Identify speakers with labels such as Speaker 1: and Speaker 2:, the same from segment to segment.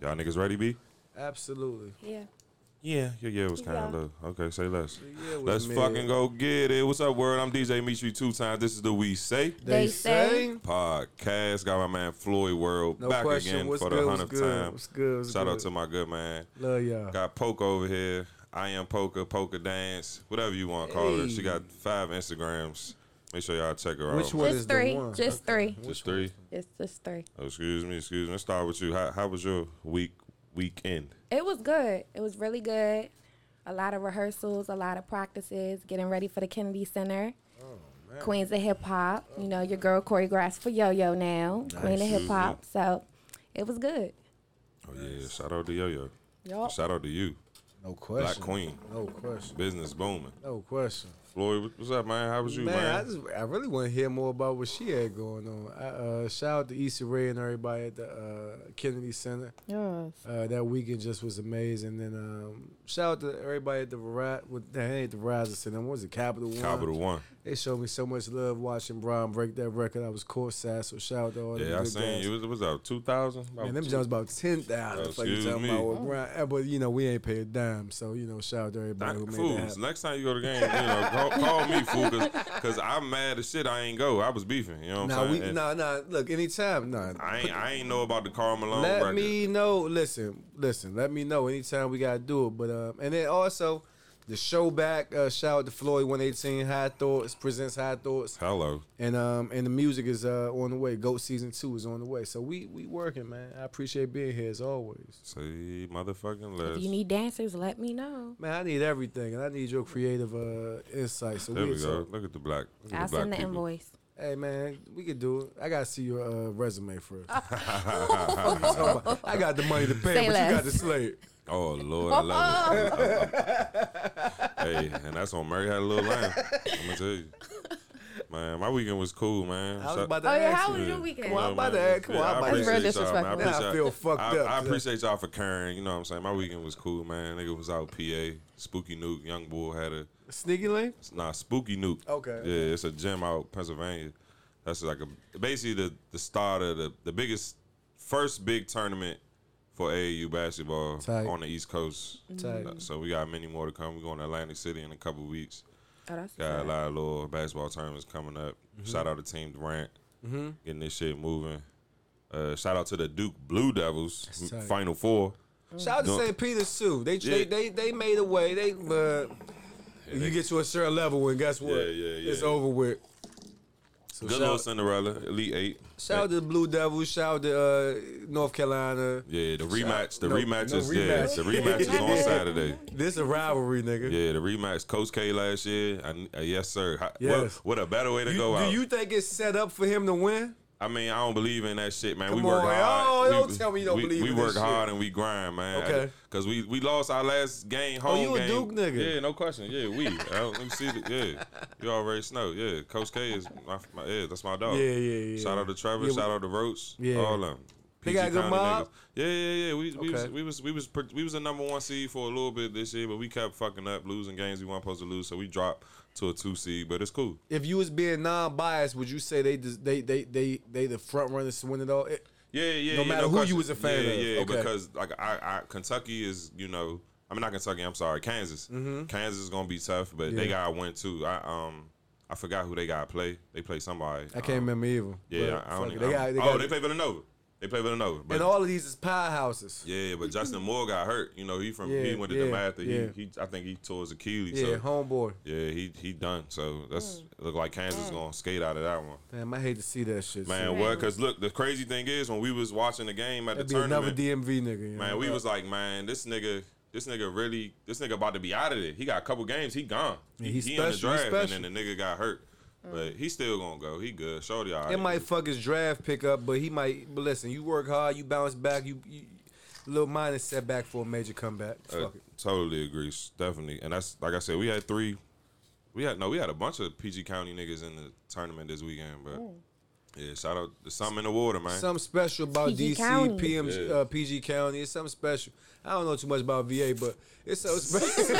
Speaker 1: Y'all niggas ready, B?
Speaker 2: Absolutely.
Speaker 3: Yeah.
Speaker 1: Yeah, yeah, yeah. It was kind
Speaker 3: Yeah.
Speaker 1: of low. Okay, say less.
Speaker 2: Yeah, it was
Speaker 1: Let's
Speaker 2: mid.
Speaker 1: fucking go get it. What's up, word? I'm DJ Mitri two times. This is the We Say
Speaker 3: They say-
Speaker 1: podcast. Got my man Floyd World
Speaker 2: No
Speaker 1: back
Speaker 2: question.
Speaker 1: again
Speaker 2: What's
Speaker 1: for
Speaker 2: good?
Speaker 1: the
Speaker 2: What's
Speaker 1: hundredth
Speaker 2: good?
Speaker 1: time.
Speaker 2: What's good? What's
Speaker 1: Shout out
Speaker 2: good?
Speaker 1: to my good man.
Speaker 2: love y'all.
Speaker 1: Got Poke over here. I am Poker, Poker Dance, whatever you want to call her. She
Speaker 2: Hey.
Speaker 1: got five Instagrams. Make sure y'all check her
Speaker 2: Which
Speaker 1: out.
Speaker 2: What is
Speaker 3: just
Speaker 2: the
Speaker 3: three.
Speaker 2: one?
Speaker 3: Just three.
Speaker 1: Just three.
Speaker 3: It's just three.
Speaker 1: Oh, excuse me, excuse me. Let's start with you. How, how was your week weekend?
Speaker 3: It was good. It was really good. A lot of rehearsals, a lot of practices, getting ready for the Kennedy Center.
Speaker 2: Oh,
Speaker 3: Queens of Hip Hop. You know, your girl choreographed for Yo Yo now. Queen of
Speaker 1: Nice.
Speaker 3: Hip Hop. So it was good.
Speaker 1: Oh yeah, shout out to Yo Yo.
Speaker 3: Yup.
Speaker 1: Shout out to you,
Speaker 2: No
Speaker 1: Black
Speaker 2: question.
Speaker 1: Queen.
Speaker 2: No question.
Speaker 1: Business booming.
Speaker 2: No question.
Speaker 1: Floyd, what- what's up, man? How was you,
Speaker 2: man,
Speaker 1: man?
Speaker 2: I just I really want to hear more about what she had going on. I, uh, shout out to Issa Rae and everybody at the uh, Kennedy Center.
Speaker 3: Yes.
Speaker 2: Uh, that weekend just was amazing. And um, shout out to everybody at the Verizon. With the ain't the Verizon Center. What was it? Capital One.
Speaker 1: Capital One.
Speaker 2: They showed me so much love watching Brian break that record. I was courtside, so shout out to all the
Speaker 1: Yeah, I
Speaker 2: good
Speaker 1: seen
Speaker 2: guys.
Speaker 1: you. It was, it was out two thousand.
Speaker 2: Man, them Jones about ten thousand. Like you
Speaker 1: Excuse
Speaker 2: talking
Speaker 1: me.
Speaker 2: about with Brian, eh, but you know we ain't paid a dime, so you know shout out to everybody who made that
Speaker 1: Fools.
Speaker 2: happen.
Speaker 1: Next time you go to the game, you know, call, call me fool, because I'm mad as shit. I ain't go. I was beefing. You know what I'm
Speaker 2: Nah, we
Speaker 1: saying? And
Speaker 2: nah nah. Look, anytime nah.
Speaker 1: I ain't I ain't know about the Carl Malone
Speaker 2: let
Speaker 1: record.
Speaker 2: me know. Listen, listen. Let me know anytime we gotta do it. But um, and then also the show back. Uh, shout out to Floyd One Eighteen High Thoughts presents High Thoughts,
Speaker 1: Hello.
Speaker 2: and um and the music is uh on the way. Goat season two is on the way. So we we working, man. I appreciate being here as always.
Speaker 1: See, motherfucking
Speaker 3: If
Speaker 1: less.
Speaker 3: you need dancers, let me know.
Speaker 2: Man, I need everything, and I need your creative uh insight. So
Speaker 1: there
Speaker 2: we
Speaker 1: we
Speaker 2: at
Speaker 1: go. Look at the black. Look at
Speaker 3: I'll
Speaker 1: the black
Speaker 3: send the
Speaker 1: people.
Speaker 3: invoice.
Speaker 2: Hey man, we could do it. I gotta see your uh, resume first. So, I got the money to pay, but
Speaker 3: Say
Speaker 2: you got
Speaker 3: less.
Speaker 2: the slate.
Speaker 1: Oh Lord, I love it. hey, and that's on Murray had a little line. I'm gonna tell you, man. My weekend was cool, man.
Speaker 2: I was
Speaker 1: So-
Speaker 2: about to
Speaker 3: Oh, yeah.
Speaker 2: ask
Speaker 3: How
Speaker 2: you.
Speaker 3: was
Speaker 1: Yeah.
Speaker 3: your weekend?
Speaker 2: Come on, I'm about to
Speaker 1: man.
Speaker 2: ask- come on,
Speaker 1: Yeah,
Speaker 2: I'm
Speaker 1: I
Speaker 2: about to
Speaker 1: appreciate
Speaker 3: ask you.
Speaker 1: y'all, man. I
Speaker 3: That's real
Speaker 1: appreciate-
Speaker 2: disrespectful. Now I feel fucked
Speaker 1: I-
Speaker 2: up.
Speaker 1: I appreciate y'all for caring. You know what I'm saying? My weekend was cool, man. Nigga was out PA. Spooky Nuke, Young Bull had a
Speaker 2: Sneaky Link?
Speaker 1: Nah, Spooky Nuke.
Speaker 2: Okay.
Speaker 1: Yeah, it's a gym out Pennsylvania. That's like a basically the the start of the the biggest first big tournament for AAU basketball
Speaker 2: Tight.
Speaker 1: on the East Coast.
Speaker 2: Tight.
Speaker 1: Uh, So we got many more to come. We're going to Atlantic City in a couple weeks.
Speaker 3: Oh, that's
Speaker 1: Got a
Speaker 3: good.
Speaker 1: lot of little basketball tournaments coming up.
Speaker 2: Mm-hmm.
Speaker 1: Shout out to Team Durant, getting this shit moving. Uh, shout out to the Duke Blue Devils
Speaker 2: tight.
Speaker 1: Final Four.
Speaker 2: Shout out to
Speaker 1: No.
Speaker 2: St. Peter's too. They they,
Speaker 1: Yeah.
Speaker 2: they they made a way. They but you get to a certain level, and guess what?
Speaker 1: Yeah, yeah,
Speaker 2: It's
Speaker 1: yeah.
Speaker 2: over with. So
Speaker 1: Good
Speaker 2: shout,
Speaker 1: little Cinderella, Elite Eight.
Speaker 2: shout out to the Blue Devils. Shout out to uh, North Carolina.
Speaker 1: yeah, the rematch. The
Speaker 2: no,
Speaker 1: rematch
Speaker 2: no
Speaker 1: is yeah.
Speaker 2: rematch.
Speaker 1: The rematch is on Saturday.
Speaker 2: This a rivalry, nigga.
Speaker 1: Yeah, the rematch. Coach K last year. I, uh, yes, sir. How,
Speaker 2: Yes.
Speaker 1: What, what a better way to
Speaker 2: You-
Speaker 1: go
Speaker 2: do
Speaker 1: out.
Speaker 2: you think it's set up for him to win?
Speaker 1: I mean, I don't believe in that shit, man. we
Speaker 2: Come
Speaker 1: work
Speaker 2: on.
Speaker 1: hard.
Speaker 2: Oh,
Speaker 1: we,
Speaker 2: don't tell me you don't
Speaker 1: we,
Speaker 2: believe
Speaker 1: We
Speaker 2: in
Speaker 1: work
Speaker 2: this shit.
Speaker 1: hard and we grind, man.
Speaker 2: Okay. Oh,
Speaker 1: Because we, we lost our last game home
Speaker 2: you a
Speaker 1: game.
Speaker 2: Duke nigga.
Speaker 1: Yeah, no question. Yeah, we. I don't, let me see. The, yeah, you already know. Yeah, Coach K is my, my yeah. That's my dog.
Speaker 2: Yeah, yeah, yeah.
Speaker 1: Shout out to Trevor.
Speaker 2: Yeah, we-
Speaker 1: shout out to Roach.
Speaker 2: Yeah.
Speaker 1: all of them.
Speaker 2: They got a good mob?
Speaker 1: Yeah, yeah, yeah. We, we, was,
Speaker 2: Okay.
Speaker 1: we was we was pr- we was a number one seed for a little bit this year, but we kept fucking up, losing games we weren't supposed to lose, so we dropped to a two seed. But it's cool.
Speaker 2: If you was being non-biased, would you say they des- they they they they the front runners to win it all? It-
Speaker 1: Yeah, yeah.
Speaker 2: No
Speaker 1: yeah,
Speaker 2: matter who you
Speaker 1: question.
Speaker 2: was a fan
Speaker 1: yeah,
Speaker 2: of.
Speaker 1: Yeah,
Speaker 2: Okay.
Speaker 1: because like I, I, Kentucky is you know, I mean not Kentucky. I'm sorry, Kansas. Kansas is gonna be tough, but they
Speaker 2: Mm-hmm. Yeah.
Speaker 1: got to win too. I um, I forgot who they got to play. They play somebody.
Speaker 2: I can't remember either.
Speaker 1: Um, Yeah,
Speaker 2: but
Speaker 1: I, I don't
Speaker 2: fuck it.
Speaker 1: even.
Speaker 2: They
Speaker 1: I
Speaker 2: got,
Speaker 1: don't-
Speaker 2: they
Speaker 1: oh,
Speaker 2: got,
Speaker 1: they play Villanova. They play Villanova. But
Speaker 2: and all of these is pie houses.
Speaker 1: yeah, but Justin Moore got hurt. You know, he from
Speaker 2: Yeah,
Speaker 1: he went to
Speaker 2: yeah,
Speaker 1: the math.
Speaker 2: yeah.
Speaker 1: He, he I think he tore his Achilles.
Speaker 2: Yeah,
Speaker 1: so
Speaker 2: homeboy.
Speaker 1: yeah, he he done. So that's look like Kansas gonna skate out of that one.
Speaker 2: Damn, I hate to see that shit.
Speaker 1: Man,
Speaker 2: son.
Speaker 1: what? Because look, the crazy thing is when we was watching the game at
Speaker 2: That'd
Speaker 1: the
Speaker 2: be
Speaker 1: tournament,
Speaker 2: another DMV nigga. you know?
Speaker 1: Man, we was like, man, this nigga, this nigga really, this nigga about to be out of there. He got a couple games, he gone.
Speaker 2: Yeah,
Speaker 1: He,
Speaker 2: he's
Speaker 1: he in the
Speaker 2: special, he's
Speaker 1: draft, and then the nigga got hurt, but he still gonna go. He good. Shorty, all right.
Speaker 2: It might fuck his draft pick up, but he might. But listen, you work hard, you bounce back, you, you little minor setback for a major comeback.
Speaker 1: Uh,
Speaker 2: Fuck it.
Speaker 1: totally agree, definitely. And that's like I said, we had three, we had no, we had a bunch of PG County niggas in the tournament this weekend, but Yeah, shout out. There's something in the water, man.
Speaker 2: Something special about
Speaker 3: PG
Speaker 2: DC,
Speaker 3: County.
Speaker 2: PM,
Speaker 1: Yeah.
Speaker 2: uh, PG County. It's something special. I don't know too much about VA, but it's so special.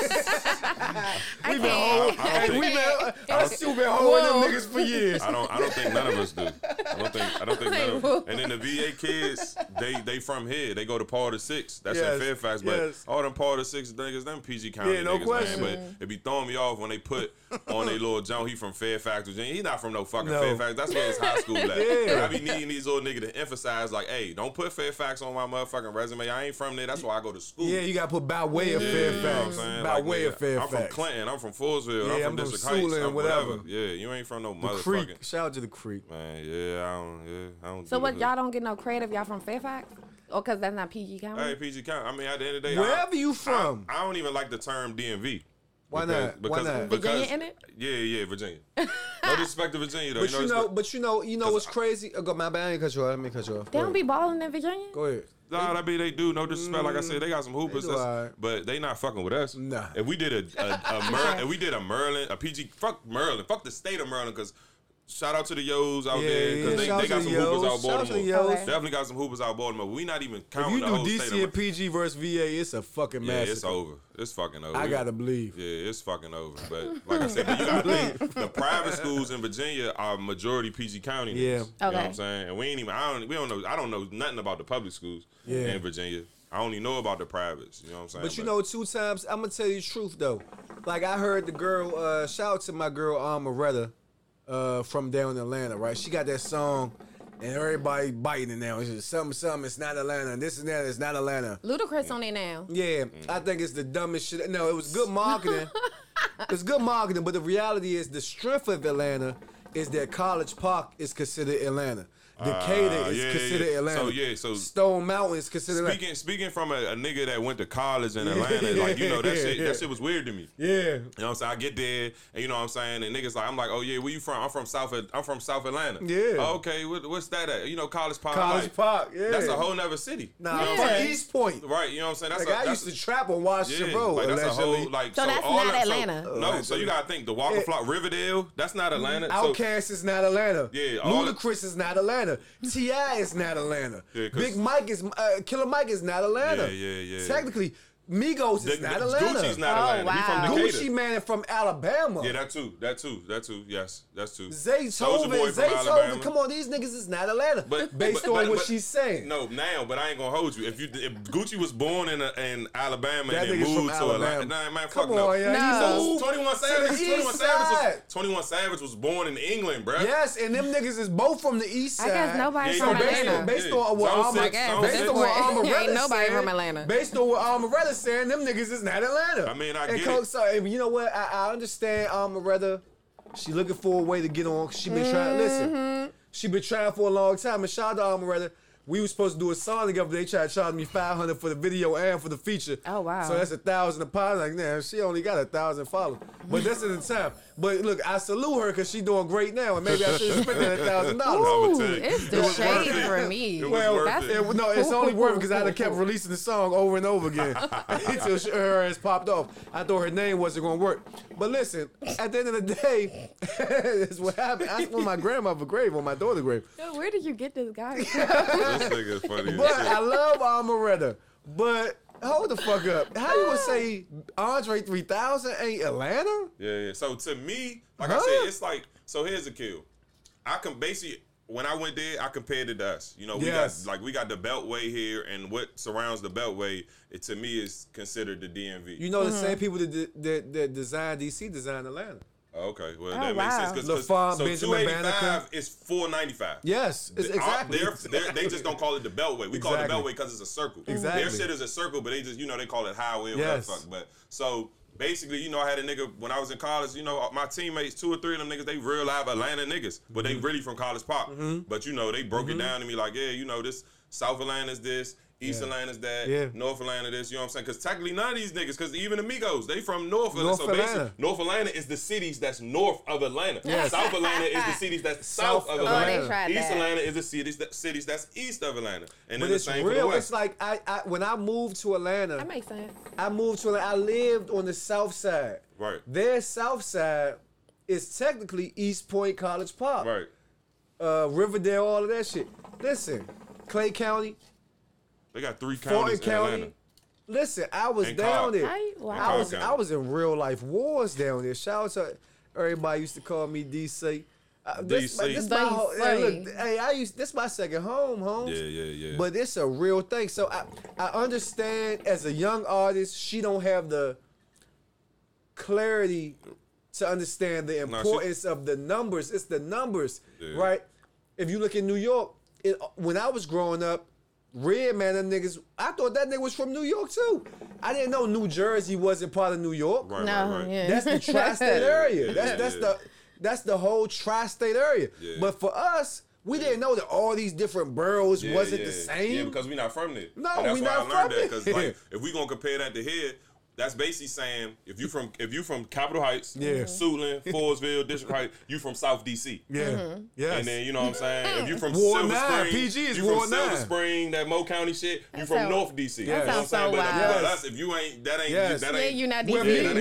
Speaker 3: We've
Speaker 1: been home. I don't think-
Speaker 2: we been, I still been holding
Speaker 3: Whoa.
Speaker 2: them niggas for years.
Speaker 1: I don't. I don't think none of us do. I don't think. I don't think none of.
Speaker 3: Like,
Speaker 1: And then the VA kids, they they from here. They go to Paul the Six. That's
Speaker 2: Yes,
Speaker 1: in Fairfax. But
Speaker 2: yes.
Speaker 1: all them Paul the Six niggas, them PG County
Speaker 2: Yeah, no
Speaker 1: niggas,
Speaker 2: question.
Speaker 1: man. But it be throwing me off when they put on their little Joe. He from Fairfax, Virginia. He not from no fucking
Speaker 2: No.
Speaker 1: Fairfax. That's where his high school at.
Speaker 2: Yeah.
Speaker 1: I be needing these little niggas to emphasize like, hey, don't put Fairfax on my motherfucking resume. I ain't from there. That's why I go to school.
Speaker 2: Yeah, you got to put by way of
Speaker 1: Yeah, you know what I'm
Speaker 2: Fairfax.
Speaker 1: saying?
Speaker 2: by
Speaker 1: Like,
Speaker 2: way
Speaker 1: nigga,
Speaker 2: of Fairfax.
Speaker 1: I'm from Clinton. I'm from Fullsville. I'm
Speaker 2: Yeah, I'm
Speaker 1: from
Speaker 2: from
Speaker 1: District
Speaker 2: Sewell
Speaker 1: Heights.
Speaker 2: and
Speaker 1: I'm
Speaker 2: whatever.
Speaker 1: whatever. Yeah, you ain't from no motherfucking.
Speaker 2: Creek. Shout out to the Creek.
Speaker 1: Man, yeah, I don't. Yeah, I don't.
Speaker 3: So
Speaker 1: do
Speaker 3: what?
Speaker 1: the-
Speaker 3: Y'all don't get no credit. if Y'all from Fairfax? Or because that's not PG County.
Speaker 1: Hey, PG County. I mean, at the end of the day,
Speaker 2: Wherever
Speaker 1: I,
Speaker 2: you from.
Speaker 1: I don't even like the term DMV.
Speaker 2: Why not? Why not?
Speaker 3: Virginia in it?
Speaker 1: Yeah, yeah, Virginia. no disrespect to Virginia though.
Speaker 2: But you
Speaker 1: it's
Speaker 2: know,
Speaker 1: the-
Speaker 2: but you know, you know what's crazy? Oh, go, my bad. I didn't cut you off. I didn't mean to cut you off.
Speaker 3: they
Speaker 2: Go
Speaker 3: don't be
Speaker 2: ahead.
Speaker 3: balling in Virginia.
Speaker 2: Go ahead.
Speaker 1: Nah, that be they do. No disrespect. Like I said, they got some hoopers,
Speaker 2: do
Speaker 1: that's-
Speaker 2: alright.
Speaker 1: but they not fucking with us.
Speaker 2: Nah.
Speaker 1: If we did a, a, a Mer- if we did a Merlin, a PG, fuck Merlin, fuck the state of Merlin, because. Shout out to the Yos out
Speaker 2: Yeah,
Speaker 1: there
Speaker 2: yeah,
Speaker 1: because
Speaker 2: shout
Speaker 1: they,
Speaker 2: out
Speaker 1: they got
Speaker 2: to
Speaker 1: some
Speaker 2: the
Speaker 1: hoopers
Speaker 2: Yos,
Speaker 1: out
Speaker 2: shout out to the
Speaker 1: Baltimore.
Speaker 3: Yos.
Speaker 1: Definitely got some hoopers out Baltimore. We not even
Speaker 2: If
Speaker 1: counting
Speaker 2: you
Speaker 1: the
Speaker 2: do
Speaker 1: whole state of
Speaker 2: DC
Speaker 1: Mer-
Speaker 2: and PG versus VA, it's a fucking
Speaker 1: Yeah,
Speaker 2: massacre.
Speaker 1: it's over. It's fucking over.
Speaker 2: I
Speaker 1: We-
Speaker 2: gotta believe.
Speaker 1: Yeah, it's fucking over. But like I said, but you gotta think the private schools in Virginia are majority PG County. niggas.
Speaker 2: Yeah.
Speaker 1: You know what
Speaker 3: Okay.
Speaker 1: I'm saying? And we ain't even I don't we don't know I don't know nothing about the public schools
Speaker 2: Yeah.
Speaker 1: in Virginia. I only know about the privates. You know what I'm saying?
Speaker 2: But you know, two times I'm gonna tell you the truth though. Like I heard the girl, uh, shout out to my girl Amaretta, uh, from down in Atlanta, right? She got that song, and everybody biting it now. It's just something, something. It's not Atlanta. This and that. It's not Atlanta.
Speaker 3: Ludacris on it now.
Speaker 2: Yeah, I think it's the dumbest shit. No, it was good marketing. it's good marketing, but the reality is the strength of Atlanta is that College Park is considered Atlanta. Decatur
Speaker 1: Ah,
Speaker 2: is
Speaker 1: yeah, yeah,
Speaker 2: considered
Speaker 1: yeah.
Speaker 2: Atlanta.
Speaker 1: So, yeah, so-
Speaker 2: Stone Mountain is considered. Atlanta.
Speaker 1: speaking speaking from a, a nigga that went to college in Atlanta, like you know, that
Speaker 2: Yeah,
Speaker 1: shit
Speaker 2: yeah.
Speaker 1: that shit was weird to me.
Speaker 2: Yeah,
Speaker 1: You know what I'm saying? I get there, and you know what I'm saying, and niggas like I'm like, oh yeah, where you from? I'm from South. I'm from South Atlanta.
Speaker 2: Yeah.
Speaker 1: "Oh, okay, what, what's that at? You know, College Park.
Speaker 2: College
Speaker 1: Like,
Speaker 2: Park. Yeah,
Speaker 1: That's a whole nother city.
Speaker 2: Nah,
Speaker 1: You know what I'm
Speaker 2: fuck
Speaker 3: Yeah.
Speaker 1: saying?
Speaker 2: East Point.
Speaker 1: Right, you know what I'm saying? That's
Speaker 2: Like
Speaker 1: a,
Speaker 2: I
Speaker 1: that's
Speaker 2: ushed to trap on Washington
Speaker 1: yeah,
Speaker 2: Road.
Speaker 1: like that's a
Speaker 2: allegedly.
Speaker 1: whole like
Speaker 3: So that's
Speaker 1: all
Speaker 3: not
Speaker 1: that- so-
Speaker 3: Atlanta.
Speaker 1: no, so you gotta think the Walker
Speaker 2: Yeah.
Speaker 1: Flock, Riverdale, that's not Atlanta. So,
Speaker 2: Outcast is not Atlanta.
Speaker 1: Yeah, all the-
Speaker 2: Ludacris is not Atlanta. Ti is not Atlanta.
Speaker 1: Yeah, 'cause-
Speaker 2: Big Mike is uh, Killer Mike is not Atlanta.
Speaker 1: Yeah, yeah, yeah.
Speaker 2: Technically, Migos
Speaker 1: the-
Speaker 2: is not
Speaker 1: the-
Speaker 2: Atlanta.
Speaker 1: Gucci's not
Speaker 3: Oh,
Speaker 1: Atlanta.
Speaker 3: wow.
Speaker 1: He from Decatur.
Speaker 2: Gucci Man is from Alabama.
Speaker 1: Yeah, that too. That too. That too. Yes, that's too. Soulja Boy
Speaker 2: Zaytoven,
Speaker 1: from Alabama.
Speaker 2: Zaytoven. Come on, these niggas is not Atlanta.
Speaker 1: But
Speaker 2: based
Speaker 1: but-
Speaker 2: on
Speaker 1: but-
Speaker 2: what
Speaker 1: but-
Speaker 2: she's saying.
Speaker 1: No, now, but I ain't gonna hold you. If you if Gucci was born in a, in Alabama
Speaker 2: That
Speaker 1: and
Speaker 2: nigga's
Speaker 1: then
Speaker 2: from
Speaker 1: moved to Atlanta,
Speaker 2: Alabama.
Speaker 1: nah, man, fuck
Speaker 2: Come
Speaker 1: no.
Speaker 2: on, yeah.
Speaker 3: No.
Speaker 2: he's
Speaker 1: So
Speaker 2: old.
Speaker 1: 21
Speaker 2: To
Speaker 1: Savage,
Speaker 2: the
Speaker 1: 21
Speaker 2: east
Speaker 1: Savage,
Speaker 2: side.
Speaker 1: was, 21 Savage was born in England, bruh.
Speaker 2: Yes, and them niggas is both from the east
Speaker 3: I
Speaker 2: side.
Speaker 3: guess nobody
Speaker 1: Yeah,
Speaker 3: from
Speaker 1: you know,
Speaker 2: based on,
Speaker 3: Atlanta.
Speaker 2: based on what
Speaker 1: Zone
Speaker 2: Alma,
Speaker 1: six, zone
Speaker 2: based
Speaker 1: six.
Speaker 2: on what Alma
Speaker 3: Ain't
Speaker 2: Retta
Speaker 3: nobody
Speaker 2: said,
Speaker 3: from Atlanta.
Speaker 2: Based on what Alma Retta saying, them niggas is not Atlanta.
Speaker 1: I mean, I
Speaker 2: and
Speaker 1: get it.
Speaker 2: So, and you know what? I, I understand Alma Retta. She looking for a way to get on. She been trying.
Speaker 3: Mm-hmm.
Speaker 2: Listen, she been trying for a long time. And shout out to Alma Retta. We was supposed to do a song together. They tried to charge me five hundred for the video and for the feature.
Speaker 3: Oh, wow.
Speaker 2: So that's a thousand a pop. Like, nah, she only got a thousand followers. But that's in the time. But look, I salute her because she doing great now, and maybe I should have spent that thousand dollars.
Speaker 1: I would
Speaker 3: Ooh,
Speaker 1: tell you.
Speaker 3: it's
Speaker 1: It
Speaker 3: the
Speaker 1: was worth
Speaker 3: shade
Speaker 1: it.
Speaker 3: for me.
Speaker 1: It was
Speaker 2: Well,
Speaker 1: worth it.
Speaker 2: it- no, it's only worth it because I done kept releasing the song over and over again until she, her ass popped off. I thought her name wasn't gonna work. But listen, at the end of the day, that's what happened. I on my grandmother grave, on my daughter's grave.
Speaker 3: Yo, Where did you get this guy? from?
Speaker 1: this nigga is funny. as
Speaker 2: But
Speaker 1: shit.
Speaker 2: I love Amaretta. But hold the fuck up. How you gonna say Andre 3000 ain't Atlanta?
Speaker 1: Yeah, yeah. So to me, like
Speaker 2: Huh?
Speaker 1: I said, it's like so. Here's a kill. I can basically when I went there, I compared it to us. You know, we
Speaker 2: Yes.
Speaker 1: got like we got the Beltway here, and what surrounds the Beltway, it to me is considered the DMV.
Speaker 2: You know the
Speaker 3: Mm-hmm.
Speaker 2: same people that de- that, that design DC design Atlanta.
Speaker 1: okay, well
Speaker 3: Oh,
Speaker 1: that makes
Speaker 3: wow.
Speaker 1: sense. Cause, 'cause-
Speaker 2: LaFawn,
Speaker 1: so
Speaker 2: Benjamin
Speaker 1: two eighty five
Speaker 2: Banneker.
Speaker 1: is four ninety five.
Speaker 2: Yes, it's exactly.
Speaker 1: They're, they're, they just don't call it the Beltway. We call it the
Speaker 2: Exactly.
Speaker 1: Beltway because it's a circle.
Speaker 2: Exactly.
Speaker 1: Their shit is a circle, but they just you know they call it highway. Or yes.
Speaker 2: Yes.
Speaker 1: Fuck. But so basically, you know, I had a nigga when I was in college. You know, my teammates, two or three of them niggas, they real live Atlanta niggas, but
Speaker 2: Mm-hmm.
Speaker 1: they really from College Park. But you know, they broke it down to me like, yeah, you know, this South Atlanta's this. East Atlanta's that,
Speaker 2: Yeah.
Speaker 1: North Atlanta this, you know what I'm saying? Because technically none of these niggas, because even Amigos, they from North Atlanta.
Speaker 2: North
Speaker 1: so basically,
Speaker 2: Atlanta.
Speaker 1: North Atlanta is the cities that's north of Atlanta. South Atlanta is the cities that's south,
Speaker 2: South
Speaker 1: of
Speaker 2: Atlanta.
Speaker 1: Atlanta.
Speaker 2: Oh, they
Speaker 3: tried
Speaker 1: East
Speaker 3: that.
Speaker 1: Atlanta is the cities that cities that's east of Atlanta, and then
Speaker 2: But
Speaker 1: the
Speaker 2: it's
Speaker 1: same for the
Speaker 2: real.
Speaker 1: west.
Speaker 2: It's like I, I when I moved to Atlanta.
Speaker 3: That makes sense.
Speaker 2: I moved to I lived on the south side.
Speaker 1: Right.
Speaker 2: Their south side is technically East Point College Park.
Speaker 1: right.
Speaker 2: uh, Riverdale, all of that shit. Listen, Clay County,
Speaker 1: They got three counties
Speaker 2: Fulton
Speaker 1: in Atlanta.
Speaker 2: County. Listen, I was
Speaker 1: And
Speaker 2: down
Speaker 1: Cobb.
Speaker 2: there.
Speaker 3: I, wow.
Speaker 2: I was
Speaker 1: Okay.
Speaker 2: I was in real life wars down there. Shout out to everybody used to call me DC. Uh, this,
Speaker 1: DC.
Speaker 2: this my whole,
Speaker 3: DC.
Speaker 2: hey, look, hey, I used this my second home, home.
Speaker 1: Yeah, yeah, yeah.
Speaker 2: But it's a real thing. So I I understand as a young artist, she don't have the clarity to understand the
Speaker 1: she-
Speaker 2: importance of the numbers. It's the numbers,
Speaker 1: Yeah.
Speaker 2: right? If you look in New York, it, when I was growing up, Red Man, them niggas, I thought that nigga was from New York too. I didn't know New Jersey wasn't part of New York.
Speaker 1: right,
Speaker 3: no,
Speaker 1: right, right.
Speaker 3: yeah.
Speaker 2: That's the tri-state area.
Speaker 1: Yeah,
Speaker 2: That's
Speaker 1: yeah,
Speaker 2: that's
Speaker 1: yeah.
Speaker 2: the that's the whole tri-state area.
Speaker 1: Yeah.
Speaker 2: But for us, we didn't know that all these different boroughs
Speaker 1: Yeah,
Speaker 2: wasn't
Speaker 1: yeah.
Speaker 2: the same.
Speaker 1: Yeah, because we not from there.
Speaker 2: No,
Speaker 1: And that's
Speaker 2: we
Speaker 1: why
Speaker 2: not
Speaker 1: I learned
Speaker 2: from
Speaker 1: that.
Speaker 2: there.
Speaker 1: Because like, if we gonna compare that to here, that's basically saying if you from if you from Capitol Heights,
Speaker 2: Yeah.
Speaker 3: Mm-hmm.
Speaker 1: Suitland, Forestville, District Heights, you from South DC.
Speaker 2: yeah. Yes.
Speaker 1: And then you know what I'm saying. If you from
Speaker 2: Ward
Speaker 1: Silver
Speaker 2: nine,
Speaker 1: Spring,
Speaker 2: PG is
Speaker 1: you from
Speaker 2: Ward
Speaker 1: Silver
Speaker 2: nine.
Speaker 1: Spring, that Mo County shit. You
Speaker 3: That
Speaker 1: from
Speaker 3: sounds-
Speaker 1: North DC. you know
Speaker 2: that
Speaker 1: what I'm
Speaker 3: sounds
Speaker 1: saying?
Speaker 3: so
Speaker 1: but if-
Speaker 3: wild.
Speaker 1: but us, if you ain't that ain't
Speaker 2: Yes.
Speaker 1: that
Speaker 3: Yeah,
Speaker 1: ain't
Speaker 3: you're not
Speaker 1: yeah,
Speaker 2: Where,
Speaker 3: DC.
Speaker 1: that
Speaker 2: Mi-
Speaker 1: ain't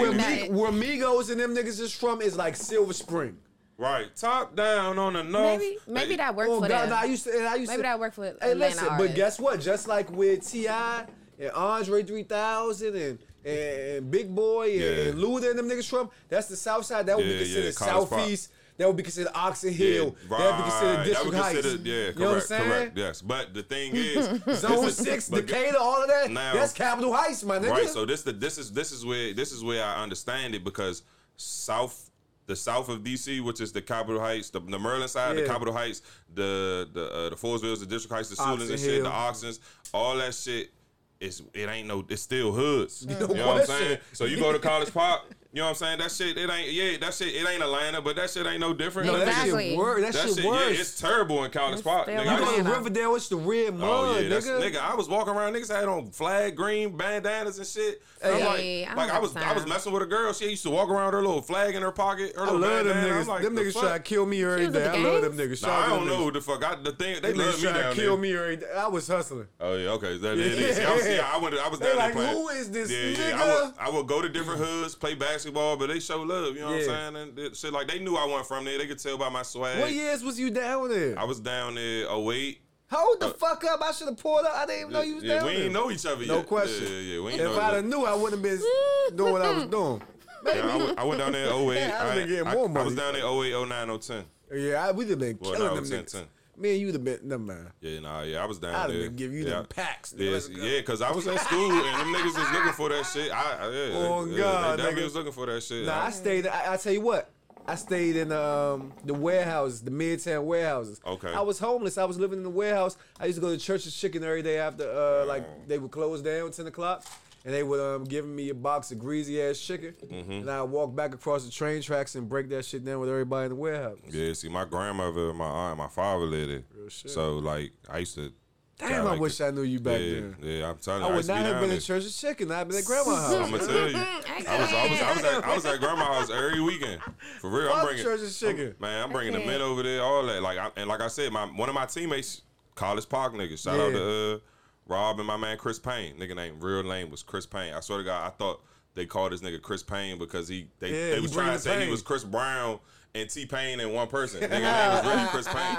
Speaker 2: where,
Speaker 1: me.
Speaker 2: Mi- where Migos and them niggas is from is like Silver Spring.
Speaker 1: Right, top down on the north.
Speaker 3: Maybe maybe
Speaker 1: Hey,
Speaker 3: that worked
Speaker 2: Oh
Speaker 3: for
Speaker 2: God,
Speaker 3: them.
Speaker 2: and I used to. And I used
Speaker 3: Maybe
Speaker 2: to,
Speaker 3: that worked for
Speaker 2: Hey,
Speaker 3: Atlanta
Speaker 2: listen, but
Speaker 3: artists.
Speaker 2: guess what? Just like with Ti and Andre 3000 and. And Big Boy and,
Speaker 1: Yeah.
Speaker 2: and Luda and them niggas from that's the South Side. That would be
Speaker 1: Yeah,
Speaker 2: considered
Speaker 1: yeah, college pop.
Speaker 2: Southeast. That would be considered Oxon Hill.
Speaker 1: Yeah,
Speaker 2: That would be
Speaker 1: right.
Speaker 2: considered
Speaker 1: That would
Speaker 2: District Heights.
Speaker 1: consider- Yeah, correct,
Speaker 2: you know what I'm saying?
Speaker 1: correct. Yes, but the thing is,
Speaker 2: Zone
Speaker 1: this is-
Speaker 2: six,
Speaker 1: but-
Speaker 2: Decatur, all of that.
Speaker 1: Now-
Speaker 2: that's Capitol Heights, my nigga.
Speaker 1: Right. So this the this is this is where this is where I understand it because south the south of DC, which is the Capitol Heights, the, the Maryland side,
Speaker 2: Yeah.
Speaker 1: the Capitol Heights, the the uh, the Forestville's, the District Heights, the Suitlands
Speaker 2: Oxon
Speaker 1: and shit, the
Speaker 2: Hill.
Speaker 1: Oxens, all that shit. It's, it ain't no it's still hoods.
Speaker 2: Mm.
Speaker 1: You know what I'm
Speaker 2: question.
Speaker 1: saying? So you go to College Park, you know what I'm saying? That shit it ain't yeah, that shit it ain't Atlanta, but that shit ain't no different.
Speaker 2: no, that
Speaker 3: Exactly.
Speaker 2: shit word. That,
Speaker 1: That
Speaker 2: shit,
Speaker 1: shit, yeah,
Speaker 2: worse.
Speaker 1: it's terrible in College
Speaker 3: It's
Speaker 1: Park. nigga.
Speaker 3: still
Speaker 1: I
Speaker 2: You
Speaker 3: like-
Speaker 1: just-
Speaker 2: go to
Speaker 3: Yeah.
Speaker 2: Riverdale, it's the red mud,
Speaker 1: Oh yeah, that's,
Speaker 2: nigga.
Speaker 1: nigga. I was walking around, niggas had on flag green bandanas and shit. And I'm like,
Speaker 3: Hey, I don't
Speaker 1: like I
Speaker 3: have
Speaker 1: was, I was
Speaker 3: time.
Speaker 1: messing with a girl. She used to walk around with her little flag in her pocket. Her
Speaker 2: I
Speaker 1: little
Speaker 2: love them
Speaker 1: bandana. oh, I'm
Speaker 2: niggas.
Speaker 1: Like,
Speaker 2: them
Speaker 1: the
Speaker 2: niggas
Speaker 1: fuck?
Speaker 2: try to kill me every
Speaker 3: was at
Speaker 2: day. I
Speaker 3: the
Speaker 2: love them
Speaker 3: gangs?
Speaker 2: niggas. Shout
Speaker 1: Nah, I
Speaker 2: out to
Speaker 1: don't
Speaker 2: them
Speaker 1: know
Speaker 2: niggas.
Speaker 1: who the fuck. I, the thing, they
Speaker 2: They
Speaker 1: love
Speaker 2: niggas
Speaker 1: me
Speaker 2: try to
Speaker 1: down
Speaker 2: kill
Speaker 1: there.
Speaker 2: me every day. I was hustling.
Speaker 1: Oh yeah, okay. That, yeah. See, I, was, see, I went. I was
Speaker 2: They
Speaker 1: down
Speaker 2: like,
Speaker 1: there playing.
Speaker 2: who is this
Speaker 1: yeah, Yeah, I
Speaker 2: nigga?
Speaker 1: would, I would go to different hoods, play basketball, but they show love. You know what
Speaker 2: Yeah.
Speaker 1: I'm saying? And it- shit, like they knew I wasn't from there. They could tell by my swag.
Speaker 2: What years was you down there?
Speaker 1: I was down there. Oh wait.
Speaker 2: Hold the fuck up. I should have pulled up. I didn't even know you was
Speaker 1: yeah,
Speaker 2: down
Speaker 1: we
Speaker 2: there.
Speaker 1: ain't know each other yet.
Speaker 2: No question.
Speaker 1: Yeah, yeah, we ain't know
Speaker 2: If
Speaker 1: each
Speaker 2: I'd
Speaker 1: other.
Speaker 2: have knew, I wouldn't have been doing what I was doing.
Speaker 1: Yeah, I, went, I went down there in 08.
Speaker 2: Yeah, I would've been getting
Speaker 1: I,
Speaker 2: more
Speaker 1: I, I
Speaker 2: money.
Speaker 1: was down there 08, 09, 010.
Speaker 2: Yeah, I, we'd have been
Speaker 1: Well,
Speaker 2: killing
Speaker 1: no,
Speaker 2: them
Speaker 1: 10,
Speaker 2: niggas.
Speaker 1: 10.
Speaker 2: Me and you'd have been, never mind.
Speaker 1: Yeah, nah, yeah, I was down
Speaker 2: I'd have
Speaker 1: there.
Speaker 2: been giving you
Speaker 1: yeah.
Speaker 2: them packs. nigga.
Speaker 1: Yeah,
Speaker 2: Let's
Speaker 1: it's-
Speaker 2: go.
Speaker 1: yeah, cause I was in school and them niggas was looking for that shit. I, I yeah,
Speaker 2: Oh,
Speaker 1: they,
Speaker 2: God,
Speaker 1: they definitely
Speaker 2: nigga.
Speaker 1: was looking for that shit.
Speaker 2: Nah, I
Speaker 1: I-
Speaker 2: stayed. I, I tell you what, I stayed in um, the warehouses, the midtown warehouses.
Speaker 1: Okay.
Speaker 2: I was homeless. I was living in the warehouse. I used to go to Church's Chicken every day after, uh, like they would close down ten o'clock, and they would um give me a box of greasy ass chicken,
Speaker 1: Mm-hmm.
Speaker 2: and I would walk back across the train tracks and break that shit down with everybody in the warehouse.
Speaker 1: yeah, see, my grandmother, and my aunt, and my father lived there.
Speaker 2: shit.
Speaker 1: So like, I used to.
Speaker 2: Damn, I wish I knew you back
Speaker 1: yeah,
Speaker 2: then.
Speaker 1: yeah, I'm telling you,
Speaker 2: I
Speaker 1: I,
Speaker 2: would
Speaker 1: used to
Speaker 2: not
Speaker 1: be
Speaker 2: have
Speaker 1: down
Speaker 2: been
Speaker 1: there.
Speaker 2: at Church's Chicken. I'd have been at Grandma's house.
Speaker 1: I'm gonna tell you, I was, I was, I was, at, I was at grandma's house every weekend. For real, I'm
Speaker 2: Fuck
Speaker 1: bringing
Speaker 2: Church's Chicken.
Speaker 1: Man, I'm bringing the
Speaker 3: Okay.
Speaker 1: men over there, all that. Like, I, and like I said, my one of my teammates, College Park niggas. Shout out
Speaker 2: Yeah.
Speaker 1: to uh, Rob and my man Chris Payne. Nigga name real name was Chris Payne. I swear to God, I thought they called this nigga Chris Payne because he they,
Speaker 2: Yeah,
Speaker 1: they
Speaker 2: he
Speaker 1: was
Speaker 2: bring
Speaker 1: trying
Speaker 2: the
Speaker 1: to say
Speaker 2: pain.
Speaker 1: he was Chris Brown and T Pain in one person. Nigga name was really Chris Payne.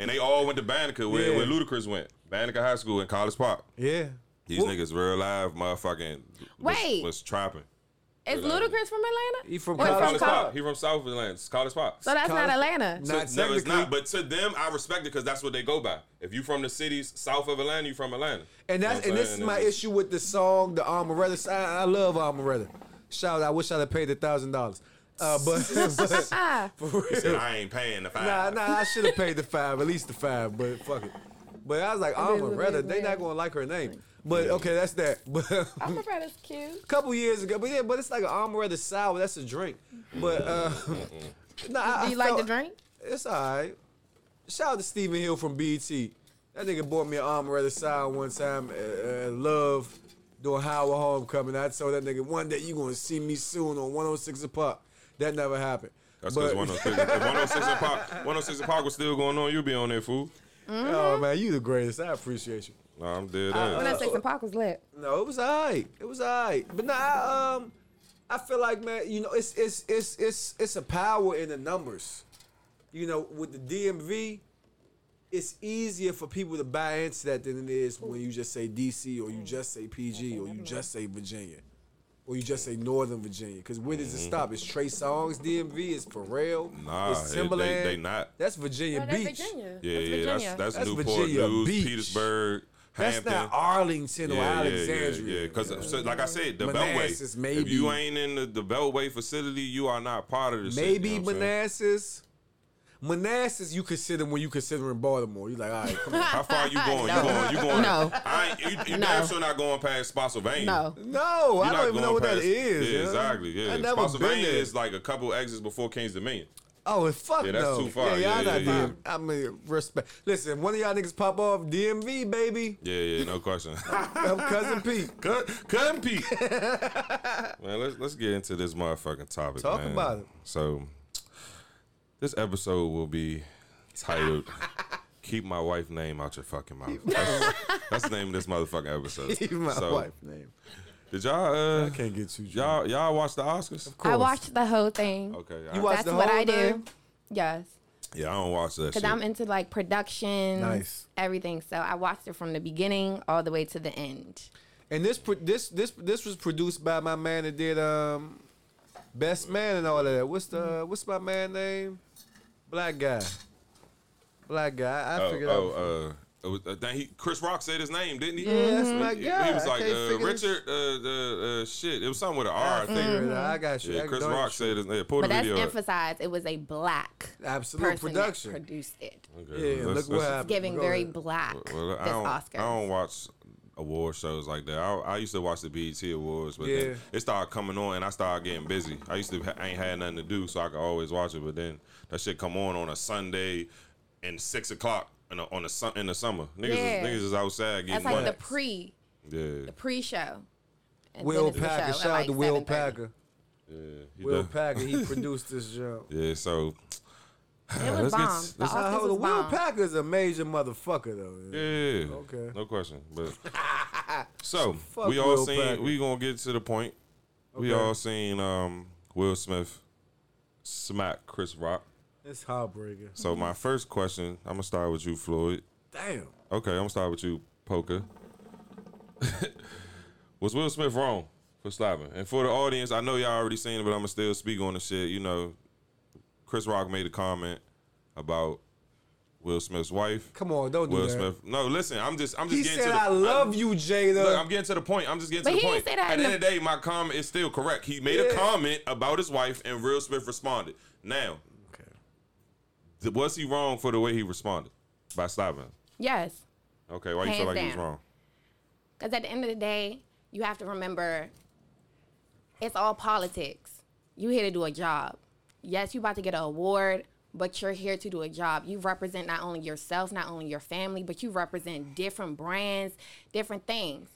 Speaker 1: And they all went to Banneker where,
Speaker 2: Yeah.
Speaker 1: where Ludacris went. Banneker High School in College Park.
Speaker 2: yeah.
Speaker 1: These
Speaker 2: Well,
Speaker 1: niggas real live, motherfucking was,
Speaker 3: Wait.
Speaker 1: was trapping.
Speaker 3: Is Ludacris from Atlanta?
Speaker 2: He from
Speaker 3: Or
Speaker 2: College
Speaker 1: College
Speaker 2: Park.
Speaker 1: Pop. He from South Atlanta. College Pop.
Speaker 3: So that's
Speaker 2: College-
Speaker 3: not Atlanta.
Speaker 2: Not
Speaker 1: To- no, it's
Speaker 2: technically.
Speaker 1: not. But to them, I respect it because that's what they go by. If you from the cities south of Atlanta, you from Atlanta.
Speaker 2: And
Speaker 1: You know
Speaker 2: that's
Speaker 1: what
Speaker 2: and
Speaker 1: I'm
Speaker 2: this is
Speaker 1: saying?
Speaker 2: my
Speaker 1: it's-
Speaker 2: issue with the song, the Armoretta. I, I love Armoretta. Shout out! I wish I'd have paid the thousand dollars. Uh, but, but
Speaker 3: Ah,
Speaker 2: for
Speaker 1: Said,
Speaker 2: real,
Speaker 1: I ain't paying the
Speaker 2: nah,
Speaker 1: five.
Speaker 2: nah, I should have paid the five, at least the five. But fuck it. But I was like
Speaker 3: It is what it
Speaker 2: Armoretta.
Speaker 3: is,
Speaker 2: They
Speaker 3: yeah.
Speaker 2: not gonna like her name. But okay, that's that. But
Speaker 3: I'm a brother's cute.
Speaker 2: couple years ago, but yeah, but it's like an Armoretta sour. That's a drink. But uh, nah, I,
Speaker 3: Do
Speaker 2: I
Speaker 3: you like
Speaker 2: felt-
Speaker 3: the drink?
Speaker 2: It's all right. Shout out to Stephen Hill from BT. That nigga bought me an Armoretta sour one time at uh, Love doing Howard Homecoming. I told that nigga one day you gonna see me soon on 106 o'clock. That never happened.
Speaker 1: That's oh
Speaker 2: But-
Speaker 1: because 106, if 106 and Pop, 106 and Pop was still going on. You'll be on there, fool.
Speaker 2: Oh man, you the greatest. I appreciate you.
Speaker 1: Nah, I'm dead.
Speaker 3: When
Speaker 1: ass.
Speaker 3: I six and Pac was lit.
Speaker 2: No, it was alright. It was alright. But nah, I, um, I feel like man, you know, it's it's it's it's it's a power in the numbers. you know, with the DMV, it's easier for people to buy into that than it is when you just say DC or you just say PG or you just say Virginia or you just say Northern Virginia. Because where does it stop? It's Trey Songz DMV. It's Pharrell.
Speaker 1: Mm-hmm. Nah,
Speaker 2: it's
Speaker 1: it- they-
Speaker 2: Timberland.
Speaker 1: they not.
Speaker 2: That's Virginia
Speaker 3: Oh, that's
Speaker 2: Beach.
Speaker 3: Virginia.
Speaker 1: Yeah,
Speaker 3: that's
Speaker 1: yeah,
Speaker 3: Virginia.
Speaker 1: that's that's,
Speaker 2: That's
Speaker 1: Newport
Speaker 2: Virginia
Speaker 1: News,
Speaker 2: Beach.
Speaker 1: Petersburg,
Speaker 2: That's
Speaker 1: Hampton.
Speaker 2: not Arlington or
Speaker 1: yeah, yeah,
Speaker 2: Alexandria.
Speaker 1: yeah, yeah. Because like I said, the
Speaker 2: Manassas,
Speaker 1: Beltway. If
Speaker 2: maybe.
Speaker 1: you ain't in the, the Beltway facility, you are not part of the city.
Speaker 2: Maybe
Speaker 1: you know what I'm saying?
Speaker 2: Manassas. Manassas, you consider when you considering Baltimore. You're like, all right, come on.
Speaker 1: How far you going?
Speaker 3: No.
Speaker 1: You going? You going?
Speaker 3: No.
Speaker 1: I ain't, you, you
Speaker 3: No.
Speaker 1: damn sure not going past Spotsylvania.
Speaker 3: No.
Speaker 2: No, I
Speaker 1: You're not
Speaker 2: don't even
Speaker 1: going
Speaker 2: know what that
Speaker 1: past-
Speaker 2: is.
Speaker 1: Yeah,
Speaker 2: yo.
Speaker 1: exactly. Yeah,
Speaker 2: I never been
Speaker 1: Spotsylvania
Speaker 2: there.
Speaker 1: is like a couple exits before Kings Dominion.
Speaker 2: Oh, and fuck
Speaker 1: Yeah, that's
Speaker 2: no.
Speaker 1: too far.
Speaker 2: Yeah, y'all
Speaker 1: Yeah,
Speaker 2: not
Speaker 1: yeah, yeah.
Speaker 2: doing- I mean, respect. Listen, one of y'all niggas pop off DMV, baby.
Speaker 1: Yeah, yeah, no question.
Speaker 2: I'm cousin Pete.
Speaker 1: Cut, cut, Pete. man, let's let's get into this motherfucking topic.
Speaker 2: Talk
Speaker 1: man.
Speaker 2: about it.
Speaker 1: So, this episode will be titled "Keep My Wife Name Out Your Fucking Mouth." That's, that's the name of this motherfucking episode.
Speaker 2: My
Speaker 1: so,
Speaker 2: wife's name.
Speaker 1: Did y'all? Uh,
Speaker 2: I can't get you.
Speaker 1: Y'all, y'all watch the Oscars?
Speaker 3: I
Speaker 2: course.
Speaker 3: watched the whole thing.
Speaker 1: Okay. all
Speaker 2: You
Speaker 1: right.
Speaker 2: watch
Speaker 3: That's
Speaker 2: the
Speaker 3: what
Speaker 2: whole
Speaker 3: I do.
Speaker 2: thing?
Speaker 3: Yes.
Speaker 1: yeah, I don't watch that shit.
Speaker 3: Because I'm into like production,
Speaker 2: Nice.
Speaker 3: everything. So I watched it from the beginning all the way to the end.
Speaker 2: And this pro- this this this was produced by my man that did um Best Man and all of that. What's the
Speaker 3: Mm-hmm.
Speaker 2: what's my man name? Black guy. Black guy. I, I
Speaker 1: oh,
Speaker 2: figured out.
Speaker 1: oh, uh, it was, uh, dang, he, Chris Rock said his name, didn't he?
Speaker 2: Yeah, that's my
Speaker 1: He-
Speaker 2: guy.
Speaker 1: He was
Speaker 2: I
Speaker 1: like
Speaker 2: can't
Speaker 1: uh,
Speaker 2: figure this- Mm-hmm.
Speaker 1: Richard. Uh, the uh, shit. It was something with an R, I think.
Speaker 2: Figure it out. I got you.
Speaker 1: Yeah,
Speaker 2: I
Speaker 1: Chris
Speaker 2: got
Speaker 1: Rock
Speaker 2: you.
Speaker 1: said his name. Pull
Speaker 3: But
Speaker 1: the
Speaker 3: that's
Speaker 1: video. up.
Speaker 3: emphasized. It was a black
Speaker 2: Absolute
Speaker 3: person
Speaker 2: production.
Speaker 3: that produced it.
Speaker 1: Okay,
Speaker 2: yeah,
Speaker 1: let's-
Speaker 2: look what
Speaker 1: let's-
Speaker 2: happened.
Speaker 3: Giving
Speaker 2: Go
Speaker 3: very
Speaker 2: ahead.
Speaker 3: black
Speaker 1: Well, I
Speaker 3: this
Speaker 1: don't, I
Speaker 3: Oscar.
Speaker 1: don't watch award shows like that. I, I used to watch the BET Awards, but
Speaker 2: Yeah.
Speaker 1: then it started coming on and I started getting busy. I used to ha- ain't had nothing to do, so I could always watch it. But then that shit come on on a Sunday and six o'clock in a, on a sun in the summer. Niggas,
Speaker 3: Yeah.
Speaker 1: is, niggas is outside getting
Speaker 3: That's like the
Speaker 1: money.
Speaker 3: pre
Speaker 1: yeah,
Speaker 3: pre show.
Speaker 2: Will Packer. Shout out to Will Packer.
Speaker 1: yeah, he
Speaker 2: Will
Speaker 1: done-
Speaker 2: Packer. He produced this job.
Speaker 1: Yeah, so
Speaker 3: It was
Speaker 1: Let's get-
Speaker 3: bomb. The
Speaker 1: let's-
Speaker 2: I
Speaker 3: Oscars
Speaker 2: hold
Speaker 3: was
Speaker 2: on. Will
Speaker 3: bomb.
Speaker 2: Packer's a major motherfucker though.
Speaker 1: yeah,
Speaker 2: man. Okay.
Speaker 1: no question. But so
Speaker 2: Fuck
Speaker 1: we all
Speaker 2: Will
Speaker 1: seen.
Speaker 2: Packer.
Speaker 1: We gonna get to the point. We
Speaker 2: Okay.
Speaker 1: all seen um, Will Smith smack Chris Rock.
Speaker 2: It's heartbreaking.
Speaker 1: So my first question, I'm gonna start with you, Floyd.
Speaker 2: Damn.
Speaker 1: Okay, I'm gonna start with you, Poker. Was Will Smith wrong for slapping? And for the audience, I know y'all already seen it, but I'm gonna still speak on the shit. You know, Chris Rock made a comment about Will Smith's wife.
Speaker 2: Come on, don't do
Speaker 1: Will
Speaker 2: that.
Speaker 1: Smith. No, listen, I'm just, I'm just
Speaker 2: He
Speaker 1: getting to
Speaker 2: said,
Speaker 1: the.
Speaker 2: "I love you, Jada."
Speaker 1: Look, I'm getting to the point. I'm just getting
Speaker 3: But
Speaker 1: to
Speaker 3: he
Speaker 1: the
Speaker 3: didn't
Speaker 1: point.
Speaker 3: say that
Speaker 1: At the
Speaker 3: in
Speaker 1: end of the day, my comment is still correct. He made
Speaker 2: Yeah.
Speaker 1: a comment about his wife, and Will Smith responded. Now,
Speaker 2: okay.
Speaker 1: th- was he wrong for the way he responded by slapping? him?
Speaker 3: Yes.
Speaker 1: Okay, why you feel
Speaker 3: Hands
Speaker 1: like he was
Speaker 3: down.
Speaker 1: wrong?
Speaker 3: Because at the end of the day, you have to remember it's all politics. You here to do a job. Yes, you about to get an award, but you're here to do a job. You represent not only yourself, not only your family, but you represent different brands, different things.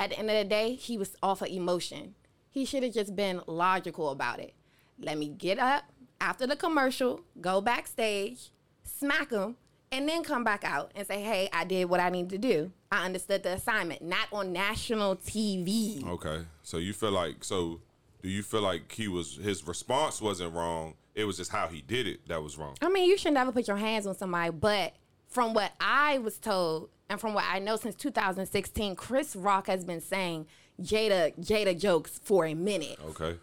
Speaker 3: At the end of the day, he was off of emotion. He should have just been logical about it. Let me get up after the commercial, go backstage, smack him, and then come back out and say, hey, I did what I need to do. I understood the assignment, not on national TV.
Speaker 1: Okay, so you feel like so? Do you feel like he was his response wasn't wrong? It was just how he did it that was wrong.
Speaker 3: I mean, you should never put your hands on somebody, but from what I was told and from what I know since 2016, Chris Rock has been saying Jada Jada jokes for a minute.
Speaker 1: Okay,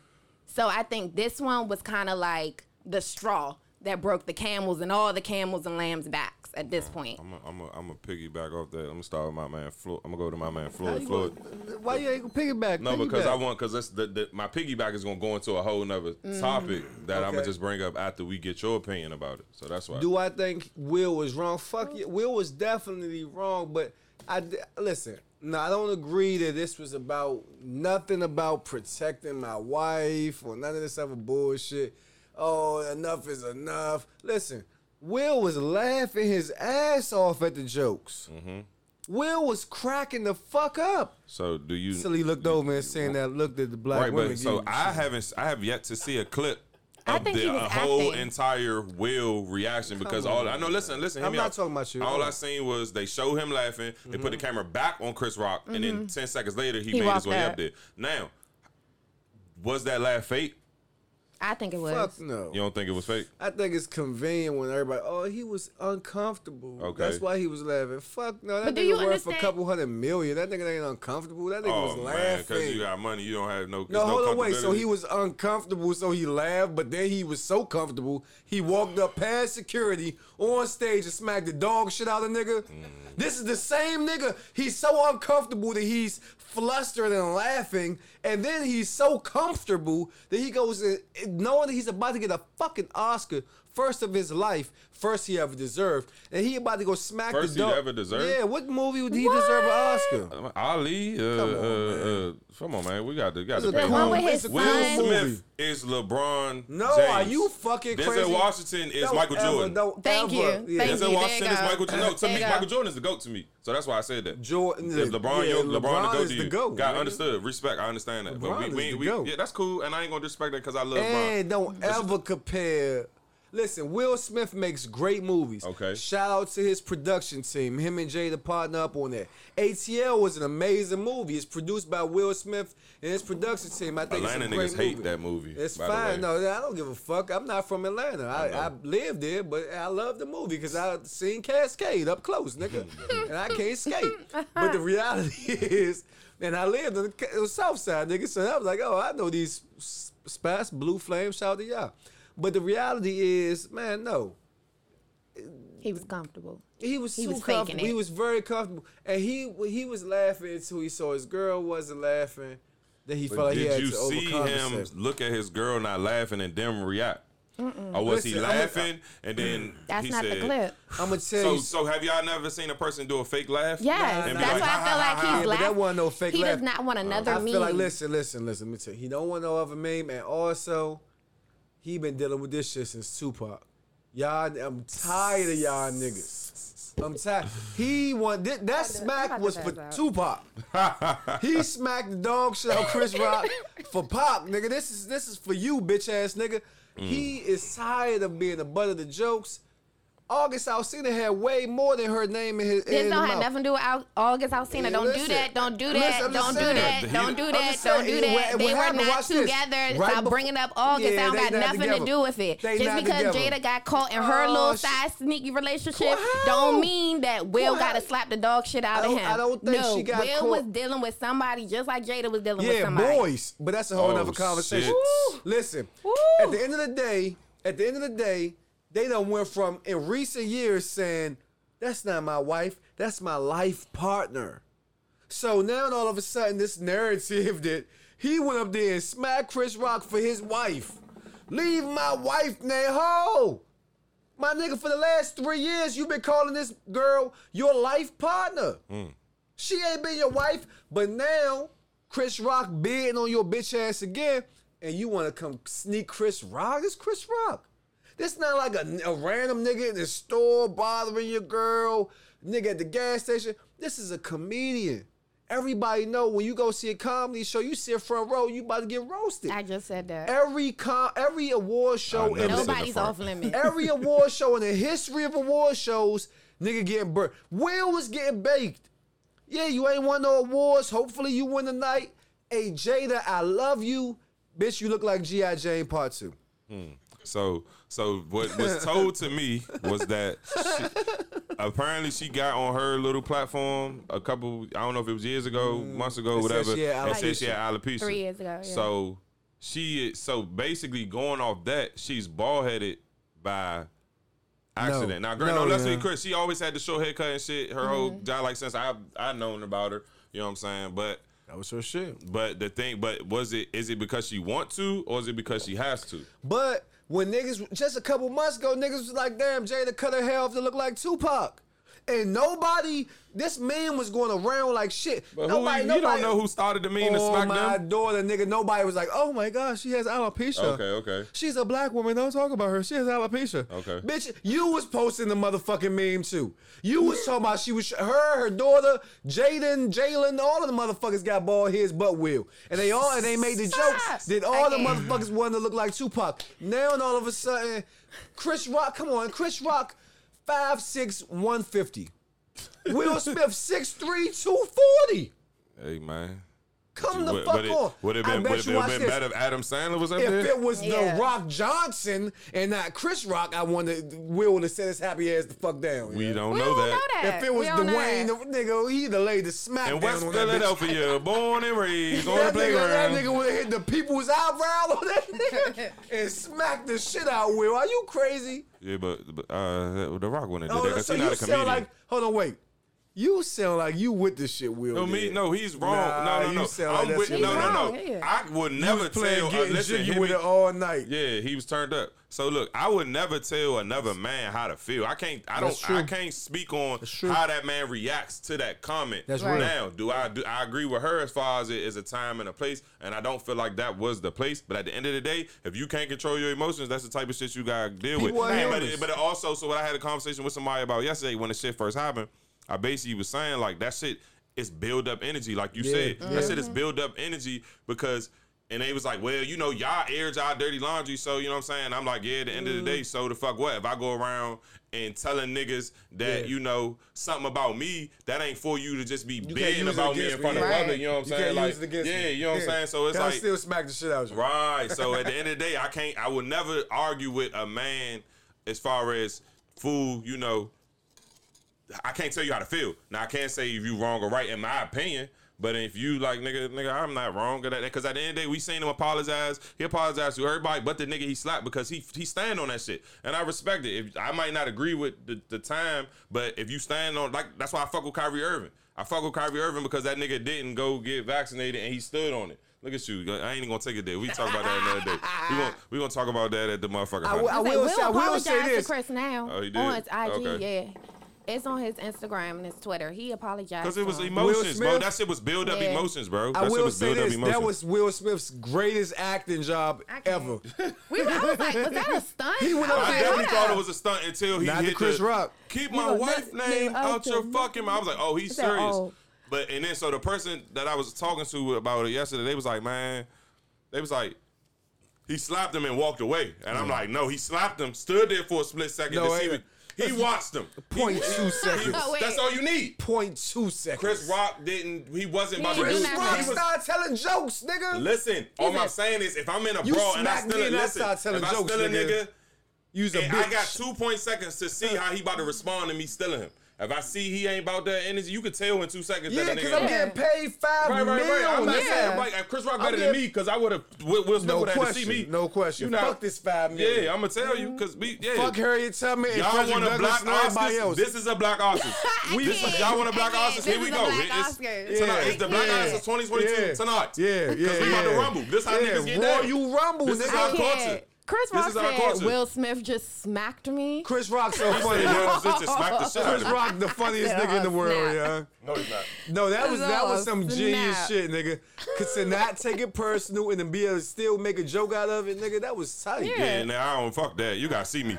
Speaker 3: So I think this one was kind of like the straw that broke the camels and all the camels and lambs' backs at this point.
Speaker 1: I'm a, I'm a, I'm a piggyback off that. I'm gonna start with my man Floyd. I'm gonna go to my man
Speaker 2: How
Speaker 1: Floyd.
Speaker 2: you
Speaker 1: Floyd.
Speaker 2: gonna- Why you ain't gonna piggyback?
Speaker 1: No, because I
Speaker 2: Piggyback.
Speaker 1: want because the, the, my piggyback is gonna go into a whole nother topic that I'm gonna
Speaker 2: Mm. Okay.
Speaker 1: just bring up after we get your opinion about it. So that's why.
Speaker 2: Do I think Will was wrong? Fuck yeah, Will was definitely wrong. But I d- listen. No, I don't agree that this was about nothing about protecting my wife or none of this other bullshit. Oh, enough is enough. Listen, Will was laughing his ass off at the jokes.
Speaker 1: Mm-hmm.
Speaker 2: Will was cracking the fuck up.
Speaker 1: so do you?
Speaker 2: Till he looked over and saying that looked at the black
Speaker 1: right,
Speaker 2: women.
Speaker 1: but so
Speaker 2: giving
Speaker 1: I haven't. I have yet to see a clip.
Speaker 3: I
Speaker 1: Of
Speaker 3: think
Speaker 1: the
Speaker 3: he was
Speaker 1: a whole
Speaker 3: acting.
Speaker 1: entire Will reaction because all I know. Listen, listen. hear
Speaker 2: I'm
Speaker 1: me
Speaker 2: not
Speaker 1: out.
Speaker 2: talking about you. Mm-hmm.
Speaker 1: All I seen was they show him laughing. They put the camera back on Chris Rock, and then ten seconds later he, made his
Speaker 3: walked
Speaker 1: way up
Speaker 3: up.
Speaker 1: there. Now, was that laugh fake?
Speaker 3: I think it was.
Speaker 2: Fuck no.
Speaker 1: You don't think it was fake?
Speaker 2: I think it's convenient when everybody, oh, he was uncomfortable.
Speaker 1: Okay.
Speaker 2: That's why he was laughing. Fuck no, that
Speaker 3: But do
Speaker 2: nigga
Speaker 3: you
Speaker 2: worth a
Speaker 3: understand-
Speaker 2: couple hundred million. That nigga ain't uncomfortable. That nigga
Speaker 1: Oh
Speaker 2: was
Speaker 1: man, because
Speaker 2: laughing.
Speaker 1: you got money, you don't have no.
Speaker 2: no, hold on, wait. So
Speaker 1: comfortability.
Speaker 2: he was uncomfortable, so he laughed, but then he was so comfortable, he walked up past security on stage and smacked the dog shit out of the nigga.
Speaker 1: Mm.
Speaker 2: This is the same nigga. He's so uncomfortable that he's flustered and laughing, and then he's so comfortable that he goes in, knowing that he's about to get a fucking Oscar. First of his life, first he ever deserved, and he about to go smack
Speaker 1: First
Speaker 2: the
Speaker 1: he
Speaker 2: dog.
Speaker 1: ever deserved?
Speaker 2: Yeah, what movie would he deserve an Oscar?
Speaker 1: Ali, uh,
Speaker 2: Come on,
Speaker 1: uh, uh, come on, man. We got to, got
Speaker 2: It's
Speaker 1: to
Speaker 2: a
Speaker 1: pay
Speaker 3: The one
Speaker 1: homage.
Speaker 3: with
Speaker 2: cool-
Speaker 3: his
Speaker 2: it's a cool
Speaker 1: Will
Speaker 3: son.
Speaker 2: movie.
Speaker 1: Smith is LeBron.
Speaker 2: No,
Speaker 1: James.
Speaker 2: are you fucking
Speaker 1: Denzel
Speaker 2: crazy?
Speaker 1: Washington is
Speaker 2: Don't
Speaker 1: Michael
Speaker 2: ever-
Speaker 1: Jordan.
Speaker 2: don't
Speaker 3: Thank
Speaker 2: ever-
Speaker 3: you.
Speaker 2: yeah.
Speaker 3: Thank
Speaker 1: Denzel
Speaker 3: you. There
Speaker 1: Washington
Speaker 3: you
Speaker 1: is
Speaker 3: go.
Speaker 1: Michael Jordan. No, to
Speaker 3: There
Speaker 1: me,
Speaker 3: you go.
Speaker 1: Michael Jordan is the goat to me. So that's why I said that.
Speaker 2: Jordan,
Speaker 1: If LeBron,
Speaker 2: yeah,
Speaker 1: your, LeBron, the goat
Speaker 2: is
Speaker 1: to you.
Speaker 2: the goat.
Speaker 1: Got
Speaker 2: nigga.
Speaker 1: understood. Respect. I understand that.
Speaker 2: LeBron
Speaker 1: but we,
Speaker 2: is
Speaker 1: we,
Speaker 2: the
Speaker 1: we
Speaker 2: goat.
Speaker 1: yeah, that's cool. And I ain't gonna disrespect that because I love
Speaker 2: And
Speaker 1: LeBron.
Speaker 2: don't ever compare. Listen, Will Smith makes great movies.
Speaker 1: Okay.
Speaker 2: Shout out to his production team. Him and Jay to partner up on that. ATL was an amazing movie. It's produced by Will Smith and his production team. I think
Speaker 1: Atlanta
Speaker 2: it's a great
Speaker 1: niggas hate
Speaker 2: movie.
Speaker 1: that movie.
Speaker 2: It's
Speaker 1: by
Speaker 2: fine.
Speaker 1: The way.
Speaker 2: No, I don't give a fuck. I'm not from Atlanta. I, I, live there, but I love the movie because I seen Cascade up close, nigga, and I can't skate. But the reality is, and I lived on the ca- the South Side, nigga. So I was like, oh, I know these s- spots. Blue Flame, shout out to y'all. But the reality is, man, no.
Speaker 3: He was comfortable.
Speaker 2: He was
Speaker 3: He
Speaker 2: too
Speaker 3: was faking
Speaker 2: comfortable.
Speaker 3: it.
Speaker 2: He was very comfortable, and he he was laughing until he saw his girl wasn't laughing. Then he felt like he
Speaker 1: Did
Speaker 2: had
Speaker 1: you
Speaker 2: to
Speaker 1: see
Speaker 2: overcompensate.
Speaker 1: him look at his girl not laughing and them react? Or was he
Speaker 2: Listen, I'm a-
Speaker 1: laughing and then
Speaker 3: That's
Speaker 1: he
Speaker 3: not
Speaker 1: said,
Speaker 3: the clip.
Speaker 2: I'm gonna tell
Speaker 1: So,
Speaker 2: you.
Speaker 1: so have y'all never seen a person do a fake laugh?
Speaker 3: Yes,
Speaker 1: And be
Speaker 2: nah, nah.
Speaker 3: that's
Speaker 1: like,
Speaker 3: why I feel like
Speaker 1: "Ha, ha,
Speaker 3: he's
Speaker 1: ha,
Speaker 2: Yeah,
Speaker 1: ha."
Speaker 2: but
Speaker 3: laughing.
Speaker 2: that wasn't no fake
Speaker 3: He
Speaker 2: laugh.
Speaker 3: does not want another
Speaker 2: I
Speaker 3: meme.
Speaker 2: feel like listen, listen, listen. Let me tell you, he don't want no other meme, and also he been dealing with this shit since Tupac. Y'all, I'm tired of y'all niggas. I'm tired. He want that, that smack
Speaker 3: cut
Speaker 2: was
Speaker 3: that
Speaker 2: for
Speaker 3: out.
Speaker 2: Tupac. he smacked the dog shit out Chris Rock for Pop, nigga. This is this is for you, bitch ass nigga. He is tired of being the butt of the jokes. August Alcina had way more than her name in his. in
Speaker 3: This
Speaker 2: the
Speaker 3: don't have
Speaker 2: mouth.
Speaker 3: nothing to do with Al- August Alcina.
Speaker 2: Yeah,
Speaker 3: Don't
Speaker 2: listen.
Speaker 3: do that. Don't do that.
Speaker 2: Listen, I'm just
Speaker 3: don't, do
Speaker 2: saying.
Speaker 3: that.
Speaker 1: The heat-
Speaker 3: don't do
Speaker 1: I'm
Speaker 3: that.
Speaker 2: just
Speaker 3: Don't
Speaker 2: saying,
Speaker 3: do
Speaker 2: it-
Speaker 3: that.
Speaker 2: what-
Speaker 3: They
Speaker 2: what
Speaker 3: were
Speaker 2: happened,
Speaker 3: not
Speaker 2: watch this.
Speaker 3: together.
Speaker 2: Right
Speaker 3: Stop
Speaker 2: befo-
Speaker 3: bringing up August.
Speaker 2: Yeah,
Speaker 3: I don't
Speaker 2: they
Speaker 3: got
Speaker 2: not
Speaker 3: nothing
Speaker 2: together.
Speaker 3: to do with it.
Speaker 2: They
Speaker 3: Just
Speaker 2: not
Speaker 3: because
Speaker 2: together.
Speaker 3: Jada got caught in her
Speaker 2: Oh,
Speaker 3: little
Speaker 2: sh-
Speaker 3: side sneaky relationship
Speaker 2: Wow.
Speaker 3: don't mean that Will
Speaker 2: Wow.
Speaker 3: got to slap the dog shit out
Speaker 2: I
Speaker 3: of
Speaker 2: don't-
Speaker 3: him.
Speaker 2: I don't think
Speaker 3: no,
Speaker 2: she got
Speaker 3: Will
Speaker 2: caught-
Speaker 3: was dealing with somebody just like Jada was dealing with
Speaker 2: Yeah,
Speaker 3: somebody.
Speaker 2: boys. But that's a whole
Speaker 1: Oh,
Speaker 2: nother conversation.
Speaker 1: shit.
Speaker 2: Listen,
Speaker 3: Woo.
Speaker 2: at the end of the day, at the end of the day, they done went from in recent years saying, that's not my wife, that's my life partner. So now all of a sudden this narrative that he went up there and smacked Chris Rock for his wife. Leave my wife now, ho! My nigga, for the last three years, you've been calling this girl your life partner. She ain't been your wife, but now Chris Rock bidding on your bitch ass again, and you want to come sneak Chris Rock? This Chris Rock. This not like a, a random nigga in the store bothering your girl, nigga at the gas station. This is a comedian. Everybody know when you go see a comedy show, you sit front row, you about to get roasted.
Speaker 3: I just said that.
Speaker 2: Every com- every award show
Speaker 1: I never
Speaker 2: in the
Speaker 1: said
Speaker 3: Nobody's
Speaker 1: front.
Speaker 3: off limits.
Speaker 2: every award show in the history of award shows, nigga getting burnt. Will was getting baked. Yeah, you ain't won no awards. Hopefully you win tonight. Hey Jada, I love you. Bitch, you look like G.I. Jane Part 2.
Speaker 1: So, so what was told to me was that she, apparently she got on her little platform a couple. I don't know if it was years ago,
Speaker 3: Mm.
Speaker 1: months ago,
Speaker 2: And said
Speaker 1: whatever.
Speaker 2: she had
Speaker 1: and said she
Speaker 2: alopecia.
Speaker 1: had alopecia
Speaker 3: Three years ago, yeah.
Speaker 1: So she, so basically going off that, she's bald headed by accident. Now, great, no,
Speaker 2: No,
Speaker 1: let's
Speaker 2: yeah.
Speaker 1: be clear. She always had the short haircut and shit.
Speaker 3: Mm-hmm.
Speaker 1: Her whole job, like since I I known about her. You know what I'm saying? But
Speaker 2: That was her shit.
Speaker 1: but the thing, but was it is it because she want to or is it because she has to?
Speaker 2: But when niggas just a couple months ago, niggas was like, damn, Jada cut her hair off to look like Tupac. And nobody, this man was going around like shit.
Speaker 1: But who,
Speaker 2: nobody,
Speaker 1: you
Speaker 2: nobody,
Speaker 1: don't know who started the meme to
Speaker 2: Oh
Speaker 1: smack
Speaker 2: my
Speaker 1: them.
Speaker 2: daughter, nigga. Nobody was like, oh my gosh, she has alopecia.
Speaker 1: Okay, okay.
Speaker 2: She's a black woman. Don't talk about her. She has alopecia.
Speaker 1: Okay.
Speaker 2: Bitch, you was posting the motherfucking meme too. You was talking about she was her, her daughter, Jaden, Jalen, all of the motherfuckers got bald heads but Will. And they all and they made the jokes that all the
Speaker 3: Okay.
Speaker 2: motherfuckers wanted to look like Tupac. Now and all of a sudden, Chris Rock, come on, Chris Rock, 5'6, 150. Will Smith, 6'3, 240.
Speaker 1: Hey man,
Speaker 2: Come the
Speaker 1: Would-
Speaker 2: fuck
Speaker 1: would it-
Speaker 2: off.
Speaker 1: Would it
Speaker 2: I
Speaker 1: been,
Speaker 2: bet
Speaker 1: would it
Speaker 2: you
Speaker 1: been,
Speaker 2: watch
Speaker 1: been
Speaker 2: this.
Speaker 1: better if Adam Sandler was up
Speaker 2: If
Speaker 1: there?
Speaker 2: it was
Speaker 3: Yeah.
Speaker 2: The Rock Johnson and not Chris Rock, I wonder Will would have set his happy ass the fuck down.
Speaker 1: we
Speaker 2: yeah.
Speaker 1: don't
Speaker 3: We
Speaker 1: know
Speaker 3: don't
Speaker 1: that.
Speaker 3: know that.
Speaker 2: If it was
Speaker 3: We don't know
Speaker 2: Dwayne, the
Speaker 3: that.
Speaker 2: nigga, he'd have laid the smack
Speaker 1: In
Speaker 2: down
Speaker 1: West
Speaker 2: on that bitch.
Speaker 1: Philadelphia, born and raised on the
Speaker 2: That nigga, that
Speaker 1: playground.
Speaker 2: nigga would have hit the people's eyebrow on that nigga and smacked the shit out. Will, are you crazy?
Speaker 1: Yeah, but, but uh, The Rock wouldn't have
Speaker 2: Oh,
Speaker 1: did that. 'cause
Speaker 2: so
Speaker 1: he
Speaker 2: you
Speaker 1: not a
Speaker 2: sound
Speaker 1: comedian.
Speaker 2: like? Hold on, wait. You sound like you with this shit, Will.
Speaker 1: No, me,
Speaker 2: did.
Speaker 1: no, he's wrong.
Speaker 2: Nah,
Speaker 1: no, no, no.
Speaker 2: You sound like
Speaker 1: I'm
Speaker 2: that's
Speaker 1: with,
Speaker 2: your
Speaker 1: no,
Speaker 2: man.
Speaker 1: no, no.
Speaker 3: wrong, yeah.
Speaker 1: I would never
Speaker 2: Playing
Speaker 1: tell. Uh,
Speaker 2: getting
Speaker 1: listen,
Speaker 2: jiggy
Speaker 1: hit
Speaker 2: with
Speaker 1: me-
Speaker 2: it all night.
Speaker 1: yeah, he was turned up. So look, I would never tell another man how to feel. I can't. I
Speaker 2: That's
Speaker 1: don't. I
Speaker 2: true.
Speaker 1: can't speak on
Speaker 2: true.
Speaker 1: how that man reacts to that comment.
Speaker 2: That's
Speaker 3: Right. real.
Speaker 1: Now, do I do I agree with her as far as it is a time and a place, and I don't feel like that was the place. But at the end of the day, if you can't control your emotions, that's the type of shit you gotta deal with.
Speaker 2: People are
Speaker 1: And- but,
Speaker 2: humans.
Speaker 1: but it also, so what I had a conversation with somebody about yesterday when the shit first happened, I basically was saying like that shit is build up energy, like you
Speaker 2: Yeah,
Speaker 1: said.
Speaker 2: yeah. Mm-hmm.
Speaker 1: That shit is build up energy because. And they was like, well, you know, y'all aired y'all dirty laundry, so you know what I'm saying. I'm like, yeah. At the end
Speaker 2: Mm.
Speaker 1: of the day, so the fuck what? If I go around and telling niggas that
Speaker 2: Yeah.
Speaker 1: you know something about me, that ain't for you to just be
Speaker 2: You can't
Speaker 1: bidding
Speaker 2: use it
Speaker 1: about me
Speaker 2: against
Speaker 1: in
Speaker 2: me,
Speaker 1: front of
Speaker 3: yeah.
Speaker 1: other. You know what I'm
Speaker 2: You
Speaker 1: saying?
Speaker 2: can't
Speaker 1: Like,
Speaker 2: use it against
Speaker 1: yeah,
Speaker 2: me.
Speaker 1: you know what I'm saying. So it's
Speaker 2: Can I
Speaker 1: like,
Speaker 2: still smack the shit out of you.
Speaker 1: right. So at the end of the day, I can't. I would never argue with a man as far as fool. You know, I can't tell you how to feel. Now I can't say if you wrong or right in my opinion. But if you like nigga, nigga, I'm not wrong at that because at the end of the day, we seen him apologize. He apologized to everybody, but the nigga he slapped because he he stand on that shit, and I respect it. If, I might not agree with the, the time, but if you stand on like that's why I fuck with Kyrie Irving. I fuck with Kyrie Irving because that nigga didn't go get vaccinated and he stood on it. Look at you. I ain't even gonna take it there. We talk about that another day. We gonna we gonna talk about that at the motherfucker.
Speaker 2: I
Speaker 1: I,
Speaker 2: will- I
Speaker 3: I
Speaker 2: will say, I will
Speaker 3: apologize
Speaker 2: say this.
Speaker 3: to Chris now
Speaker 1: Oh, he did?
Speaker 3: on his IG.
Speaker 1: Okay.
Speaker 3: Yeah, it's on his Instagram and his Twitter. He apologized
Speaker 1: Cause it was
Speaker 3: to him.
Speaker 1: emotions, bro.
Speaker 2: uh, Smith?
Speaker 1: That shit was build up
Speaker 3: Yeah.
Speaker 1: emotions, bro. That
Speaker 2: I
Speaker 1: shit
Speaker 2: will
Speaker 1: was
Speaker 2: say
Speaker 1: build up
Speaker 2: this.
Speaker 1: emotions.
Speaker 2: That was Will Smith's greatest acting job
Speaker 3: I can't.
Speaker 2: ever.
Speaker 3: We were, I was like, was that a stunt?
Speaker 2: He went
Speaker 3: I
Speaker 2: up
Speaker 3: was
Speaker 1: I
Speaker 2: there-
Speaker 3: like,
Speaker 1: definitely
Speaker 3: hold
Speaker 1: thought it
Speaker 3: up.
Speaker 1: was a stunt until he
Speaker 2: Not the
Speaker 1: hit
Speaker 2: Chris
Speaker 1: the,
Speaker 2: Rock.
Speaker 1: Keep
Speaker 3: You
Speaker 1: my
Speaker 3: know,
Speaker 1: wife's
Speaker 3: nothing-
Speaker 1: name
Speaker 3: name out
Speaker 1: out your
Speaker 3: your
Speaker 1: fucking mouth. I was like, oh, he's
Speaker 3: He said,
Speaker 1: serious.
Speaker 3: oh.
Speaker 1: But and then so the person that I was talking to about it yesterday, they was like, man, they was like, he slapped him and walked away. And I'm like, no, he slapped him, stood there for a split second
Speaker 2: Mm. No,
Speaker 1: to see
Speaker 2: ain't
Speaker 1: me. He watched him.
Speaker 2: Point two
Speaker 1: He-
Speaker 2: seconds.
Speaker 3: wait.
Speaker 1: that's all you need.
Speaker 2: Point two seconds.
Speaker 1: Chris Rock didn't. He wasn't about
Speaker 3: He
Speaker 1: to
Speaker 3: didn't
Speaker 1: do.
Speaker 3: do
Speaker 2: Chris
Speaker 3: He
Speaker 2: Rock started
Speaker 3: was-
Speaker 2: telling jokes, nigga.
Speaker 1: Listen, all
Speaker 3: He's
Speaker 1: I'm
Speaker 3: a-
Speaker 1: saying is, if I'm in a
Speaker 2: You
Speaker 1: brawl and I
Speaker 2: smacked
Speaker 1: still
Speaker 2: me
Speaker 1: a,
Speaker 2: and I
Speaker 1: listen,
Speaker 2: started telling
Speaker 1: if I
Speaker 2: jokes,
Speaker 1: still a
Speaker 2: nigga.
Speaker 1: nigga
Speaker 2: Use a
Speaker 1: And
Speaker 2: bitch.
Speaker 1: I got two point seconds to see how he about to respond to me stealing him. If I see he ain't about that energy, you could tell in two seconds
Speaker 2: Yeah,
Speaker 1: that a
Speaker 2: because
Speaker 1: nigga.
Speaker 2: I'm getting paid five
Speaker 1: Right, right, right. I'm not
Speaker 2: million.
Speaker 1: saying like if Chris Rock better than
Speaker 2: getting-
Speaker 1: me because I would have Will Smith
Speaker 2: No
Speaker 1: would have to see
Speaker 2: question,
Speaker 1: me.
Speaker 2: no question.
Speaker 1: You not-
Speaker 2: Fuck this five million.
Speaker 1: Yeah, I'm gonna tell you because we yeah.
Speaker 2: Fuck Harriet Tubman and
Speaker 1: Y'all
Speaker 2: Frederick
Speaker 1: want a
Speaker 2: Douglass
Speaker 1: black
Speaker 2: and everybody
Speaker 1: Oscars?
Speaker 2: else.
Speaker 1: This is a black Oscars. we, this is,
Speaker 3: can't.
Speaker 1: y'all want a black
Speaker 3: I can't.
Speaker 1: Oscars? Here we
Speaker 3: This is
Speaker 1: go.
Speaker 3: a black
Speaker 1: It's,
Speaker 3: Oscars.
Speaker 1: tonight.
Speaker 3: Yeah.
Speaker 1: it's the black
Speaker 3: Yeah.
Speaker 1: Oscars 2022
Speaker 2: Yeah,
Speaker 1: tonight.
Speaker 2: Yeah, yeah.
Speaker 1: Because we about to
Speaker 2: yeah.
Speaker 1: rumble. This how
Speaker 2: yeah.
Speaker 1: niggas get
Speaker 2: Royal
Speaker 1: down.
Speaker 2: you rumble,
Speaker 1: This is
Speaker 2: nigga.
Speaker 1: our
Speaker 3: I
Speaker 1: culture.
Speaker 3: can't. Chris
Speaker 1: This
Speaker 3: Rock
Speaker 1: is our
Speaker 3: said
Speaker 1: culture.
Speaker 3: Will Smith just smacked me.
Speaker 2: Chris Rock's so
Speaker 1: He
Speaker 2: funny.
Speaker 1: said,
Speaker 2: yo.
Speaker 1: "Yo, this just smacked the shit out of
Speaker 2: Chris
Speaker 1: him."
Speaker 2: Rock, the funniest
Speaker 3: said,
Speaker 2: nigga in the
Speaker 3: "Oh,
Speaker 2: world,
Speaker 3: snap."
Speaker 2: yeah.
Speaker 1: No, he's not.
Speaker 2: No, that was that was some
Speaker 3: Snap.
Speaker 2: genius shit, nigga. Cause to not take it personal and then be able to still make a joke out of it, nigga, that was tight.
Speaker 3: Yeah.
Speaker 1: Yeah, now I don't fuck that. You gotta see me.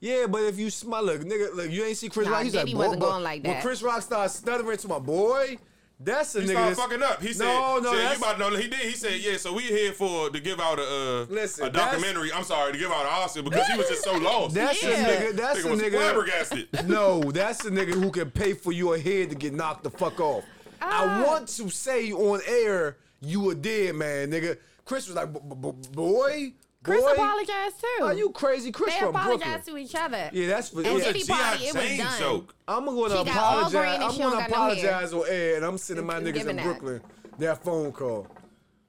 Speaker 2: Yeah, but if you smell, look, nigga, look, you ain't see Chris
Speaker 3: Nah,
Speaker 2: Rock. He's
Speaker 3: Diddy
Speaker 2: like, boy,
Speaker 3: wasn't
Speaker 2: boy.
Speaker 3: going like
Speaker 2: When
Speaker 3: that.
Speaker 2: Chris Rock started stuttering to my boy, that's a
Speaker 1: He
Speaker 2: nigga.
Speaker 1: started
Speaker 2: that's-
Speaker 1: fucking up. He said,
Speaker 2: no, no,
Speaker 1: said,
Speaker 2: that's,
Speaker 1: you about to know. He did. He said, yeah. So we here for to give out a uh,
Speaker 2: Listen,
Speaker 1: a documentary. I'm sorry to give out an Oscar because he was just so lost.
Speaker 2: that's
Speaker 3: Yeah.
Speaker 2: a nigga. That's
Speaker 1: nigga
Speaker 2: a
Speaker 1: was
Speaker 2: nigga.
Speaker 1: flabbergasted.
Speaker 2: No, that's a nigga who can pay for your head to get knocked the fuck off. I
Speaker 3: Ah.
Speaker 2: want to say on air, you were dead, man, nigga. Chris was like, "B- b- b- boy,
Speaker 3: Chris
Speaker 2: boy,
Speaker 3: apologized too.
Speaker 2: are you crazy? Chris
Speaker 3: they
Speaker 2: from Brooklyn.
Speaker 3: apologized to each other.
Speaker 2: Yeah, that's for.
Speaker 3: And
Speaker 2: yeah.
Speaker 3: Diddy party, it was
Speaker 1: Jane
Speaker 3: done.
Speaker 1: joke.
Speaker 2: I'm gonna
Speaker 3: She got all
Speaker 2: apologize.
Speaker 3: green and
Speaker 2: I'm
Speaker 3: she don't
Speaker 2: gonna
Speaker 3: got no hair.
Speaker 2: apologize on air, and I'm sending my
Speaker 3: I'm
Speaker 2: niggas in
Speaker 3: giving that.
Speaker 2: Brooklyn that phone call.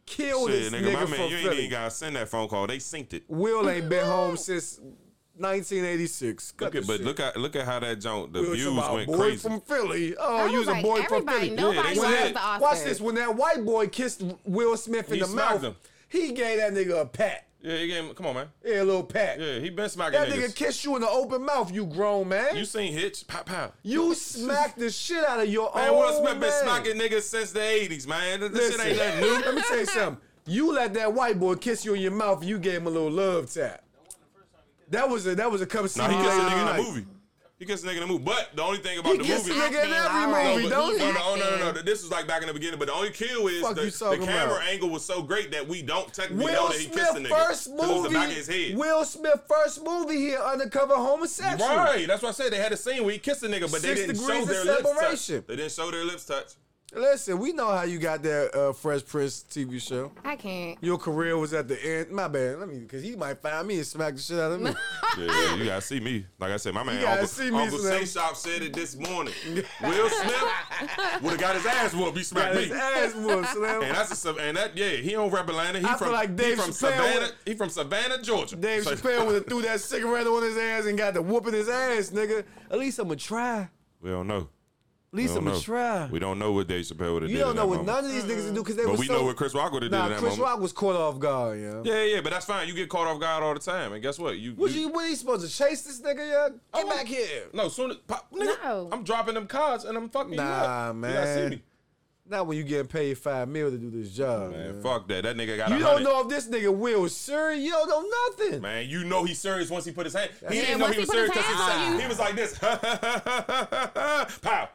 Speaker 2: Kill
Speaker 1: Shit,
Speaker 2: this
Speaker 1: nigga,
Speaker 2: nigga,
Speaker 1: my
Speaker 2: from
Speaker 1: man, you ain't
Speaker 2: Philly.
Speaker 1: even gotta send that phone call. They synced it.
Speaker 2: Will ain't been home since 1986. Cut
Speaker 1: Look at,
Speaker 2: the
Speaker 1: but
Speaker 2: shit.
Speaker 1: look at look at how that joint the
Speaker 2: Will
Speaker 1: views
Speaker 2: talking about
Speaker 1: went
Speaker 2: boy
Speaker 1: crazy.
Speaker 2: from Philly. Oh,
Speaker 3: I
Speaker 2: you was
Speaker 3: was
Speaker 2: a
Speaker 3: like,
Speaker 2: boy from
Speaker 3: everybody,
Speaker 2: Philly.
Speaker 3: nobody
Speaker 1: Yeah, they
Speaker 2: When
Speaker 1: said-
Speaker 3: loves
Speaker 2: that-
Speaker 3: the Oscars.
Speaker 2: watch this. When that white boy kissed Will Smith in
Speaker 1: He
Speaker 2: the
Speaker 1: smacked
Speaker 2: mouth,
Speaker 1: him.
Speaker 2: he gave that nigga a pat.
Speaker 1: yeah, he gave him, come on, man.
Speaker 2: Yeah, a little pat.
Speaker 1: Yeah, he been smacking
Speaker 2: That nigga
Speaker 1: niggas.
Speaker 2: kissed you in the open mouth, you grown man.
Speaker 1: you
Speaker 2: You,
Speaker 1: seen Hitch? Pop, pop.
Speaker 2: smacked the shit out of your
Speaker 1: Man,
Speaker 2: own
Speaker 1: Will Smith been
Speaker 2: man.
Speaker 1: smacking niggas since the '80s, man. This
Speaker 2: Listen,
Speaker 1: shit ain't nothing new.
Speaker 2: Let me tell you something. You let that white boy kiss you in your mouth, you gave him a little love tap. That was a that was a come see
Speaker 1: Nah,
Speaker 2: me
Speaker 1: he kissed a
Speaker 2: later
Speaker 1: nigga in
Speaker 2: night.
Speaker 1: the movie. He kissed a nigga in the movie. But the only thing about
Speaker 2: He
Speaker 1: the
Speaker 2: kissed a
Speaker 1: movie,
Speaker 2: nigga in
Speaker 3: acting,
Speaker 2: every
Speaker 3: alright.
Speaker 2: movie,
Speaker 3: He's
Speaker 2: don't
Speaker 1: No,
Speaker 2: he?
Speaker 3: acting.
Speaker 1: no, no, no, no. This was like back in the beginning, but the only kill is
Speaker 2: Fuck
Speaker 1: the,
Speaker 2: you
Speaker 1: the
Speaker 2: talking
Speaker 1: camera
Speaker 2: about?
Speaker 1: angle was so great that we don't technically know
Speaker 2: Will
Speaker 1: that he kissed a
Speaker 2: Smith
Speaker 1: nigga.
Speaker 2: first
Speaker 1: 'Cause It was the back of his
Speaker 2: movie.
Speaker 1: head.
Speaker 2: Will Smith first movie here, undercover homosexual.
Speaker 1: Right, that's what I said. They had a scene where he kissed a nigga, but they
Speaker 2: Six
Speaker 1: didn't show
Speaker 2: degrees of
Speaker 1: their lips touch.
Speaker 2: separation.
Speaker 1: They didn't show their lips touch.
Speaker 2: Listen, we know how you got that uh, Fresh Prince TV show.
Speaker 3: I can't.
Speaker 2: Your career was at the end. My bad. Let me, because he might find me and smack the shit out of me.
Speaker 1: Yeah, yeah, you gotta see me. Like I said, my man
Speaker 2: You gotta
Speaker 1: Uncle,
Speaker 2: see me,
Speaker 1: Uncle
Speaker 2: Slim.
Speaker 1: Say Shop said it this morning. Will Smith would have got his ass whooped. He smacked
Speaker 2: Got
Speaker 1: me.
Speaker 2: his ass whooped, Slim.
Speaker 1: And that's a, sub- and that yeah, he don't rap Atlanta. He
Speaker 2: I feel
Speaker 1: from
Speaker 2: like
Speaker 1: he
Speaker 2: Dave
Speaker 1: from
Speaker 2: Chappelle
Speaker 1: Savannah.
Speaker 2: would-
Speaker 1: He from Savannah, Georgia.
Speaker 2: Dave
Speaker 1: So-
Speaker 2: Chappelle would have threw that cigarette on his ass and got the whooping his ass, nigga. At least I'ma try. At
Speaker 1: We don't know. We
Speaker 2: least
Speaker 1: don't
Speaker 2: I'ma
Speaker 1: know.
Speaker 2: try.
Speaker 1: We don't know what Dave Chappelle would have
Speaker 2: You
Speaker 1: did.
Speaker 2: don't
Speaker 1: in
Speaker 2: know
Speaker 1: that
Speaker 2: what
Speaker 1: moment.
Speaker 2: none of these niggas do because they
Speaker 1: But
Speaker 2: was
Speaker 1: we
Speaker 2: so.
Speaker 1: know what Chris Rock would have did
Speaker 2: nah,
Speaker 1: in that
Speaker 2: Chris
Speaker 1: moment.
Speaker 2: Rock was caught off guard, yo.
Speaker 1: Yeah, yeah, but that's fine. You get caught off guard all the time, and guess what? You,
Speaker 2: What you what are you supposed to chase this nigga, yo? Get
Speaker 1: Oh,
Speaker 2: back here.
Speaker 1: No, soon as pop, nigga,
Speaker 3: No.
Speaker 1: I'm dropping them cards and I'm fucking you
Speaker 2: Nah,
Speaker 1: up. You gotta
Speaker 2: man.
Speaker 1: see me.
Speaker 2: Not when you getting paid five mil to do this job.
Speaker 1: Man,
Speaker 2: man.
Speaker 1: fuck that. That nigga got
Speaker 2: You
Speaker 1: a
Speaker 2: don't
Speaker 1: hundred.
Speaker 2: know if this nigga will, sir. You don't know nothing.
Speaker 1: Man, you know he's serious once he put his hand. He
Speaker 3: Yeah,
Speaker 1: didn't know
Speaker 3: once
Speaker 1: he
Speaker 3: he
Speaker 1: was
Speaker 3: put
Speaker 1: serious
Speaker 3: his
Speaker 1: because he,
Speaker 3: hand on
Speaker 1: was-
Speaker 3: you.
Speaker 1: he was like this. Pow. Now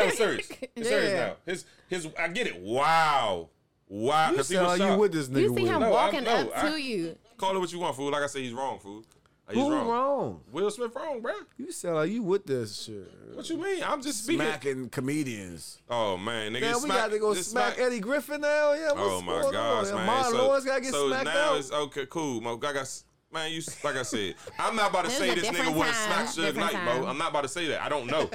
Speaker 1: it was serious. It's serious
Speaker 2: Yeah.
Speaker 1: now. His his I get it. Wow. Wow.
Speaker 2: You
Speaker 1: Because he was
Speaker 2: sound you
Speaker 1: shocked.
Speaker 2: with this nigga.
Speaker 3: You see
Speaker 2: with.
Speaker 3: him
Speaker 1: No, I'm-
Speaker 3: walking
Speaker 1: no,
Speaker 3: up
Speaker 1: I-
Speaker 3: to you.
Speaker 1: Call it what you want, fool. Like I said, he's wrong, fool. He's
Speaker 2: Who
Speaker 1: wrong.
Speaker 2: wrong.
Speaker 1: Will Smith wrong, bro.
Speaker 2: You sound like you with this shit.
Speaker 1: What you mean? I'm just speaking.
Speaker 2: Smacking comedians.
Speaker 1: Oh man, nigga.
Speaker 2: Man,
Speaker 1: it's
Speaker 2: we
Speaker 1: smack-
Speaker 2: got to go
Speaker 1: it's
Speaker 2: smack, Eddie Griffin now. Yeah, what's
Speaker 1: Oh my
Speaker 2: going
Speaker 1: gosh,
Speaker 2: on?
Speaker 1: man.
Speaker 2: Martin
Speaker 1: so,
Speaker 2: Lawrence gotta get
Speaker 1: so
Speaker 2: smacked
Speaker 1: now
Speaker 2: out.
Speaker 1: it's okay, cool, Mo. I got s- man, you s- like I said, I'm not about to
Speaker 3: This
Speaker 1: say
Speaker 3: is a
Speaker 1: this nigga
Speaker 3: different
Speaker 1: would have
Speaker 3: time,
Speaker 1: smacked Suge
Speaker 3: different
Speaker 1: Knight, Mo.
Speaker 3: time.
Speaker 1: I'm not about to say that. I don't know.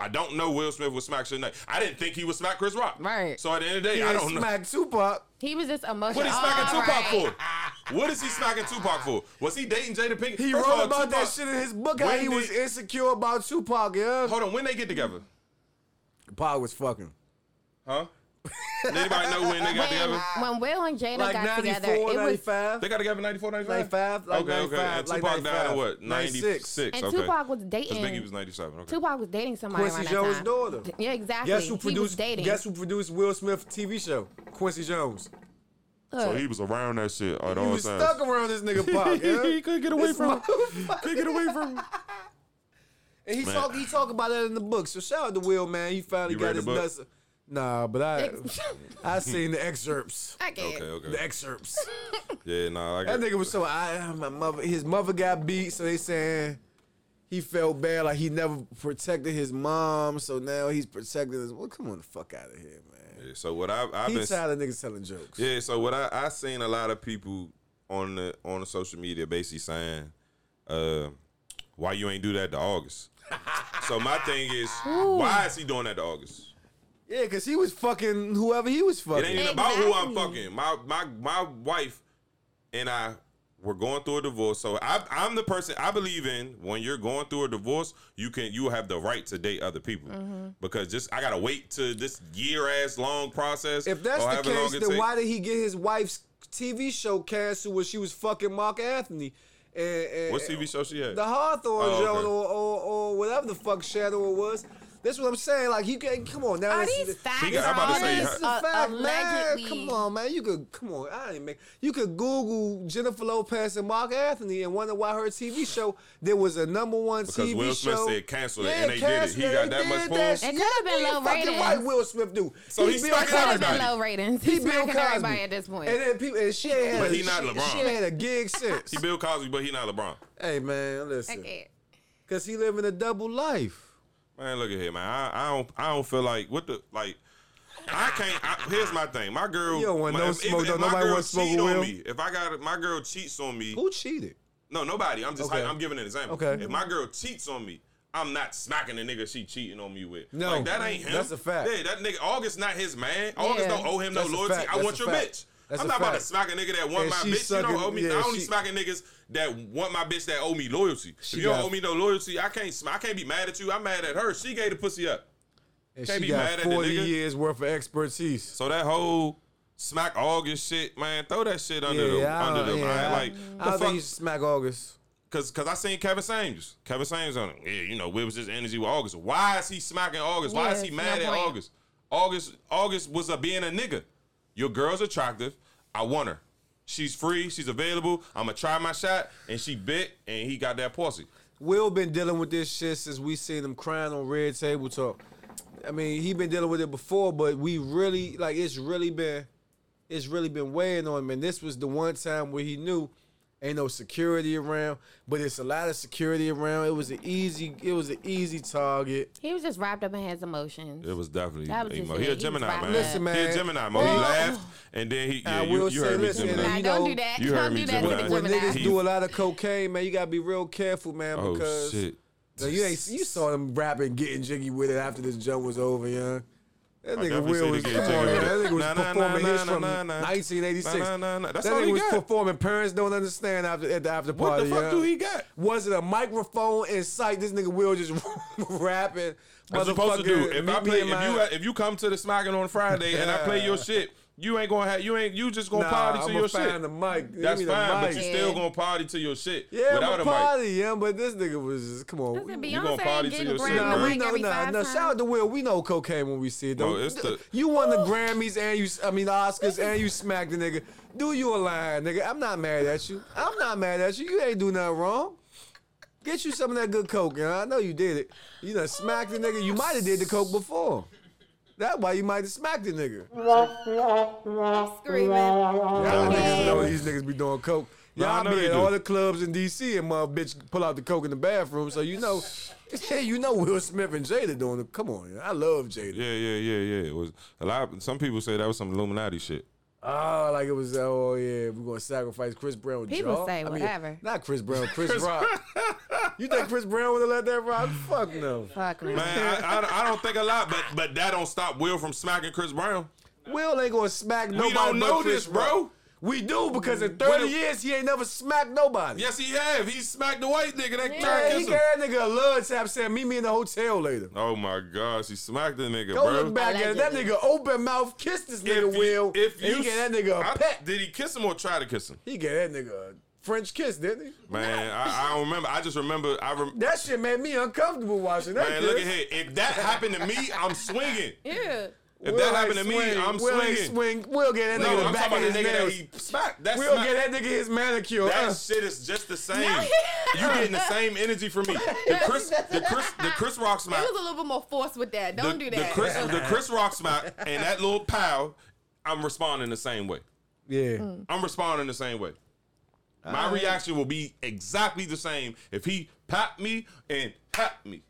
Speaker 1: I don't know Will Smith would smack Suge Knight. I didn't think he would smack Chris Rock.
Speaker 3: Right.
Speaker 1: So at the end of the day,
Speaker 2: He
Speaker 1: I
Speaker 2: ain't
Speaker 1: don't know.
Speaker 2: smacked Tupac.
Speaker 3: He was just emotional.
Speaker 1: What is smacking
Speaker 3: All
Speaker 1: Tupac
Speaker 3: right.
Speaker 1: for? What is he smacking Tupac for? Was he dating Jada Pinkett?
Speaker 2: He
Speaker 1: First of
Speaker 2: wrote
Speaker 1: all,
Speaker 2: about that
Speaker 1: Tupac-
Speaker 2: shit in his book. How
Speaker 1: When
Speaker 2: he
Speaker 1: did-
Speaker 2: was insecure about Tupac. Yeah,
Speaker 1: Hold on, when they get together,
Speaker 2: Pac was fucking.
Speaker 1: huh? Anybody know when they got together?
Speaker 3: When, when Will and Jada
Speaker 2: Like
Speaker 3: got together,
Speaker 2: 94,
Speaker 3: it was
Speaker 2: 95.
Speaker 1: They got together in 94, 95?
Speaker 2: 95, like
Speaker 1: okay, okay.
Speaker 2: 95,
Speaker 1: And
Speaker 2: like
Speaker 1: Tupac died in
Speaker 2: 95.
Speaker 1: what?
Speaker 2: 96.
Speaker 1: 96.
Speaker 3: And
Speaker 1: okay.
Speaker 3: Tupac was
Speaker 1: Because Biggie
Speaker 3: dating.
Speaker 1: was 97. Okay.
Speaker 3: Tupac was dating somebody
Speaker 2: Quincy
Speaker 3: around that
Speaker 2: Jones'
Speaker 3: time.
Speaker 2: daughter.
Speaker 3: Yeah, exactly.
Speaker 2: Guess who
Speaker 3: He was
Speaker 2: produced?
Speaker 3: dating.
Speaker 2: Guess who produced Will Smith TV show? Quincy Jones.
Speaker 1: So he was around that shit at
Speaker 2: He
Speaker 1: all
Speaker 2: was
Speaker 1: times.
Speaker 2: stuck around this nigga Pac. yeah?
Speaker 1: he couldn't get away
Speaker 2: This
Speaker 1: from
Speaker 2: motherfucker.
Speaker 1: Couldn't get away from
Speaker 2: And he
Speaker 1: Man.
Speaker 2: talk he talk about that in the book. So shout out to Will, man. He finally
Speaker 1: You
Speaker 2: got
Speaker 1: read
Speaker 2: his
Speaker 1: the book?
Speaker 2: nuts. Nah, but I
Speaker 3: I
Speaker 2: I seen the excerpts.
Speaker 3: can't.
Speaker 1: Okay, okay.
Speaker 2: The excerpts.
Speaker 1: Yeah, nah, I
Speaker 2: That
Speaker 1: got
Speaker 2: nigga was so I my mother his mother got beat, so they saying he felt bad, like he never protected his mom, so now he's protecting his well, come on the fuck out of here, man.
Speaker 1: Yeah, So what I, I've
Speaker 2: He
Speaker 1: been...
Speaker 2: tired of niggas telling jokes.
Speaker 1: Yeah, so what I, I seen a lot of people on the on the social media basically saying, uh, why you ain't do that to August? so my thing is, why is he doing that to August?
Speaker 2: Yeah, cause he was fucking whoever he was
Speaker 1: It
Speaker 2: fucking.
Speaker 1: ain't even about who I'm
Speaker 3: Exactly.
Speaker 1: fucking. My my my wife and I were going through a divorce. So I, I'm the person I believe in. When you're going through a divorce, you can you have the right to date other people because just I gotta wait to this year ass long process.
Speaker 2: If that's
Speaker 1: or
Speaker 2: the
Speaker 1: however long
Speaker 2: case,
Speaker 1: it
Speaker 2: then
Speaker 1: take.
Speaker 2: why did he get his wife's TV show canceled when she was fucking Mark Anthony? And, and,
Speaker 1: What TV show she had?
Speaker 2: The Hawthorne
Speaker 1: Oh, okay.
Speaker 2: show or, or, or whatever the fuck Shadow it was. That's what I'm saying. Like, you can come on now.
Speaker 3: Are
Speaker 2: this-
Speaker 3: these facts?
Speaker 1: He got- I'm about to
Speaker 3: or
Speaker 1: say, uh,
Speaker 3: is
Speaker 2: This
Speaker 1: her-
Speaker 2: is
Speaker 3: this
Speaker 2: a fact, man.
Speaker 3: allegedly?
Speaker 2: Come on, man. You could come on. I didn't make. You could Google Jennifer Lopez and Mark Anthony and wonder why her TV show there was a number one
Speaker 1: Because
Speaker 2: TV
Speaker 1: Will Smith
Speaker 2: show.
Speaker 1: said cancel it, and they did it.
Speaker 2: cancel
Speaker 1: He
Speaker 2: it.
Speaker 1: got
Speaker 2: They
Speaker 1: that much
Speaker 2: did
Speaker 1: pull?
Speaker 2: that
Speaker 1: It
Speaker 2: shit.
Speaker 3: could have been
Speaker 2: Yeah,
Speaker 3: low
Speaker 2: fucking
Speaker 3: ratings.
Speaker 2: right. Will Smith do.
Speaker 1: So he
Speaker 2: Bill
Speaker 1: smacking
Speaker 2: Cosby.
Speaker 3: Could have
Speaker 1: everybody.
Speaker 3: been low ratings.
Speaker 2: He
Speaker 3: He's
Speaker 2: Bill
Speaker 3: smacking
Speaker 2: Cosby
Speaker 3: everybody at this point.
Speaker 2: And then people, and she ain't had
Speaker 1: But
Speaker 2: a,
Speaker 1: he not LeBron.
Speaker 2: She ain't had a gig since.
Speaker 1: He Bill Cosby, but he not LeBron.
Speaker 2: hey man, listen,
Speaker 3: Okay.
Speaker 2: cause he living a double life.
Speaker 1: Man, look at here, man. I, I don't I don't feel like what the like. I can't. I, here's my thing. My girl.
Speaker 2: You don't want
Speaker 1: my,
Speaker 2: no
Speaker 1: if-
Speaker 2: smoke,
Speaker 1: if
Speaker 2: don't
Speaker 1: my
Speaker 2: nobody
Speaker 1: girl
Speaker 2: want smoke
Speaker 1: cheat
Speaker 2: with
Speaker 1: on
Speaker 2: Will.
Speaker 1: me, if I got my girl cheats on me,
Speaker 2: Who cheated?
Speaker 1: No, nobody. I'm just
Speaker 2: Okay.
Speaker 1: I'm giving an example.
Speaker 2: Okay.
Speaker 1: If my girl cheats on me, I'm not smacking the nigga she cheating on me with.
Speaker 2: No.
Speaker 1: like, that ain't him.
Speaker 2: That's a fact.
Speaker 1: Yeah, that nigga August not his man. August
Speaker 3: Yeah.
Speaker 1: don't owe him
Speaker 2: That's a
Speaker 1: no loyalty.
Speaker 2: fact.
Speaker 1: I
Speaker 2: That's
Speaker 1: want
Speaker 2: a
Speaker 1: your
Speaker 2: fact.
Speaker 1: bitch.
Speaker 2: That's
Speaker 1: I'm
Speaker 2: a
Speaker 1: not about to
Speaker 2: fact.
Speaker 1: suck a nigga that want
Speaker 2: And
Speaker 1: my
Speaker 2: she
Speaker 1: bitch. You
Speaker 2: sucking-
Speaker 1: don't owe me.
Speaker 2: yeah,
Speaker 1: I only
Speaker 2: she-
Speaker 1: smack a niggas that want my bitch that owe me loyalty.
Speaker 2: She
Speaker 1: if you don't
Speaker 2: got-
Speaker 1: owe me no loyalty, I can't smack. I can't be mad at you. I'm mad at her. She gave the pussy up.
Speaker 2: And
Speaker 1: Can't
Speaker 2: she
Speaker 1: be mad
Speaker 2: got
Speaker 1: at the
Speaker 2: forty
Speaker 1: nigga.
Speaker 2: years worth of expertise.
Speaker 1: So that whole smack August shit, man, throw that shit under the
Speaker 2: Yeah, I
Speaker 1: under
Speaker 2: don't,
Speaker 1: the
Speaker 2: yeah,
Speaker 1: man.
Speaker 2: I,
Speaker 1: Like
Speaker 2: I don't
Speaker 1: the
Speaker 2: think
Speaker 1: fuck
Speaker 2: you should smack August.
Speaker 1: Cause, cause I seen Kevin Samuels. Kevin Samuels on it. Yeah, you know, where was his energy with August? Why is he smacking August? Why is
Speaker 3: Yes,
Speaker 1: he mad
Speaker 3: no
Speaker 1: at
Speaker 3: point.
Speaker 1: August? August, August was a being a nigga. Your girl's attractive. I want her. She's free. She's available. I'ma try my shot. And she bit, and he got that pussy.
Speaker 2: Will been dealing with this shit since we seen him crying on Red Table Talk. I mean, he been dealing with it before, but we really like it's really been it's really been weighing on him. And this was the one time where he knew Ain't no security around, but it's a lot of security around. It was an easy, it was an easy target.
Speaker 3: He was just wrapped up in his emotions.
Speaker 1: It was definitely
Speaker 3: That was
Speaker 1: emo.
Speaker 3: just it.
Speaker 1: He a
Speaker 3: He was
Speaker 1: Gemini,
Speaker 3: vibing.
Speaker 1: man.
Speaker 2: Listen, man.
Speaker 1: He a Gemini, man. He
Speaker 2: Well-
Speaker 1: laughed, and then he. Yeah,
Speaker 2: I
Speaker 1: you,
Speaker 2: will
Speaker 1: you
Speaker 2: say
Speaker 1: heard me,
Speaker 2: this,
Speaker 1: Gemini.
Speaker 2: and
Speaker 3: Nah,
Speaker 2: you
Speaker 3: don't
Speaker 2: know-
Speaker 3: do that.
Speaker 1: You heard
Speaker 3: don't
Speaker 1: me,
Speaker 3: do that
Speaker 1: Gemini.
Speaker 3: to the
Speaker 2: When
Speaker 1: Remember
Speaker 3: Gemini.
Speaker 2: niggas do a lot of cocaine, man, you gotta be real careful, man,
Speaker 1: Oh
Speaker 2: because
Speaker 1: shit.
Speaker 2: Now, you ain't you saw them rapping, getting jiggy with it after this jump was over, yeah. That nigga
Speaker 1: definitely
Speaker 2: Will
Speaker 1: seen
Speaker 2: was,
Speaker 1: the
Speaker 2: come
Speaker 1: Getting
Speaker 2: on,
Speaker 1: Jiggy
Speaker 2: man.
Speaker 1: with It.
Speaker 2: that nigga was
Speaker 1: Nah, nah,
Speaker 2: performing
Speaker 1: nah,
Speaker 2: hits
Speaker 1: nah,
Speaker 2: from
Speaker 1: nah, nah.
Speaker 2: 1986.
Speaker 1: Nah, nah, nah. That's
Speaker 2: that
Speaker 1: all he
Speaker 2: nigga was
Speaker 1: got.
Speaker 2: performing. Parents don't understand after at the after
Speaker 1: What
Speaker 2: party.
Speaker 1: the fuck
Speaker 2: yeah.
Speaker 1: do he got?
Speaker 2: Was it a microphone in sight? This nigga Will just rapping.
Speaker 1: I'm supposed to do.
Speaker 2: Motherfucker,
Speaker 1: If
Speaker 2: meet
Speaker 1: I
Speaker 2: me
Speaker 1: play,
Speaker 2: in
Speaker 1: if
Speaker 2: my-
Speaker 1: you if you come to the smacking on Friday and I play your shit, you ain't gonna have you ain't you just gonna
Speaker 2: nah,
Speaker 1: party to
Speaker 2: I'ma
Speaker 1: your
Speaker 2: find
Speaker 1: shit.
Speaker 2: the mic. Give
Speaker 1: That's
Speaker 2: me
Speaker 1: fine,
Speaker 2: the
Speaker 1: but
Speaker 2: mic.
Speaker 1: you
Speaker 3: Yeah.
Speaker 1: still gonna party to your shit
Speaker 2: yeah,
Speaker 1: without
Speaker 2: I'm
Speaker 1: a
Speaker 2: a
Speaker 1: mic.
Speaker 2: party, yeah, but this nigga was just come on.
Speaker 3: Listen,
Speaker 1: You gonna
Speaker 3: Beyonce
Speaker 1: party
Speaker 3: ain't
Speaker 1: to
Speaker 3: getting
Speaker 1: your
Speaker 3: Grammy
Speaker 1: shit,
Speaker 2: Nah,
Speaker 1: bro.
Speaker 2: we
Speaker 3: like
Speaker 2: know,
Speaker 3: every
Speaker 2: nah,
Speaker 3: five
Speaker 2: no.
Speaker 3: times.
Speaker 2: Shout out to Will. We know cocaine when we see it. Though.
Speaker 1: No, it's the-
Speaker 2: you won the Grammys and you, I mean the Oscars and you smacked the nigga. Do you a line, nigga? I'm not mad at you. I'm not mad at you. You ain't do nothing wrong. Get you some of that good coke, yeah. I know you did it. You done smacked the nigga. You might have did the coke before. That why you might have smacked the nigga.
Speaker 3: Screaming.
Speaker 2: Y'all niggas
Speaker 3: Yeah.
Speaker 2: know these niggas be doing coke.
Speaker 1: Nah, I
Speaker 2: Y'all
Speaker 1: know
Speaker 2: be
Speaker 1: they
Speaker 2: at
Speaker 1: do.
Speaker 2: all the clubs in DC and my bitch pull out the coke in the bathroom, so you know, you know Will Smith and Jada doing it. Come on, I love Jada.
Speaker 1: Yeah, yeah, yeah, yeah. It was a lot. some people say that was some Illuminati shit.
Speaker 2: Oh, like it was. Oh yeah, we're gonna sacrifice Chris Brown. with
Speaker 3: People
Speaker 2: Jaw?
Speaker 3: say whatever.
Speaker 2: not Chris Brown. Chris, Rock. you think Chris Brown would have let that rock? Fuck no.
Speaker 3: Fuck no.
Speaker 1: Man, I, I, I don't think a lot, but but that don't stop Will from smacking Chris Brown.
Speaker 2: Will ain't gonna smack nobody.
Speaker 1: don't
Speaker 2: but
Speaker 1: know
Speaker 2: Chris
Speaker 1: this, bro.
Speaker 2: Rock. We do because in thirty
Speaker 1: What if-
Speaker 2: years he ain't never smacked nobody.
Speaker 1: Yes, he have. He smacked the white nigga that tried to
Speaker 2: Man, he
Speaker 1: kiss
Speaker 2: gave
Speaker 1: him.
Speaker 2: that nigga a love tap saying, "Meet me in the hotel later."
Speaker 1: Oh my gosh, he smacked the nigga,
Speaker 2: Go
Speaker 1: bro.
Speaker 2: look back at it. That
Speaker 3: Allegedly.
Speaker 2: nigga open mouth kissed this nigga Will. and he gave that nigga a
Speaker 1: I-
Speaker 2: pet.
Speaker 1: Did he kiss him or try to kiss him?
Speaker 2: He gave that nigga a French kiss, didn't he?
Speaker 1: Man, I, I don't remember. I just remember. I rem-
Speaker 2: That shit made me uncomfortable watching that.
Speaker 1: man, look
Speaker 2: kiss.
Speaker 1: at here. If that happened to me, I'm swinging.
Speaker 3: Yeah.
Speaker 1: If
Speaker 2: Will
Speaker 1: that
Speaker 2: ain't
Speaker 1: happened to me,
Speaker 2: swing.
Speaker 1: I'm
Speaker 2: Will ain't
Speaker 1: swinging.
Speaker 2: Swing. We'll get that
Speaker 1: No,
Speaker 2: nigga the
Speaker 1: I'm
Speaker 2: back
Speaker 1: talking
Speaker 2: of
Speaker 1: about
Speaker 2: his
Speaker 1: the nigga that
Speaker 2: nails.
Speaker 1: he smacked. That's
Speaker 2: We'll
Speaker 1: not-
Speaker 2: get that nigga his manicure.
Speaker 1: That
Speaker 2: Uh,
Speaker 1: shit is just the same. you getting the same energy from me. The Chris, the Chris, the Chris Rock
Speaker 3: It
Speaker 1: smack.
Speaker 3: was a little bit more force with that.
Speaker 1: The,
Speaker 3: Don't do
Speaker 1: the
Speaker 3: that.
Speaker 1: Chris, the Chris Rock smack and that little pow. I'm responding the same way.
Speaker 2: Uh, yeah.
Speaker 1: I'm responding the same way. My reaction will be exactly the same if he pat me and pat me.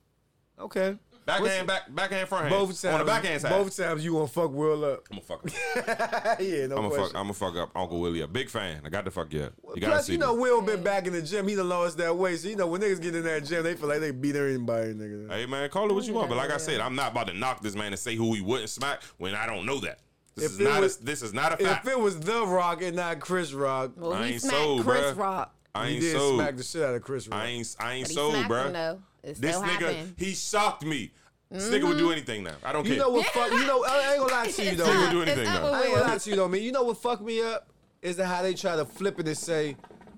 Speaker 2: Okay.
Speaker 1: Backhand, back, backhand, front hand.
Speaker 2: Both times.
Speaker 1: On the backhand side.
Speaker 2: Both times you gonna fuck Will up.
Speaker 1: I'm a fuck up.
Speaker 2: yeah, no
Speaker 1: I'm a
Speaker 2: question.
Speaker 1: fuck. I'm a fuck up. Uncle Willie, a big fan. I got to fuck you up. You gotta
Speaker 2: Plus,
Speaker 1: see
Speaker 2: you know,
Speaker 1: me.
Speaker 2: Will been back in the gym. He done lost that weight. So, you know, when niggas get in that gym, they feel like they beat anybody, nigga.
Speaker 1: Hey man, call it what you want, but like I
Speaker 3: Yeah.
Speaker 1: said, I'm not about to knock this man and say who he wouldn't smack when I don't know that. This
Speaker 2: If
Speaker 1: is
Speaker 2: it
Speaker 1: not.
Speaker 2: was-
Speaker 1: a, this is not a
Speaker 2: If
Speaker 1: fact.
Speaker 2: it was The Rock and not Chris Rock,
Speaker 3: well,
Speaker 1: I
Speaker 3: he
Speaker 1: ain't
Speaker 3: smacked
Speaker 1: sold,
Speaker 3: Chris
Speaker 1: bruh.
Speaker 3: Rock.
Speaker 1: I
Speaker 2: he
Speaker 1: ain't
Speaker 2: did
Speaker 1: sold.
Speaker 2: smack the shit out of Chris Rock.
Speaker 1: I ain't. I ain't
Speaker 3: But he
Speaker 1: sold,
Speaker 3: smacked
Speaker 1: bro.
Speaker 3: him, though. It
Speaker 1: this
Speaker 3: still
Speaker 1: nigga,
Speaker 3: happened. Mm-hmm.
Speaker 1: he shocked me. This nigga would do anything now. I don't
Speaker 2: you
Speaker 1: care.
Speaker 2: know what fuck? You know, I ain't gonna lie to you though.
Speaker 1: Nigga would do
Speaker 3: It's
Speaker 1: anything
Speaker 3: up
Speaker 1: now.
Speaker 2: I
Speaker 3: with
Speaker 2: ain't
Speaker 3: Will.
Speaker 2: gonna lie to you though, man. You know what fucked me up is that how they try to flip it and say,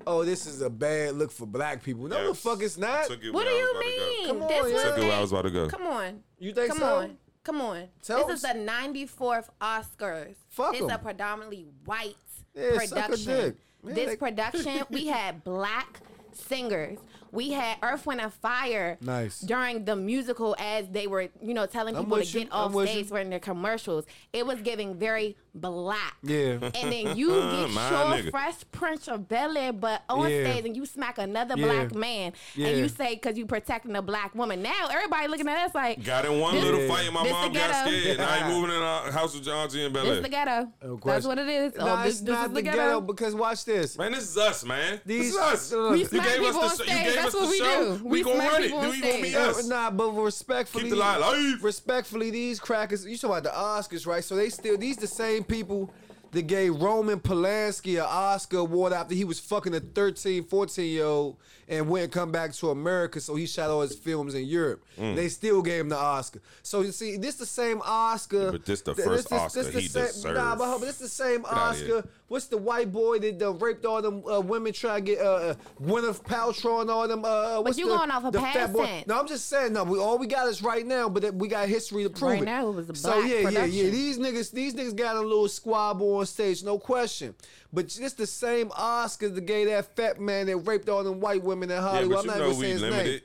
Speaker 2: "Oh, this is a bad look for black people." No, the
Speaker 1: Yes.
Speaker 2: fuck it's not.
Speaker 1: Took it
Speaker 3: What
Speaker 1: when
Speaker 3: do
Speaker 1: I was
Speaker 3: you
Speaker 1: about to go.
Speaker 3: mean?
Speaker 2: Come
Speaker 3: this
Speaker 2: on,
Speaker 3: was
Speaker 2: yeah.
Speaker 1: Took it where I
Speaker 3: a-
Speaker 1: was about to go.
Speaker 3: Come on.
Speaker 2: You think
Speaker 3: Come
Speaker 2: so?
Speaker 3: on. Come on.
Speaker 2: Tell
Speaker 3: this is
Speaker 2: us.
Speaker 3: the 94th Oscars.
Speaker 2: Fuck
Speaker 3: It's
Speaker 2: 'em.
Speaker 3: a predominantly white
Speaker 2: Yeah, suck a
Speaker 3: production.
Speaker 2: dick. Man,
Speaker 3: this
Speaker 2: they-
Speaker 3: production, we had black singers. We had Earth, Wind, and Fire
Speaker 2: Nice.
Speaker 3: during the musical as they were, you know, telling
Speaker 2: I'm
Speaker 3: people to
Speaker 2: with you.
Speaker 3: get
Speaker 2: I'm
Speaker 3: off
Speaker 2: with
Speaker 3: stage
Speaker 2: you.
Speaker 3: during their commercials. It was giving very black.
Speaker 2: Yeah.
Speaker 3: And then you get
Speaker 1: My
Speaker 3: your
Speaker 1: nigga.
Speaker 3: fresh Prince of Bel Air, but on
Speaker 2: Yeah.
Speaker 3: stage and you smack another
Speaker 2: Yeah.
Speaker 3: black man
Speaker 2: Yeah.
Speaker 3: and you say because you protecting a black woman. Now everybody looking at us like
Speaker 1: Got in one
Speaker 3: This-
Speaker 1: little fight, and my
Speaker 3: this
Speaker 1: mom
Speaker 3: the
Speaker 1: got
Speaker 3: ghetto.
Speaker 1: scared. And I ain't moving in a house with John G and Bel
Speaker 3: This is the
Speaker 1: Air.
Speaker 3: ghetto.
Speaker 2: No
Speaker 3: That's
Speaker 2: question.
Speaker 3: what it is.
Speaker 2: Nah,
Speaker 3: oh, this,
Speaker 2: it's
Speaker 3: this
Speaker 2: not
Speaker 3: is
Speaker 2: the ghetto. because watch this.
Speaker 1: Man, this is us, man. this
Speaker 2: These-
Speaker 1: is us.
Speaker 2: We
Speaker 1: you
Speaker 3: smack
Speaker 1: gave
Speaker 3: people
Speaker 1: us
Speaker 3: on
Speaker 1: the show. You
Speaker 3: stage.
Speaker 1: gave
Speaker 3: That's
Speaker 1: us
Speaker 3: what
Speaker 1: the
Speaker 3: we
Speaker 1: show.
Speaker 3: do.
Speaker 1: We
Speaker 3: We
Speaker 1: gonna
Speaker 3: smack
Speaker 1: run it.
Speaker 3: people on
Speaker 1: Do you want me
Speaker 3: stage.
Speaker 2: Uh,
Speaker 1: us?
Speaker 2: Nah, but respectfully,
Speaker 1: Keep the line alive.
Speaker 2: respectfully, these crackers. You talking about the Oscars, right? So they still these the same people that gave Roman Polanski an Oscar award after he was fucking a 13, 14 year old and wouldn't come back to America, so he shot all his films in Europe.
Speaker 1: Mm.
Speaker 2: They still gave him the Oscar. So you see, this the same Oscar.
Speaker 1: But this the
Speaker 2: that-
Speaker 1: first
Speaker 2: this-
Speaker 1: Oscar
Speaker 2: this the
Speaker 1: he
Speaker 2: same, Nah,
Speaker 1: deserved.
Speaker 2: but hold- but this the same
Speaker 1: outta here.
Speaker 2: Oscar. What's the white boy that done raped all them uh, women? Try to get uh, uh, Gwyneth Paltrow and all them. Uh, what's
Speaker 3: you
Speaker 2: the,
Speaker 3: going off of
Speaker 2: the fat
Speaker 3: past
Speaker 2: boy?
Speaker 3: tense.
Speaker 2: No, I'm just saying, no, we, all we got is right now, but that- we got history to prove
Speaker 3: Right
Speaker 2: it.
Speaker 3: now, it was a
Speaker 2: So
Speaker 3: black
Speaker 2: yeah, yeah, yeah.
Speaker 3: production.
Speaker 2: These niggas, these niggas got a little squabble on stage, no question. But just the same Oscars that gave that fat man that raped all them white women in
Speaker 1: Yeah,
Speaker 2: Hollywood.
Speaker 1: but
Speaker 2: I'm
Speaker 1: you
Speaker 2: not
Speaker 1: know
Speaker 2: even
Speaker 1: we
Speaker 2: saying his name.
Speaker 1: limited.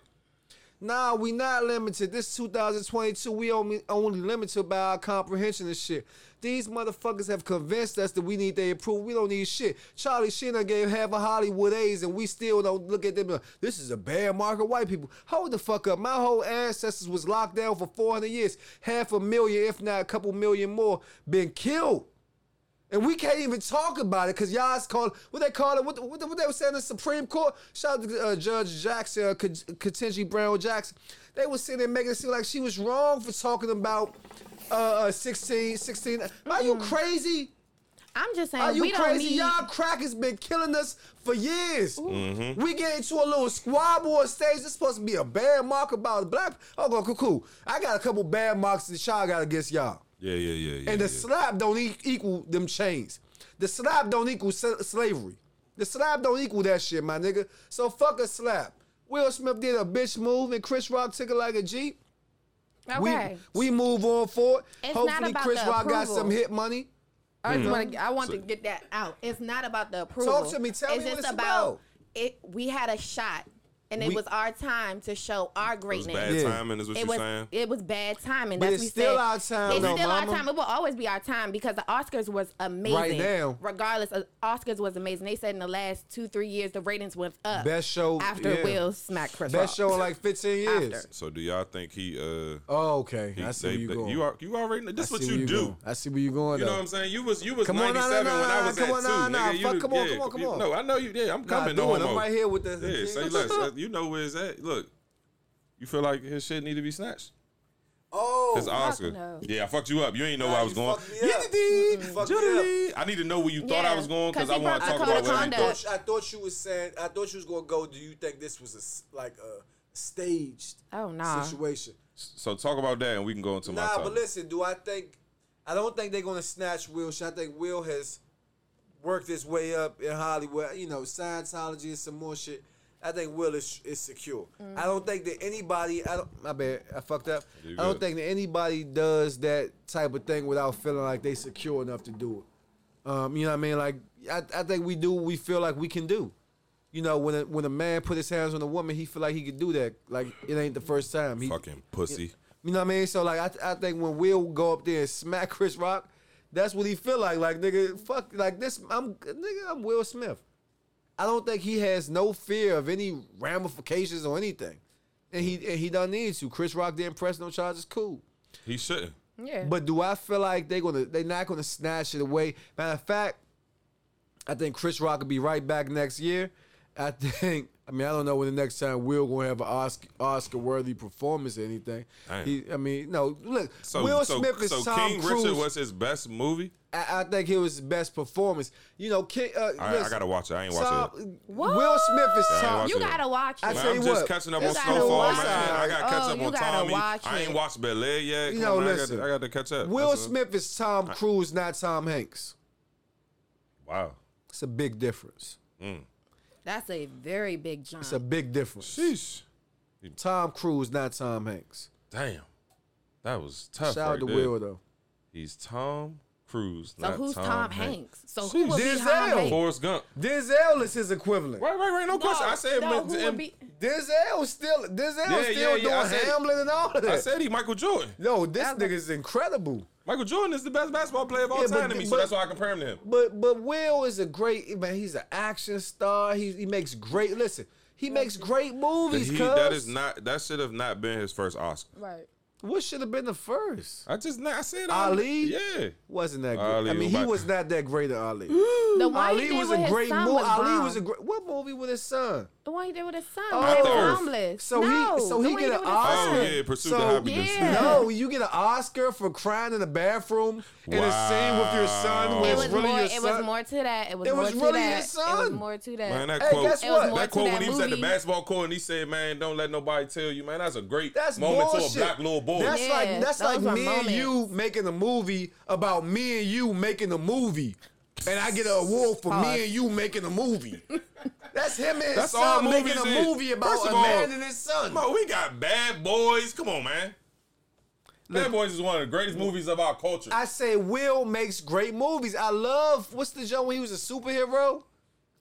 Speaker 2: Nah, we not limited. This 2022, we only only limited by our comprehension and shit. These motherfuckers have convinced us that we need their approval. We don't need shit. Charlie Sheen done gave half a Hollywood A's, and we still don't look at them. Like, this is a bad market. White people, hold the fuck up. My whole ancestors was locked down for 400 years. Half a million, if not a couple million more, been killed. And we can't even talk about it because y'all's calling what they call it. What, what, what they were saying in the Supreme Court. Shout out to uh, Judge Jackson, uh, Katenji Brown Jackson. They were sitting there making it seem like she was wrong for talking about uh, uh 16, 16. Are you crazy?
Speaker 3: I'm just saying,
Speaker 2: Are you
Speaker 3: Mm-hmm. we don't
Speaker 2: crazy?
Speaker 3: need.
Speaker 2: Y'all crack has been killing us for years.
Speaker 3: Mm-hmm.
Speaker 2: We get into a little squabble on stage. It's supposed to be a bad mark about black. Oh, go cool, cool. I got a couple bad marks that y'all got against y'all.
Speaker 1: Yeah, yeah, yeah, yeah.
Speaker 2: And the
Speaker 1: yeah.
Speaker 2: slab don't e- equal them chains. The slab don't equal sl- slavery. The slab don't equal that shit, my nigga. So fuck a slab. Will Smith did a bitch move and Chris Rock took it like a Jeep.
Speaker 3: Okay.
Speaker 2: We, we move on forward.
Speaker 3: It's not
Speaker 2: Hopefully
Speaker 3: about
Speaker 2: Chris
Speaker 3: the
Speaker 2: Rock got
Speaker 3: approval.
Speaker 2: some hit money.
Speaker 3: I,
Speaker 1: Mm-hmm.
Speaker 3: just wanna, I want to get that out. It's not about the approval.
Speaker 2: to me. Tell
Speaker 3: it's
Speaker 2: me what
Speaker 3: just
Speaker 2: it's about.
Speaker 3: It. We had a shot, and it
Speaker 2: We-
Speaker 3: was our time to show our
Speaker 1: it was
Speaker 3: greatness.
Speaker 1: bad
Speaker 2: Yeah.
Speaker 1: timing, is what
Speaker 3: It
Speaker 1: you're
Speaker 3: was
Speaker 1: saying.
Speaker 3: it was bad timing.
Speaker 2: But it's
Speaker 3: That's we
Speaker 2: still
Speaker 3: said.
Speaker 2: our time,
Speaker 3: It's
Speaker 2: though,
Speaker 3: still
Speaker 2: mama.
Speaker 3: our time. It will always be our time because the Oscars was amazing.
Speaker 2: now.
Speaker 3: regardless, of, Oscars was amazing. They said in the last two three years the ratings went up.
Speaker 2: Best show
Speaker 3: after
Speaker 2: yeah.
Speaker 3: Will smacked Chris Rock.
Speaker 2: Best show in like 15 years.
Speaker 3: After.
Speaker 1: So do y'all think he? uh
Speaker 2: Oh, okay.
Speaker 1: he,
Speaker 2: I see where
Speaker 1: they-
Speaker 2: you
Speaker 1: they-
Speaker 2: going.
Speaker 1: you are you already. This
Speaker 2: I
Speaker 1: what
Speaker 2: see where
Speaker 1: you do.
Speaker 2: going. I see where you going.
Speaker 1: You know
Speaker 2: though.
Speaker 1: what I'm saying? You was you was
Speaker 2: Come on, nah,
Speaker 1: 97
Speaker 2: nah,
Speaker 1: when I was
Speaker 2: nah,
Speaker 1: at
Speaker 2: come on,
Speaker 1: two.
Speaker 2: nah, nah,
Speaker 1: nigga,
Speaker 2: fuck,
Speaker 1: you,
Speaker 2: come on,
Speaker 1: yeah,
Speaker 2: come on, come on.
Speaker 1: No, I know you. Yeah, I'm coming.
Speaker 2: doing,
Speaker 1: no
Speaker 2: I'm
Speaker 1: homo.
Speaker 2: right here with the-
Speaker 1: Yeah, say less. Uh, You know where it's at. Look, you feel like his shit need to be snatched.
Speaker 2: Oh,
Speaker 1: It's Oscar.
Speaker 3: no.
Speaker 1: Yeah, I fucked you up. You ain't know where I was going.
Speaker 2: Fuck
Speaker 1: Jodie, I need to know where you thought I
Speaker 3: Yeah,
Speaker 1: was going because
Speaker 3: 'cause
Speaker 1: I
Speaker 3: he
Speaker 1: want to
Speaker 3: brought
Speaker 1: talk
Speaker 3: the
Speaker 1: about
Speaker 3: code of
Speaker 1: what he
Speaker 3: conduct.
Speaker 1: thought.
Speaker 2: thought- I thought you was saying. I thought you was gonna go. Do you think this was a s- like a staged
Speaker 3: Oh, nah.
Speaker 2: situation?
Speaker 1: So talk about that, and we can go into my
Speaker 2: Nah, but
Speaker 1: topic.
Speaker 2: listen. Do I think? I don't think they're gonna snatch Will. Shit. I think Will has worked his way up in Hollywood. You know, Scientology and some more shit. I think Will is, is secure. I don't think that anybody. I don't. My bad. I fucked up.
Speaker 1: You
Speaker 2: I don't
Speaker 1: good.
Speaker 2: think that anybody does that type of thing without feeling like they secure enough to do it. Um, you know what I mean? Like I, I think we do what we feel like we can do. You know, when a, when a man put his hands on a woman, he feel like he could do that. Like it ain't the first time. He,
Speaker 1: Fucking pussy.
Speaker 2: you know what I mean? So like, I, th- I think when Will go up there and smack Chris Rock, that's what he feel like. Like nigga, fuck, like this. I'm nigga. I'm Will Smith. I don't think he has no fear of any ramifications or anything, and he and he don't need to. Chris Rock didn't press no charges. Cool.
Speaker 1: He shouldn't.
Speaker 3: Yeah.
Speaker 2: But do I feel like they gonna they not gonna snatch it away? Matter of fact, I think Chris Rock will be right back next year. I think. I mean, I don't know when the next time Will gonna have an Oscar Oscar worthy performance or anything.
Speaker 1: Damn.
Speaker 2: He, I mean, no. Look,
Speaker 1: So
Speaker 2: Will
Speaker 1: so,
Speaker 2: Smith is
Speaker 1: so
Speaker 2: Tom
Speaker 1: King
Speaker 2: Cruise.
Speaker 1: Richard was his best movie.
Speaker 2: I, I think it was his best performance. You know, King, uh,
Speaker 1: All right, I gotta watch it. I ain't
Speaker 2: Tom,
Speaker 1: watching it.
Speaker 2: Will Smith is
Speaker 1: Yeah, I ain't
Speaker 2: Tom.
Speaker 1: watch
Speaker 3: you
Speaker 1: it.
Speaker 3: gotta watch it.
Speaker 2: I
Speaker 1: Man,
Speaker 2: tell
Speaker 1: I'm
Speaker 2: you
Speaker 1: just
Speaker 2: what,
Speaker 1: catching up
Speaker 3: you
Speaker 1: on
Speaker 3: gotta
Speaker 1: Snowfall,
Speaker 2: watch
Speaker 1: man.
Speaker 2: it.
Speaker 1: I gotta catch
Speaker 3: Oh,
Speaker 1: up
Speaker 3: you
Speaker 1: on
Speaker 3: gotta
Speaker 1: Tommy.
Speaker 3: watch
Speaker 1: I ain't
Speaker 3: it.
Speaker 1: watched Bel Air yet.
Speaker 2: You
Speaker 1: Come
Speaker 2: know,
Speaker 1: on,
Speaker 2: listen.
Speaker 1: I, gotta, I gotta catch up.
Speaker 2: Will
Speaker 1: That's a-
Speaker 2: Smith is Tom Cruise, not Tom Hanks.
Speaker 1: Wow.
Speaker 2: It's a big difference.
Speaker 3: That's a very big jump.
Speaker 2: It's a big difference.
Speaker 1: Sheesh.
Speaker 2: Tom Cruise, not Tom Hanks.
Speaker 1: Damn. That was tough.
Speaker 2: Shout out
Speaker 1: right
Speaker 2: to
Speaker 1: there.
Speaker 2: Will though.
Speaker 1: He's Tom Cruise.
Speaker 3: so
Speaker 1: not
Speaker 3: who's
Speaker 1: Tom, Hanks?
Speaker 3: So who would be
Speaker 2: Denzel.
Speaker 3: Tom Hanks?
Speaker 1: Forrest Gump.
Speaker 2: Denzel is his equivalent.
Speaker 1: Right, right, right. No, question. I said,
Speaker 3: no,
Speaker 1: but-
Speaker 3: who
Speaker 1: and-
Speaker 3: would be?
Speaker 2: Denzel still Denzel
Speaker 1: Yeah,
Speaker 2: still
Speaker 1: yeah, yeah,
Speaker 2: doing
Speaker 1: I said-
Speaker 2: Hamlin and all of that.
Speaker 1: I said he Michael Jordan.
Speaker 2: Yo, this nigga is incredible.
Speaker 1: Michael Jordan is the best basketball player of all
Speaker 2: Yeah, but-
Speaker 1: time to me, so
Speaker 2: but-
Speaker 1: that's why I compare him to him.
Speaker 2: But but Will is a great man. He's an action star. He he makes great. Listen, he makes great movies.
Speaker 1: He-
Speaker 2: cuz.
Speaker 1: that is not. That should have not been his first Oscar.
Speaker 3: Right.
Speaker 2: what should have been the first.
Speaker 1: I just. I said um,
Speaker 2: Ali?
Speaker 1: Yeah.
Speaker 2: Wasn't that good?
Speaker 1: Ali
Speaker 2: I mean,
Speaker 1: was
Speaker 2: he
Speaker 1: about-
Speaker 2: was not that great at Ali.
Speaker 3: The one he
Speaker 2: Ali
Speaker 3: did
Speaker 2: was
Speaker 3: with
Speaker 2: a
Speaker 3: his
Speaker 2: great
Speaker 3: son
Speaker 2: movie.
Speaker 3: was
Speaker 2: Ali
Speaker 3: bomb.
Speaker 2: was a great. What movie with his son?
Speaker 3: The one he did with his son.
Speaker 2: Oh,
Speaker 3: they were
Speaker 1: Earth.
Speaker 3: homeless.
Speaker 2: So
Speaker 3: no,
Speaker 2: he so
Speaker 3: the
Speaker 2: he
Speaker 3: one did
Speaker 2: get an
Speaker 3: with his
Speaker 2: Oscar.
Speaker 1: Oh
Speaker 3: son.
Speaker 1: yeah, Pursuit
Speaker 2: So-
Speaker 1: of Happiness.
Speaker 3: Yeah.
Speaker 2: No, you get an Oscar for crying in the bathroom in a scene with your son. When
Speaker 1: Wow.
Speaker 3: It
Speaker 2: it's
Speaker 3: was
Speaker 2: really
Speaker 3: more.
Speaker 2: your
Speaker 3: It
Speaker 2: son.
Speaker 3: was more to that. It was,
Speaker 2: It
Speaker 3: more
Speaker 2: was
Speaker 3: to
Speaker 2: really
Speaker 3: that.
Speaker 2: his
Speaker 3: It
Speaker 2: son.
Speaker 3: was more to that.
Speaker 1: Man, that
Speaker 2: Hey,
Speaker 1: quote.
Speaker 2: guess
Speaker 3: It was
Speaker 2: what?
Speaker 3: more
Speaker 1: That
Speaker 3: to
Speaker 1: quote
Speaker 3: that
Speaker 1: when he was at the
Speaker 3: movie.
Speaker 1: basketball court and he said, "Man, don't let nobody tell you, man. That's a great
Speaker 2: That's
Speaker 1: moment
Speaker 2: bullshit.
Speaker 1: to a black little boy."
Speaker 2: That's
Speaker 3: Yeah,
Speaker 2: like that's
Speaker 3: those
Speaker 2: like
Speaker 3: are
Speaker 2: me and
Speaker 3: moments.
Speaker 2: you making a movie about me and you making a movie, and I get an award for
Speaker 3: Pause.
Speaker 2: me and you making a movie. that's him and his
Speaker 1: That's all
Speaker 2: son making
Speaker 1: movies
Speaker 2: a
Speaker 1: is.
Speaker 2: movie about
Speaker 1: First
Speaker 2: a
Speaker 1: of all,
Speaker 2: man and his son.
Speaker 1: Come on, we got Bad Boys. Come on, man. Bad Boys is one of the greatest movies of our culture.
Speaker 2: I say Will makes great movies. I love what's the joke when he was a superhero.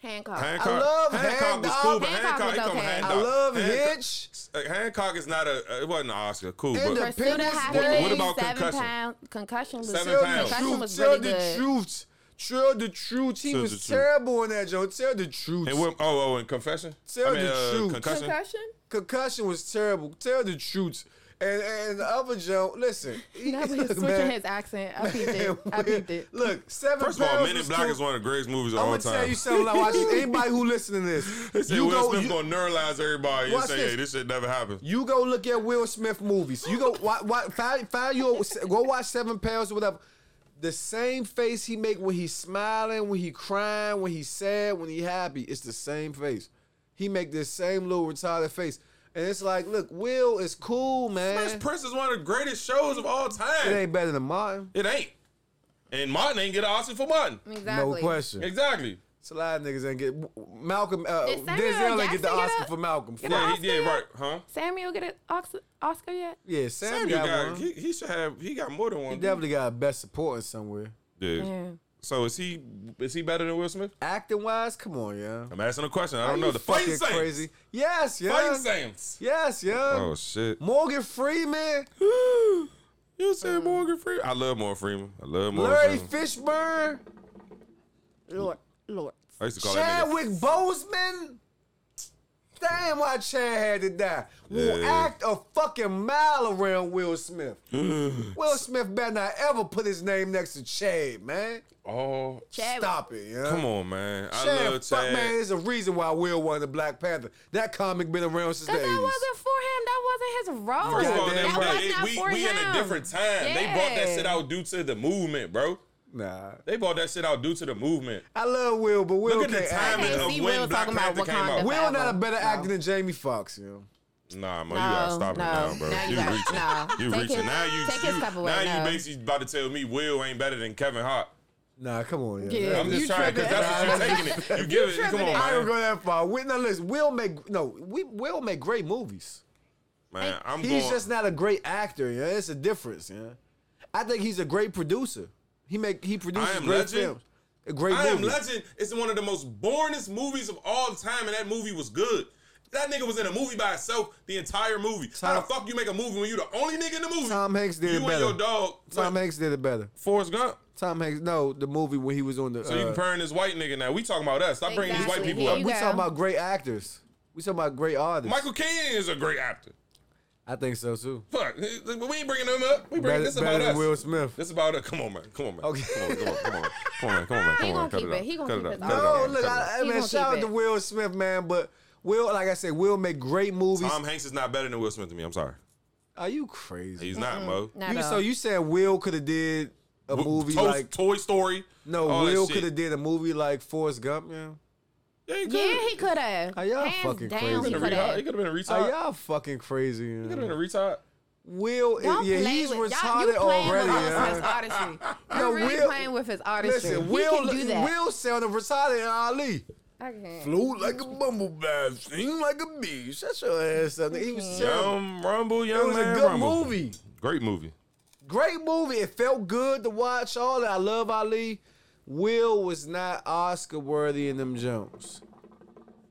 Speaker 3: Hancock.
Speaker 1: Hancock,
Speaker 2: love
Speaker 1: Hancock was
Speaker 2: Hand
Speaker 1: cool, but
Speaker 3: Hancock
Speaker 1: Hancock,
Speaker 3: was
Speaker 1: he come
Speaker 3: okay. I
Speaker 2: I
Speaker 1: Hancock.
Speaker 2: love
Speaker 1: Hancock-
Speaker 2: Hitch.
Speaker 1: Uh, Hancock is not a. uh, It wasn't an Oscar. Cool, but
Speaker 2: And the-
Speaker 3: Pursuit of
Speaker 2: Independence
Speaker 3: happiness.
Speaker 2: Day.
Speaker 1: What about
Speaker 3: seven
Speaker 1: concussion?
Speaker 3: Pound, concussion was
Speaker 1: Seven
Speaker 2: Tell
Speaker 1: pounds.
Speaker 2: the
Speaker 1: That
Speaker 3: Concussion
Speaker 2: truth.
Speaker 3: was
Speaker 2: Tell
Speaker 3: really
Speaker 2: the
Speaker 3: good.
Speaker 2: truth. Tell the truth. He
Speaker 1: Tell the
Speaker 2: was
Speaker 1: truth.
Speaker 2: terrible in that joke. Tell the truth.
Speaker 1: and what? Oh, oh, and confession. uh,
Speaker 2: Tell the truth.
Speaker 1: Concussion.
Speaker 2: Concussion was terrible. Tell the truth. And and the other joke. Listen, he-
Speaker 3: No, but he's switching
Speaker 2: man,
Speaker 3: his accent. I peeped it. I peeped it.
Speaker 2: Look, seven.
Speaker 1: First of all,
Speaker 2: pounds
Speaker 1: Men in
Speaker 2: was
Speaker 1: Black
Speaker 2: cool.
Speaker 1: is one of the greatest movies of
Speaker 2: I'm
Speaker 1: all
Speaker 2: gonna tell
Speaker 1: time.
Speaker 2: you something. I watch anybody who listening to this.
Speaker 1: Say
Speaker 2: You
Speaker 1: Will
Speaker 2: go,
Speaker 1: Smith
Speaker 2: you,
Speaker 1: gonna neuralize everybody and
Speaker 2: Watch
Speaker 1: say,
Speaker 2: this.
Speaker 1: "Hey, this shit never happened."
Speaker 2: you go look at Will Smith movies. You go why, why, find find your go watch Seven Pounds or whatever. The same face he make when he's smiling, when he crying, when he's sad, when he happy. It's the same face. He make this same little retarded face, and it's like, look, Will is cool,
Speaker 1: Fresh
Speaker 2: man.
Speaker 1: Prince is one of the greatest shows of all
Speaker 2: It
Speaker 1: time.
Speaker 2: ain't better than Martin.
Speaker 1: It ain't. And Martin ain't get an Oscar for Martin.
Speaker 3: Mm, Exactly.
Speaker 2: No question.
Speaker 1: Exactly.
Speaker 2: It's a lot of niggas ain't get Malcolm. Uh,
Speaker 3: Did Samuel
Speaker 2: Denzel ain't get the
Speaker 3: Jackson get
Speaker 2: Oscar
Speaker 3: a-
Speaker 2: for Malcolm.
Speaker 3: get a
Speaker 1: Yeah, he,
Speaker 3: Oscar?
Speaker 1: yeah, right, huh?
Speaker 3: Samuel get an Ox- Oscar yet?
Speaker 2: Yeah, Samuel,
Speaker 1: Samuel
Speaker 2: got,
Speaker 1: got,
Speaker 2: one.
Speaker 1: he, he should have he got more than one.
Speaker 2: He definitely got best supporting somewhere.
Speaker 1: Dude.
Speaker 3: Yeah.
Speaker 1: So is he is he better than Will Smith?
Speaker 2: Acting wise, come on, yeah.
Speaker 1: I'm asking a question. I
Speaker 2: Are
Speaker 1: don't know.
Speaker 2: you
Speaker 1: The fight
Speaker 2: fucking
Speaker 1: crazy.
Speaker 2: crazy. Yes,
Speaker 1: Fight
Speaker 2: yeah.
Speaker 1: Saints.
Speaker 2: Yes, yeah.
Speaker 1: Oh shit.
Speaker 2: Morgan Freeman,
Speaker 1: You said Morgan Freeman. I love Morgan Freeman. I love Morgan
Speaker 2: Larry
Speaker 1: Freeman.
Speaker 2: Fishburne,
Speaker 3: Lord, Lord.
Speaker 1: I used to call that nigga.
Speaker 2: Chadwick Boseman. Damn, why Chad had to die? Will
Speaker 1: Yeah.
Speaker 2: act a fucking mile around Will Smith.
Speaker 1: Mm.
Speaker 2: Will Smith better not ever put his name next to Chad, man.
Speaker 1: Oh,
Speaker 3: Chadwick.
Speaker 2: Stop it, yeah.
Speaker 1: come on, man. I
Speaker 2: Chad,
Speaker 1: love
Speaker 2: fuck
Speaker 1: Chad.
Speaker 2: man, there's a reason why Will won the Black Panther. That comic been around since the
Speaker 3: Because that
Speaker 2: 80s.
Speaker 3: wasn't for him. That wasn't his role.
Speaker 1: First of all, that-
Speaker 2: Goddamn
Speaker 3: that
Speaker 2: right.
Speaker 1: that-
Speaker 3: was not
Speaker 1: we,
Speaker 3: for
Speaker 1: we
Speaker 3: him.
Speaker 1: in a different time. They brought that
Speaker 3: Yeah.
Speaker 1: shit out due to the movement, bro.
Speaker 2: Nah.
Speaker 1: They brought that shit out due to the movement.
Speaker 2: I love Will, but Will
Speaker 1: Look at the
Speaker 2: can't act.
Speaker 1: timing
Speaker 3: can't
Speaker 1: of
Speaker 3: see
Speaker 1: when
Speaker 3: Will
Speaker 1: Black
Speaker 3: talking about
Speaker 1: Panther came
Speaker 3: Wakanda.
Speaker 1: out.
Speaker 2: Will not a better
Speaker 3: No.
Speaker 2: actor than Jamie Foxx, you know.
Speaker 1: Nah, man, you gotta
Speaker 3: No,
Speaker 1: stop it
Speaker 3: no,
Speaker 1: now, bro.
Speaker 3: now you
Speaker 1: you
Speaker 3: gotta-
Speaker 1: reaching.
Speaker 3: no.
Speaker 1: You
Speaker 3: Take
Speaker 1: reaching.
Speaker 3: his-
Speaker 1: now you,
Speaker 3: take
Speaker 1: you
Speaker 3: his cup away,
Speaker 1: now
Speaker 3: no.
Speaker 1: you basically about to tell me Will ain't better than Kevin Hart.
Speaker 2: Nah, come on, yeah.
Speaker 3: Yeah.
Speaker 1: I'm just
Speaker 3: You
Speaker 1: trying because
Speaker 3: tripping.
Speaker 1: that's what you're taking it. You give it. Come on,
Speaker 3: tripping.
Speaker 2: I don't
Speaker 1: man.
Speaker 2: go that far. Will, now listen, Will make no, we Will make great movies.
Speaker 1: Man, I'm
Speaker 2: He's
Speaker 1: going.
Speaker 2: just not a great actor, yeah. It's a difference, yeah. I think he's a great producer. He make he
Speaker 1: I
Speaker 2: produces
Speaker 1: Am
Speaker 2: great
Speaker 1: Legend?
Speaker 2: films. A great
Speaker 1: I am
Speaker 2: movie.
Speaker 1: Legend. It's one of the most boringest movies of all time, and that movie was good. That nigga was in a movie by itself the entire movie. How
Speaker 2: Tom-
Speaker 1: the fuck you make a movie when you the only nigga in the movie?
Speaker 2: Tom Hanks did
Speaker 1: you
Speaker 2: it
Speaker 1: and
Speaker 2: better.
Speaker 1: your dog.
Speaker 2: Tom
Speaker 1: like,
Speaker 2: Hanks did it better.
Speaker 1: Forrest Gump.
Speaker 2: Tom Hanks, no, the movie when he was on the
Speaker 1: So you
Speaker 2: uh,
Speaker 1: comparing this white nigga now? We talking about us. Stop bringing these white
Speaker 3: Exactly.
Speaker 1: people
Speaker 3: Here
Speaker 1: up.
Speaker 3: you
Speaker 2: we
Speaker 3: go.
Speaker 2: talking about great actors. We talking about great artists.
Speaker 1: Michael Caine is a great actor.
Speaker 2: I think so too.
Speaker 1: Fuck, we ain't bringing them up. We bringing
Speaker 2: Better,
Speaker 1: this
Speaker 2: better
Speaker 1: about
Speaker 2: than
Speaker 1: us.
Speaker 2: Will Smith.
Speaker 1: This about us. Come on, man. Come on, man.
Speaker 2: Okay.
Speaker 1: Come on, come on, come on, come on, man. Come on, man. Come
Speaker 3: He
Speaker 1: on, man.
Speaker 3: gonna
Speaker 1: Cut
Speaker 3: keep
Speaker 1: it
Speaker 3: it.
Speaker 1: out.
Speaker 3: He gonna
Speaker 1: Cut
Speaker 3: keep
Speaker 1: it
Speaker 3: his
Speaker 1: out. Cut
Speaker 3: own.
Speaker 2: No,
Speaker 1: it
Speaker 2: Oh, look,
Speaker 1: out.
Speaker 2: I, I
Speaker 3: He
Speaker 2: man,
Speaker 3: gonna
Speaker 2: shout
Speaker 3: keep
Speaker 2: out to
Speaker 3: it.
Speaker 2: Will Smith, man. But Will, like I said, Will make great movies.
Speaker 1: Tom Hanks is not better than Will Smith to me. I'm sorry.
Speaker 2: Are you crazy?
Speaker 1: He's not, Mo.
Speaker 3: Not
Speaker 2: You,
Speaker 3: at
Speaker 2: so
Speaker 3: all.
Speaker 2: you said Will could have did a
Speaker 1: W-
Speaker 2: movie
Speaker 1: Toy,
Speaker 2: like
Speaker 1: Toy Story.
Speaker 2: no,
Speaker 1: all that
Speaker 2: Will
Speaker 1: shit.
Speaker 2: could have did a movie like Forrest Gump, man.
Speaker 1: Yeah, he could.
Speaker 3: Yeah, he could have.
Speaker 2: Are y'all
Speaker 3: Hands
Speaker 2: fucking
Speaker 3: down,
Speaker 2: crazy?
Speaker 3: He
Speaker 1: He
Speaker 3: could
Speaker 1: could have
Speaker 3: have.
Speaker 1: been a retard.
Speaker 2: Are y'all fucking crazy?
Speaker 1: He could have been a
Speaker 2: Man?
Speaker 1: retard.
Speaker 2: Will, is,
Speaker 3: Don't
Speaker 2: yeah,
Speaker 3: play
Speaker 2: he's
Speaker 3: with y'all,
Speaker 2: retarded
Speaker 3: you playing
Speaker 2: already.
Speaker 3: With his
Speaker 2: yeah.
Speaker 3: artistry. You're
Speaker 2: No,
Speaker 3: really
Speaker 2: Will-
Speaker 3: playing with his artistry.
Speaker 2: Listen,
Speaker 3: he
Speaker 2: Will,
Speaker 3: can do that.
Speaker 2: Will sounded retarded in Ali.
Speaker 3: I can't.
Speaker 2: Flew like a bumblebee, sing like a bee. Shut your ass up. nigga. He
Speaker 3: Mm-hmm.
Speaker 2: was terrible.
Speaker 1: Young Rumble, Young
Speaker 2: It was a
Speaker 1: Man
Speaker 2: good
Speaker 1: Rumble.
Speaker 2: movie.
Speaker 1: Great movie.
Speaker 2: Great movie. It felt good to watch. All that. I love Ali. Will was not Oscar worthy in them Jones.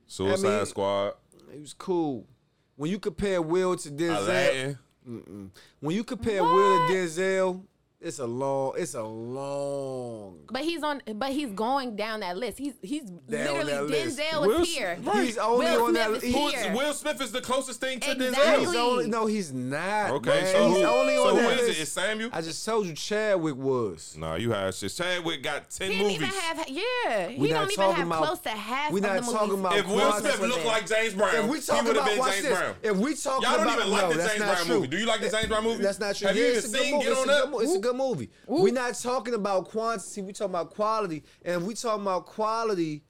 Speaker 1: Suicide
Speaker 2: I mean-
Speaker 1: Squad.
Speaker 2: He was cool. When you compare Will to Denzel,
Speaker 1: Aladdin.
Speaker 2: when you compare Will to Denzel, it's a long, it's a long.
Speaker 3: But he's on. But he's going down that list. He's he's
Speaker 2: that
Speaker 3: literally
Speaker 2: list.
Speaker 3: Denzel
Speaker 1: Will
Speaker 3: was
Speaker 1: S-
Speaker 3: here.
Speaker 1: Right.
Speaker 2: He's only
Speaker 3: Will
Speaker 2: on that.
Speaker 3: Smith is
Speaker 2: He's,
Speaker 3: here.
Speaker 1: Who's- Will Smith is the closest thing to
Speaker 3: Exactly.
Speaker 2: he's
Speaker 1: Denzel.
Speaker 2: only, no, he's not.
Speaker 1: Okay,
Speaker 2: man.
Speaker 1: so
Speaker 2: he's
Speaker 1: who,
Speaker 2: only
Speaker 1: so
Speaker 2: on
Speaker 1: who
Speaker 2: that
Speaker 1: is
Speaker 2: list.
Speaker 1: it? It's Samuel?
Speaker 2: I just told you Chadwick was.
Speaker 1: nah, you had shit. Chadwick got ten
Speaker 3: He didn't
Speaker 1: movies.
Speaker 3: even have. Yeah,
Speaker 2: We
Speaker 3: he
Speaker 2: not
Speaker 3: don't even
Speaker 2: talking
Speaker 3: have
Speaker 2: about-
Speaker 3: close to half.
Speaker 2: we
Speaker 3: of
Speaker 2: not
Speaker 3: the movies.
Speaker 2: talking about
Speaker 1: if Will
Speaker 2: Quantum
Speaker 1: Smith looked like James Brown,
Speaker 2: If we
Speaker 1: he
Speaker 2: talking
Speaker 1: would have
Speaker 2: about
Speaker 1: been
Speaker 2: watch
Speaker 1: James
Speaker 2: this,
Speaker 1: Brown.
Speaker 2: if we talking
Speaker 1: Y'all don't
Speaker 2: about
Speaker 1: even like
Speaker 2: no,
Speaker 1: the
Speaker 2: that's
Speaker 1: James
Speaker 2: not
Speaker 1: Brown
Speaker 2: true.
Speaker 1: movie. Do you like the James Brown movie?
Speaker 2: That's not true.
Speaker 1: Have
Speaker 2: yeah,
Speaker 1: you
Speaker 2: it's
Speaker 1: even
Speaker 2: a good
Speaker 1: seen
Speaker 2: movie.
Speaker 1: Get
Speaker 2: it's,
Speaker 1: On
Speaker 2: a good
Speaker 1: Up?
Speaker 2: mo- it's a good movie. We're not talking about quantity. We're talking about quality. And if we talking about quality,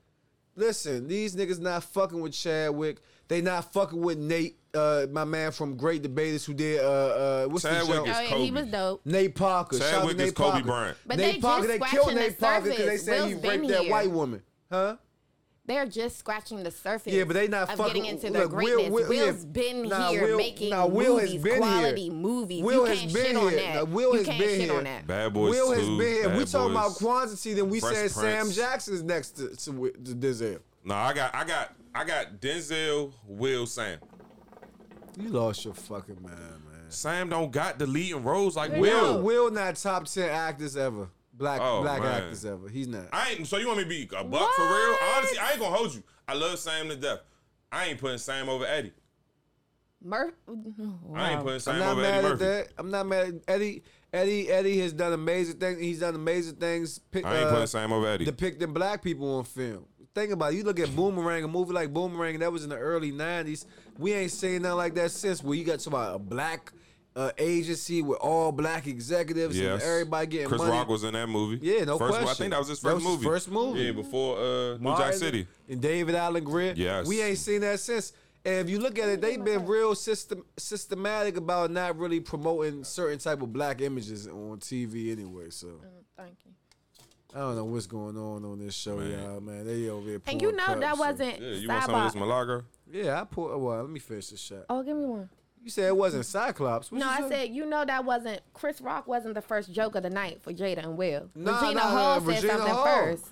Speaker 2: listen, these niggas not fucking with Chadwick. They not fucking with Nate, uh, my man from Great Debaters who did uh, uh, what's
Speaker 1: Chadwick
Speaker 2: the
Speaker 3: Oh
Speaker 1: is-
Speaker 2: show?
Speaker 3: yeah, he
Speaker 1: Kobe.
Speaker 3: was dope.
Speaker 2: Nate Parker. Shout out to
Speaker 1: Chadwick is
Speaker 2: Nate
Speaker 1: Kobe
Speaker 2: Parker.
Speaker 1: Bryant.
Speaker 3: But
Speaker 2: Nate
Speaker 3: they
Speaker 2: Parker,
Speaker 3: just
Speaker 2: they killed
Speaker 3: scratching
Speaker 2: Nate
Speaker 3: the
Speaker 2: Parker because they
Speaker 3: surface.
Speaker 2: said he
Speaker 3: Will's been
Speaker 2: raped that
Speaker 3: here.
Speaker 2: white woman, huh?
Speaker 3: They're just scratching the surface.
Speaker 2: Yeah, but they not
Speaker 3: of
Speaker 2: fucking-
Speaker 3: getting into their
Speaker 2: look, Will-
Speaker 3: greatness.
Speaker 2: Will-
Speaker 3: Will's
Speaker 2: yeah.
Speaker 3: been
Speaker 2: Nah,
Speaker 3: here
Speaker 2: Will-
Speaker 3: making
Speaker 2: nah, Will has
Speaker 3: movies,
Speaker 2: been here.
Speaker 3: quality movies.
Speaker 2: Will
Speaker 3: you
Speaker 2: has
Speaker 3: can't
Speaker 2: been
Speaker 3: shit on
Speaker 2: here.
Speaker 3: that.
Speaker 2: Nah, Will
Speaker 3: you
Speaker 2: has
Speaker 3: can't
Speaker 2: been
Speaker 3: shit
Speaker 2: here.
Speaker 3: on that.
Speaker 1: Bad Boys
Speaker 2: Will
Speaker 1: 2,
Speaker 2: has been here.
Speaker 1: Bad
Speaker 2: We talking about
Speaker 1: Boys.
Speaker 2: quantity, then we
Speaker 1: Fresh
Speaker 2: said Sam
Speaker 1: Prince.
Speaker 2: Jackson is next to, to, Wi- to Denzel.
Speaker 1: No, I got, I got, I got Denzel, Will, Sam.
Speaker 2: You lost your fucking mind, man.
Speaker 1: Sam don't got the leading roles like Will.
Speaker 2: Will Will not top ten actors ever. Black
Speaker 1: Oh,
Speaker 2: black
Speaker 1: man.
Speaker 2: actors ever. He's not.
Speaker 1: I ain't. So you want me to be a buck for
Speaker 3: What?
Speaker 1: real? Honestly, I ain't gonna hold you. I love Sam to death. I ain't putting Sam over Eddie.
Speaker 3: Murph.
Speaker 1: I ain't putting Sam
Speaker 2: I'm not
Speaker 1: over Eddie
Speaker 2: mad at
Speaker 1: Murphy.
Speaker 2: that. I'm not mad at Eddie. Eddie Eddie has done amazing things. He's done amazing things. Pick,
Speaker 1: I ain't
Speaker 2: uh,
Speaker 1: putting Sam over Eddie.
Speaker 2: depicting black people on film. Think about it. You look at Boomerang, a movie like Boomerang, that was in the early 90s. We ain't seen nothing like that since, where you got somebody, a black uh, agency with all black executives and
Speaker 1: Yes.
Speaker 2: everybody getting
Speaker 1: Chris
Speaker 2: money.
Speaker 1: Rock was in that movie.
Speaker 2: Yeah, no
Speaker 1: first One, I
Speaker 2: question.
Speaker 1: think that was his
Speaker 2: That
Speaker 1: first
Speaker 2: was his
Speaker 1: movie.
Speaker 2: first movie.
Speaker 1: Yeah, before uh, New Jack
Speaker 2: Martin
Speaker 1: City.
Speaker 2: And David Allen Greer.
Speaker 1: Yes.
Speaker 2: We ain't seen that since. And if you look at it, they've been real system systematic about not really promoting certain type of black images on TV anyway.
Speaker 3: Mm.
Speaker 2: So
Speaker 3: Thank you.
Speaker 2: I don't know what's going on on this show,
Speaker 1: Man.
Speaker 2: y'all. Man, they over here.
Speaker 3: And you
Speaker 2: pouring
Speaker 3: know that
Speaker 2: cups and-
Speaker 3: wasn't
Speaker 1: Yeah, you want some of this
Speaker 3: sidebar.
Speaker 1: Malaga?
Speaker 2: Yeah, I pulled. Well, let me finish this shot.
Speaker 3: Oh, give me one.
Speaker 2: You said it wasn't Cyclops. What
Speaker 3: No,
Speaker 2: you
Speaker 3: I said you know that wasn't Chris Rock wasn't the first joke of the night for Jada and Will.
Speaker 2: Nah,
Speaker 3: Regina
Speaker 2: nah, nah,
Speaker 3: Hall said
Speaker 2: Regina
Speaker 3: something
Speaker 2: Hall.
Speaker 3: first.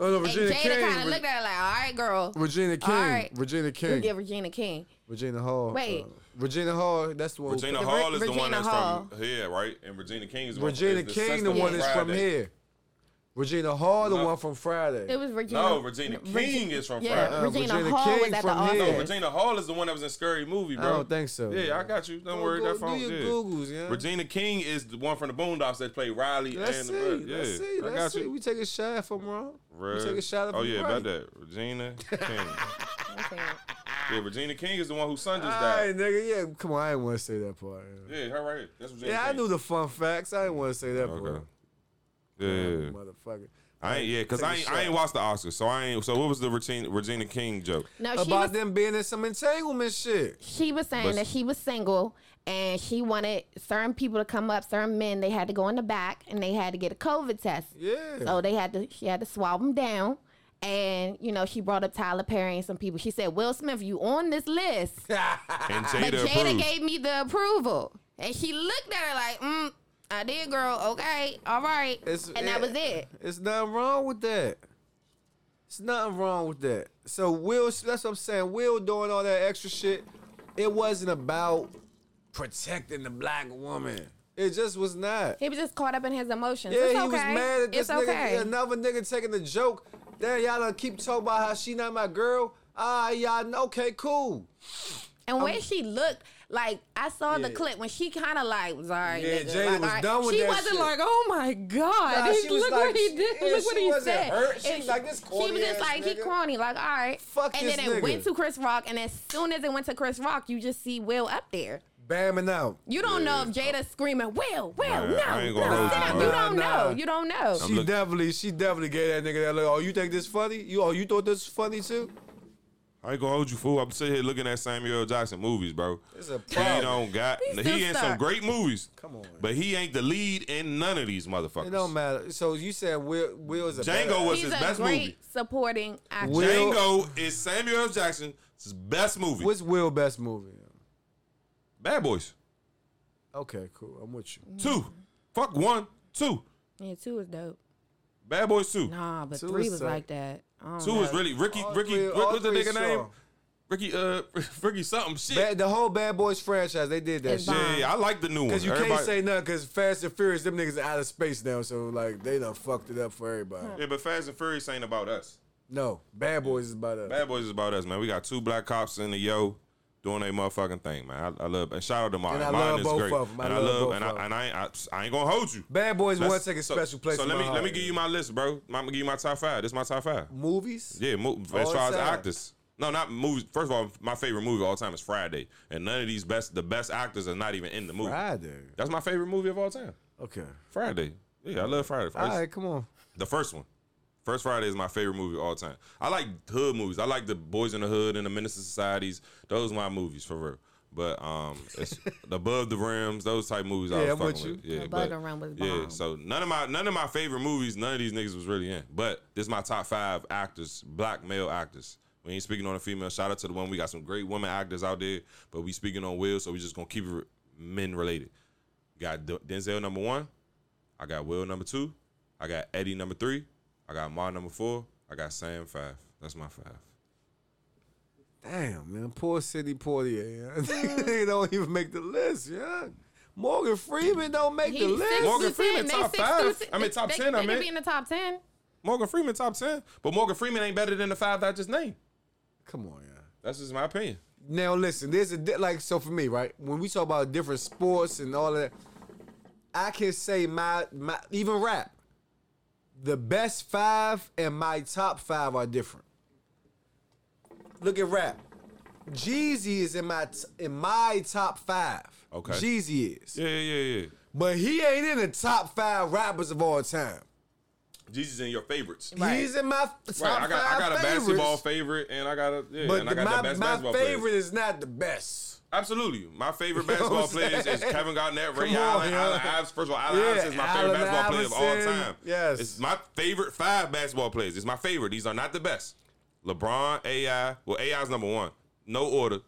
Speaker 2: Oh, no,
Speaker 3: And
Speaker 2: Regina
Speaker 3: Jada
Speaker 2: King.
Speaker 3: kind of looked at her like, "All right, girl,
Speaker 2: Regina King.
Speaker 3: All right.
Speaker 2: Regina
Speaker 3: you
Speaker 2: King.
Speaker 3: get Regina King."
Speaker 2: Regina Hall.
Speaker 3: Wait.
Speaker 2: uh, Regina Hall. That's the one. who-
Speaker 1: Regina
Speaker 3: Re-
Speaker 1: Hall is the one
Speaker 3: Regina
Speaker 1: that's
Speaker 3: Hall.
Speaker 1: from here, right? And Regina King is the one-
Speaker 2: Regina
Speaker 1: is the
Speaker 2: King, the
Speaker 1: sister
Speaker 2: one that's from
Speaker 1: Friday.
Speaker 2: here. Regina Hall, the
Speaker 1: No.
Speaker 2: one from Friday.
Speaker 3: It was Regina.
Speaker 1: No, Regina King
Speaker 3: Regi-
Speaker 1: is from
Speaker 3: yeah,
Speaker 1: Friday.
Speaker 2: Uh,
Speaker 3: Regina,
Speaker 2: Regina
Speaker 3: Hall
Speaker 2: King
Speaker 3: was at the
Speaker 2: from here.
Speaker 1: No,
Speaker 3: office.
Speaker 1: Regina Hall is the one that was in Scary Movie,
Speaker 2: I
Speaker 1: bro.
Speaker 2: don't think so.
Speaker 1: Yeah, I got you. Don't
Speaker 2: Go-
Speaker 1: worry,
Speaker 2: go-
Speaker 1: that phone.
Speaker 2: Do your
Speaker 1: yeah.
Speaker 2: Googles, yeah.
Speaker 1: Regina King is the one from the Boondocks that played Riley
Speaker 2: Let's
Speaker 1: and
Speaker 2: see.
Speaker 1: the brother. Yeah,
Speaker 2: Let's see.
Speaker 1: I
Speaker 2: Let's
Speaker 1: got
Speaker 2: see.
Speaker 1: you.
Speaker 2: We take a shot if I'm wrong.
Speaker 1: Bruh.
Speaker 2: We take a shot if
Speaker 1: oh
Speaker 2: I'm
Speaker 1: yeah,
Speaker 2: right.
Speaker 1: about that. Regina King.
Speaker 3: Okay.
Speaker 1: yeah, Regina King is the one whose son just
Speaker 2: All
Speaker 1: died.
Speaker 2: right, nigga. Yeah, come on. I didn't want to say that part. Yeah,
Speaker 1: Yeah, her right here. That's Regina
Speaker 2: Yeah, I
Speaker 1: King.
Speaker 2: knew the fun facts. I didn't want to say that
Speaker 1: Okay.
Speaker 2: part.
Speaker 1: Yeah, yeah, yeah.
Speaker 2: Motherfucker.
Speaker 1: I ain't, yeah, cause
Speaker 2: Take a
Speaker 1: I ain't,
Speaker 2: shot.
Speaker 1: I ain't watched the Oscars, so I ain't. So what was the Regina, Regina King joke?
Speaker 3: No, Oh, she
Speaker 2: About
Speaker 3: was,
Speaker 2: them being in some entanglement shit.
Speaker 3: she was saying
Speaker 1: But-
Speaker 3: that she was single and she wanted certain people to come up, certain men. They had to go in the back and they had to get a COVID test.
Speaker 2: Yeah.
Speaker 3: So they had to, she had to swab them down. And, you know, she brought up Tyler Perry and some people. She said, Will Smith, you on this list.
Speaker 1: And
Speaker 3: But
Speaker 1: Jada,
Speaker 3: Jada
Speaker 1: approved.
Speaker 3: gave me the approval. And she looked at her like, mm, I did, girl. Okay. All right.
Speaker 2: It's-
Speaker 3: and that was it.
Speaker 2: It's nothing wrong with that. It's nothing wrong with that. So Will, that's what I'm saying. Will doing all that extra shit. It wasn't about protecting the black woman. It just was not.
Speaker 3: He was just caught up in his emotions.
Speaker 2: Yeah,
Speaker 3: it's
Speaker 2: he
Speaker 3: okay.
Speaker 2: was mad at this
Speaker 3: it's
Speaker 2: nigga.
Speaker 3: okay.
Speaker 2: Another nigga taking the joke. Then y'all done keep talking about how she not my girl. Ah, y'all. kn- Okay, cool.
Speaker 3: And when she looked, like I saw the
Speaker 2: Yeah.
Speaker 3: clip when she kind of like was all right.
Speaker 2: Yeah,
Speaker 3: nigga,
Speaker 2: Jada
Speaker 3: like,
Speaker 2: was
Speaker 3: all right.
Speaker 2: done with
Speaker 3: she
Speaker 2: that
Speaker 3: wasn't
Speaker 2: shit.
Speaker 3: like, oh my god,
Speaker 2: Nah,
Speaker 3: he-
Speaker 2: she was
Speaker 3: look
Speaker 2: like-
Speaker 3: what he did,
Speaker 2: yeah,
Speaker 3: look what
Speaker 2: she
Speaker 3: he
Speaker 2: wasn't
Speaker 3: said.
Speaker 2: hurt. She
Speaker 3: And
Speaker 2: was like, this
Speaker 3: She
Speaker 2: corny
Speaker 3: was just
Speaker 2: ass
Speaker 3: like, he
Speaker 2: nigga.
Speaker 3: crony, like all right.
Speaker 2: Fuck
Speaker 3: and
Speaker 2: this
Speaker 3: then it
Speaker 2: nigga.
Speaker 3: went to Chris Rock, and as soon as it went to Chris Rock, you just see Will up there.
Speaker 2: Bamming out.
Speaker 3: You don't know if Jada's screaming, Will, Will,
Speaker 1: Nah,
Speaker 3: no,
Speaker 1: I ain't
Speaker 3: no,
Speaker 1: gonna hold
Speaker 3: sit
Speaker 1: you,
Speaker 3: up."
Speaker 1: bro.
Speaker 3: You don't
Speaker 2: Nah,
Speaker 3: know.
Speaker 2: nah.
Speaker 3: You don't know.
Speaker 2: She
Speaker 1: look-
Speaker 2: definitely, she definitely gave that nigga that look. Oh, you think this funny? You, oh, you thought this was funny too?
Speaker 1: I ain't gonna hold you, fool. I'm sitting here looking at Samuel L. Jackson movies, bro.
Speaker 2: It's a
Speaker 1: He
Speaker 2: problem.
Speaker 1: don't got.
Speaker 3: He's
Speaker 1: he
Speaker 3: still
Speaker 1: in some
Speaker 3: stuck.
Speaker 1: great movies.
Speaker 2: Come on.
Speaker 1: But he ain't the lead in none of these motherfuckers.
Speaker 2: It don't matter. So you said Will Will's a
Speaker 1: Django
Speaker 2: better-
Speaker 1: was-
Speaker 3: He's
Speaker 1: his
Speaker 3: a
Speaker 1: best
Speaker 3: great
Speaker 1: movie.
Speaker 3: supporting actor.
Speaker 2: Will-
Speaker 1: Django is Samuel L. Jackson's best movie.
Speaker 2: What's Will best movie?
Speaker 1: Bad Boys
Speaker 2: Okay, cool. I'm with you.
Speaker 1: two. Fuck one, two.
Speaker 3: yeah, two is dope.
Speaker 1: Bad Boys two.
Speaker 3: Nah, but
Speaker 2: Two
Speaker 3: three
Speaker 2: is
Speaker 3: was
Speaker 2: tight.
Speaker 3: like that. I don't
Speaker 1: Two
Speaker 3: know.
Speaker 1: is really Ricky.
Speaker 2: All
Speaker 1: Ricky.
Speaker 2: three-
Speaker 1: Rick-
Speaker 2: all
Speaker 1: what's the
Speaker 2: three
Speaker 1: nigga
Speaker 2: strong.
Speaker 1: name? Ricky. Uh, Ricky something shit.
Speaker 2: Bad, the whole Bad Boys franchise, they did that
Speaker 3: It's
Speaker 2: shit.
Speaker 3: bomb.
Speaker 1: yeah, yeah, I like the new one.
Speaker 2: Cause you can't
Speaker 1: Everybody-
Speaker 2: say nothing. Cause Fast and Furious, them niggas are out of space now. So like they done fucked it up for everybody.
Speaker 1: Yeah, but Fast and Furious ain't about us.
Speaker 2: No, Bad Boys is about us.
Speaker 1: Bad Boys is about us, man. We got two black cops in the yo doing their motherfucking thing, man. I, I love and shout out to Martin.
Speaker 2: And I
Speaker 1: Martin
Speaker 2: love
Speaker 1: is
Speaker 2: both
Speaker 1: great.
Speaker 2: of 'em. I
Speaker 1: and
Speaker 2: love both
Speaker 1: and
Speaker 2: of 'em.
Speaker 1: I, and I, ain't- I, I ain't gonna hold you.
Speaker 2: Bad Boys
Speaker 1: Let's-
Speaker 2: want to take a special place.
Speaker 1: So
Speaker 2: in
Speaker 1: let
Speaker 2: my
Speaker 1: me
Speaker 2: heart.
Speaker 1: let me give you my list, bro. I'm gonna give you my top five. This is my top five.
Speaker 2: movies.
Speaker 1: Yeah, mo- as
Speaker 2: All
Speaker 1: far as
Speaker 2: time.
Speaker 1: actors. No, not movies. First of all, my favorite movie of all time is Friday, and none of these best the best actors are not even in the movie.
Speaker 2: Friday.
Speaker 1: That's my favorite movie of all time.
Speaker 2: Okay.
Speaker 1: Friday. Yeah, I love Friday.
Speaker 2: All right, come on.
Speaker 1: The first one. First Friday is my favorite movie of all time. I like hood movies. I like the Boys in the Hood and the Minister Societies. Those my movies for real. But um, it's above the rims, those type movies. I
Speaker 2: Yeah,
Speaker 1: was
Speaker 2: I'm with
Speaker 1: fucking
Speaker 2: you.
Speaker 1: Yeah,
Speaker 3: Above
Speaker 1: but-
Speaker 3: the Rim was
Speaker 1: Yeah,
Speaker 3: bomb.
Speaker 1: so none of my none of my favorite movies, none of these niggas was really in. But this is my top five actors, black male actors. We ain't speaking on a female. Shout out to the one. We got some great women actors out there, but we speaking on Will, so we just gonna keep it men related. Got D- Denzel number one. I got Will number two. I got Eddie number three. I got Mar number four. I got Sam five. That's my five.
Speaker 2: Damn, man. Poor City Portier. Yeah. they don't even make the list, yeah. Morgan Freeman don't make
Speaker 3: He
Speaker 2: the
Speaker 3: six
Speaker 2: list.
Speaker 1: Morgan
Speaker 3: through 10.
Speaker 1: Freeman
Speaker 3: They
Speaker 1: top
Speaker 3: six
Speaker 1: five.
Speaker 3: through si-
Speaker 1: I mean, top
Speaker 3: they,
Speaker 1: 10,
Speaker 3: They
Speaker 1: I
Speaker 3: could
Speaker 1: meant.
Speaker 3: be in the top ten.
Speaker 1: Morgan Freeman top ten, but Morgan Freeman ain't better than the five that I just named.
Speaker 2: Come on, yeah.
Speaker 1: That's just my opinion.
Speaker 2: Now listen, there's a di- like so for me, right? When we talk about different sports and all that, I can say my my even rap, the best five and my top five are different. Look at rap. Jeezy is in my t- in my top five.
Speaker 1: Okay.
Speaker 2: Jeezy is,
Speaker 1: Yeah, yeah, yeah. yeah.
Speaker 2: but he ain't in the top five rappers of all time.
Speaker 1: Jesus in your favorites.
Speaker 3: Right.
Speaker 2: He's in my f- top
Speaker 1: Right, I got I
Speaker 2: five
Speaker 1: got a
Speaker 2: favorites,
Speaker 1: basketball favorite, and I got a yeah,
Speaker 2: But
Speaker 1: and I got
Speaker 2: my,
Speaker 1: the best
Speaker 2: my
Speaker 1: basketball
Speaker 2: favorite
Speaker 1: player.
Speaker 2: is not the best.
Speaker 1: Absolutely, my favorite
Speaker 2: You know
Speaker 1: basketball
Speaker 2: what I'm
Speaker 1: player is
Speaker 2: saying?
Speaker 1: Kevin Garnett, Ray
Speaker 2: Come on,
Speaker 1: Allen,
Speaker 2: yeah.
Speaker 1: Allen Iverson. First of all, Allen
Speaker 2: Yeah,
Speaker 1: Iverson is my favorite
Speaker 2: Allen
Speaker 1: basketball player of
Speaker 2: Iverson,
Speaker 1: all time.
Speaker 2: yes.
Speaker 1: it's my favorite five basketball players. It's my favorite. These are not the best. LeBron, AI, well, AI is number one. No order.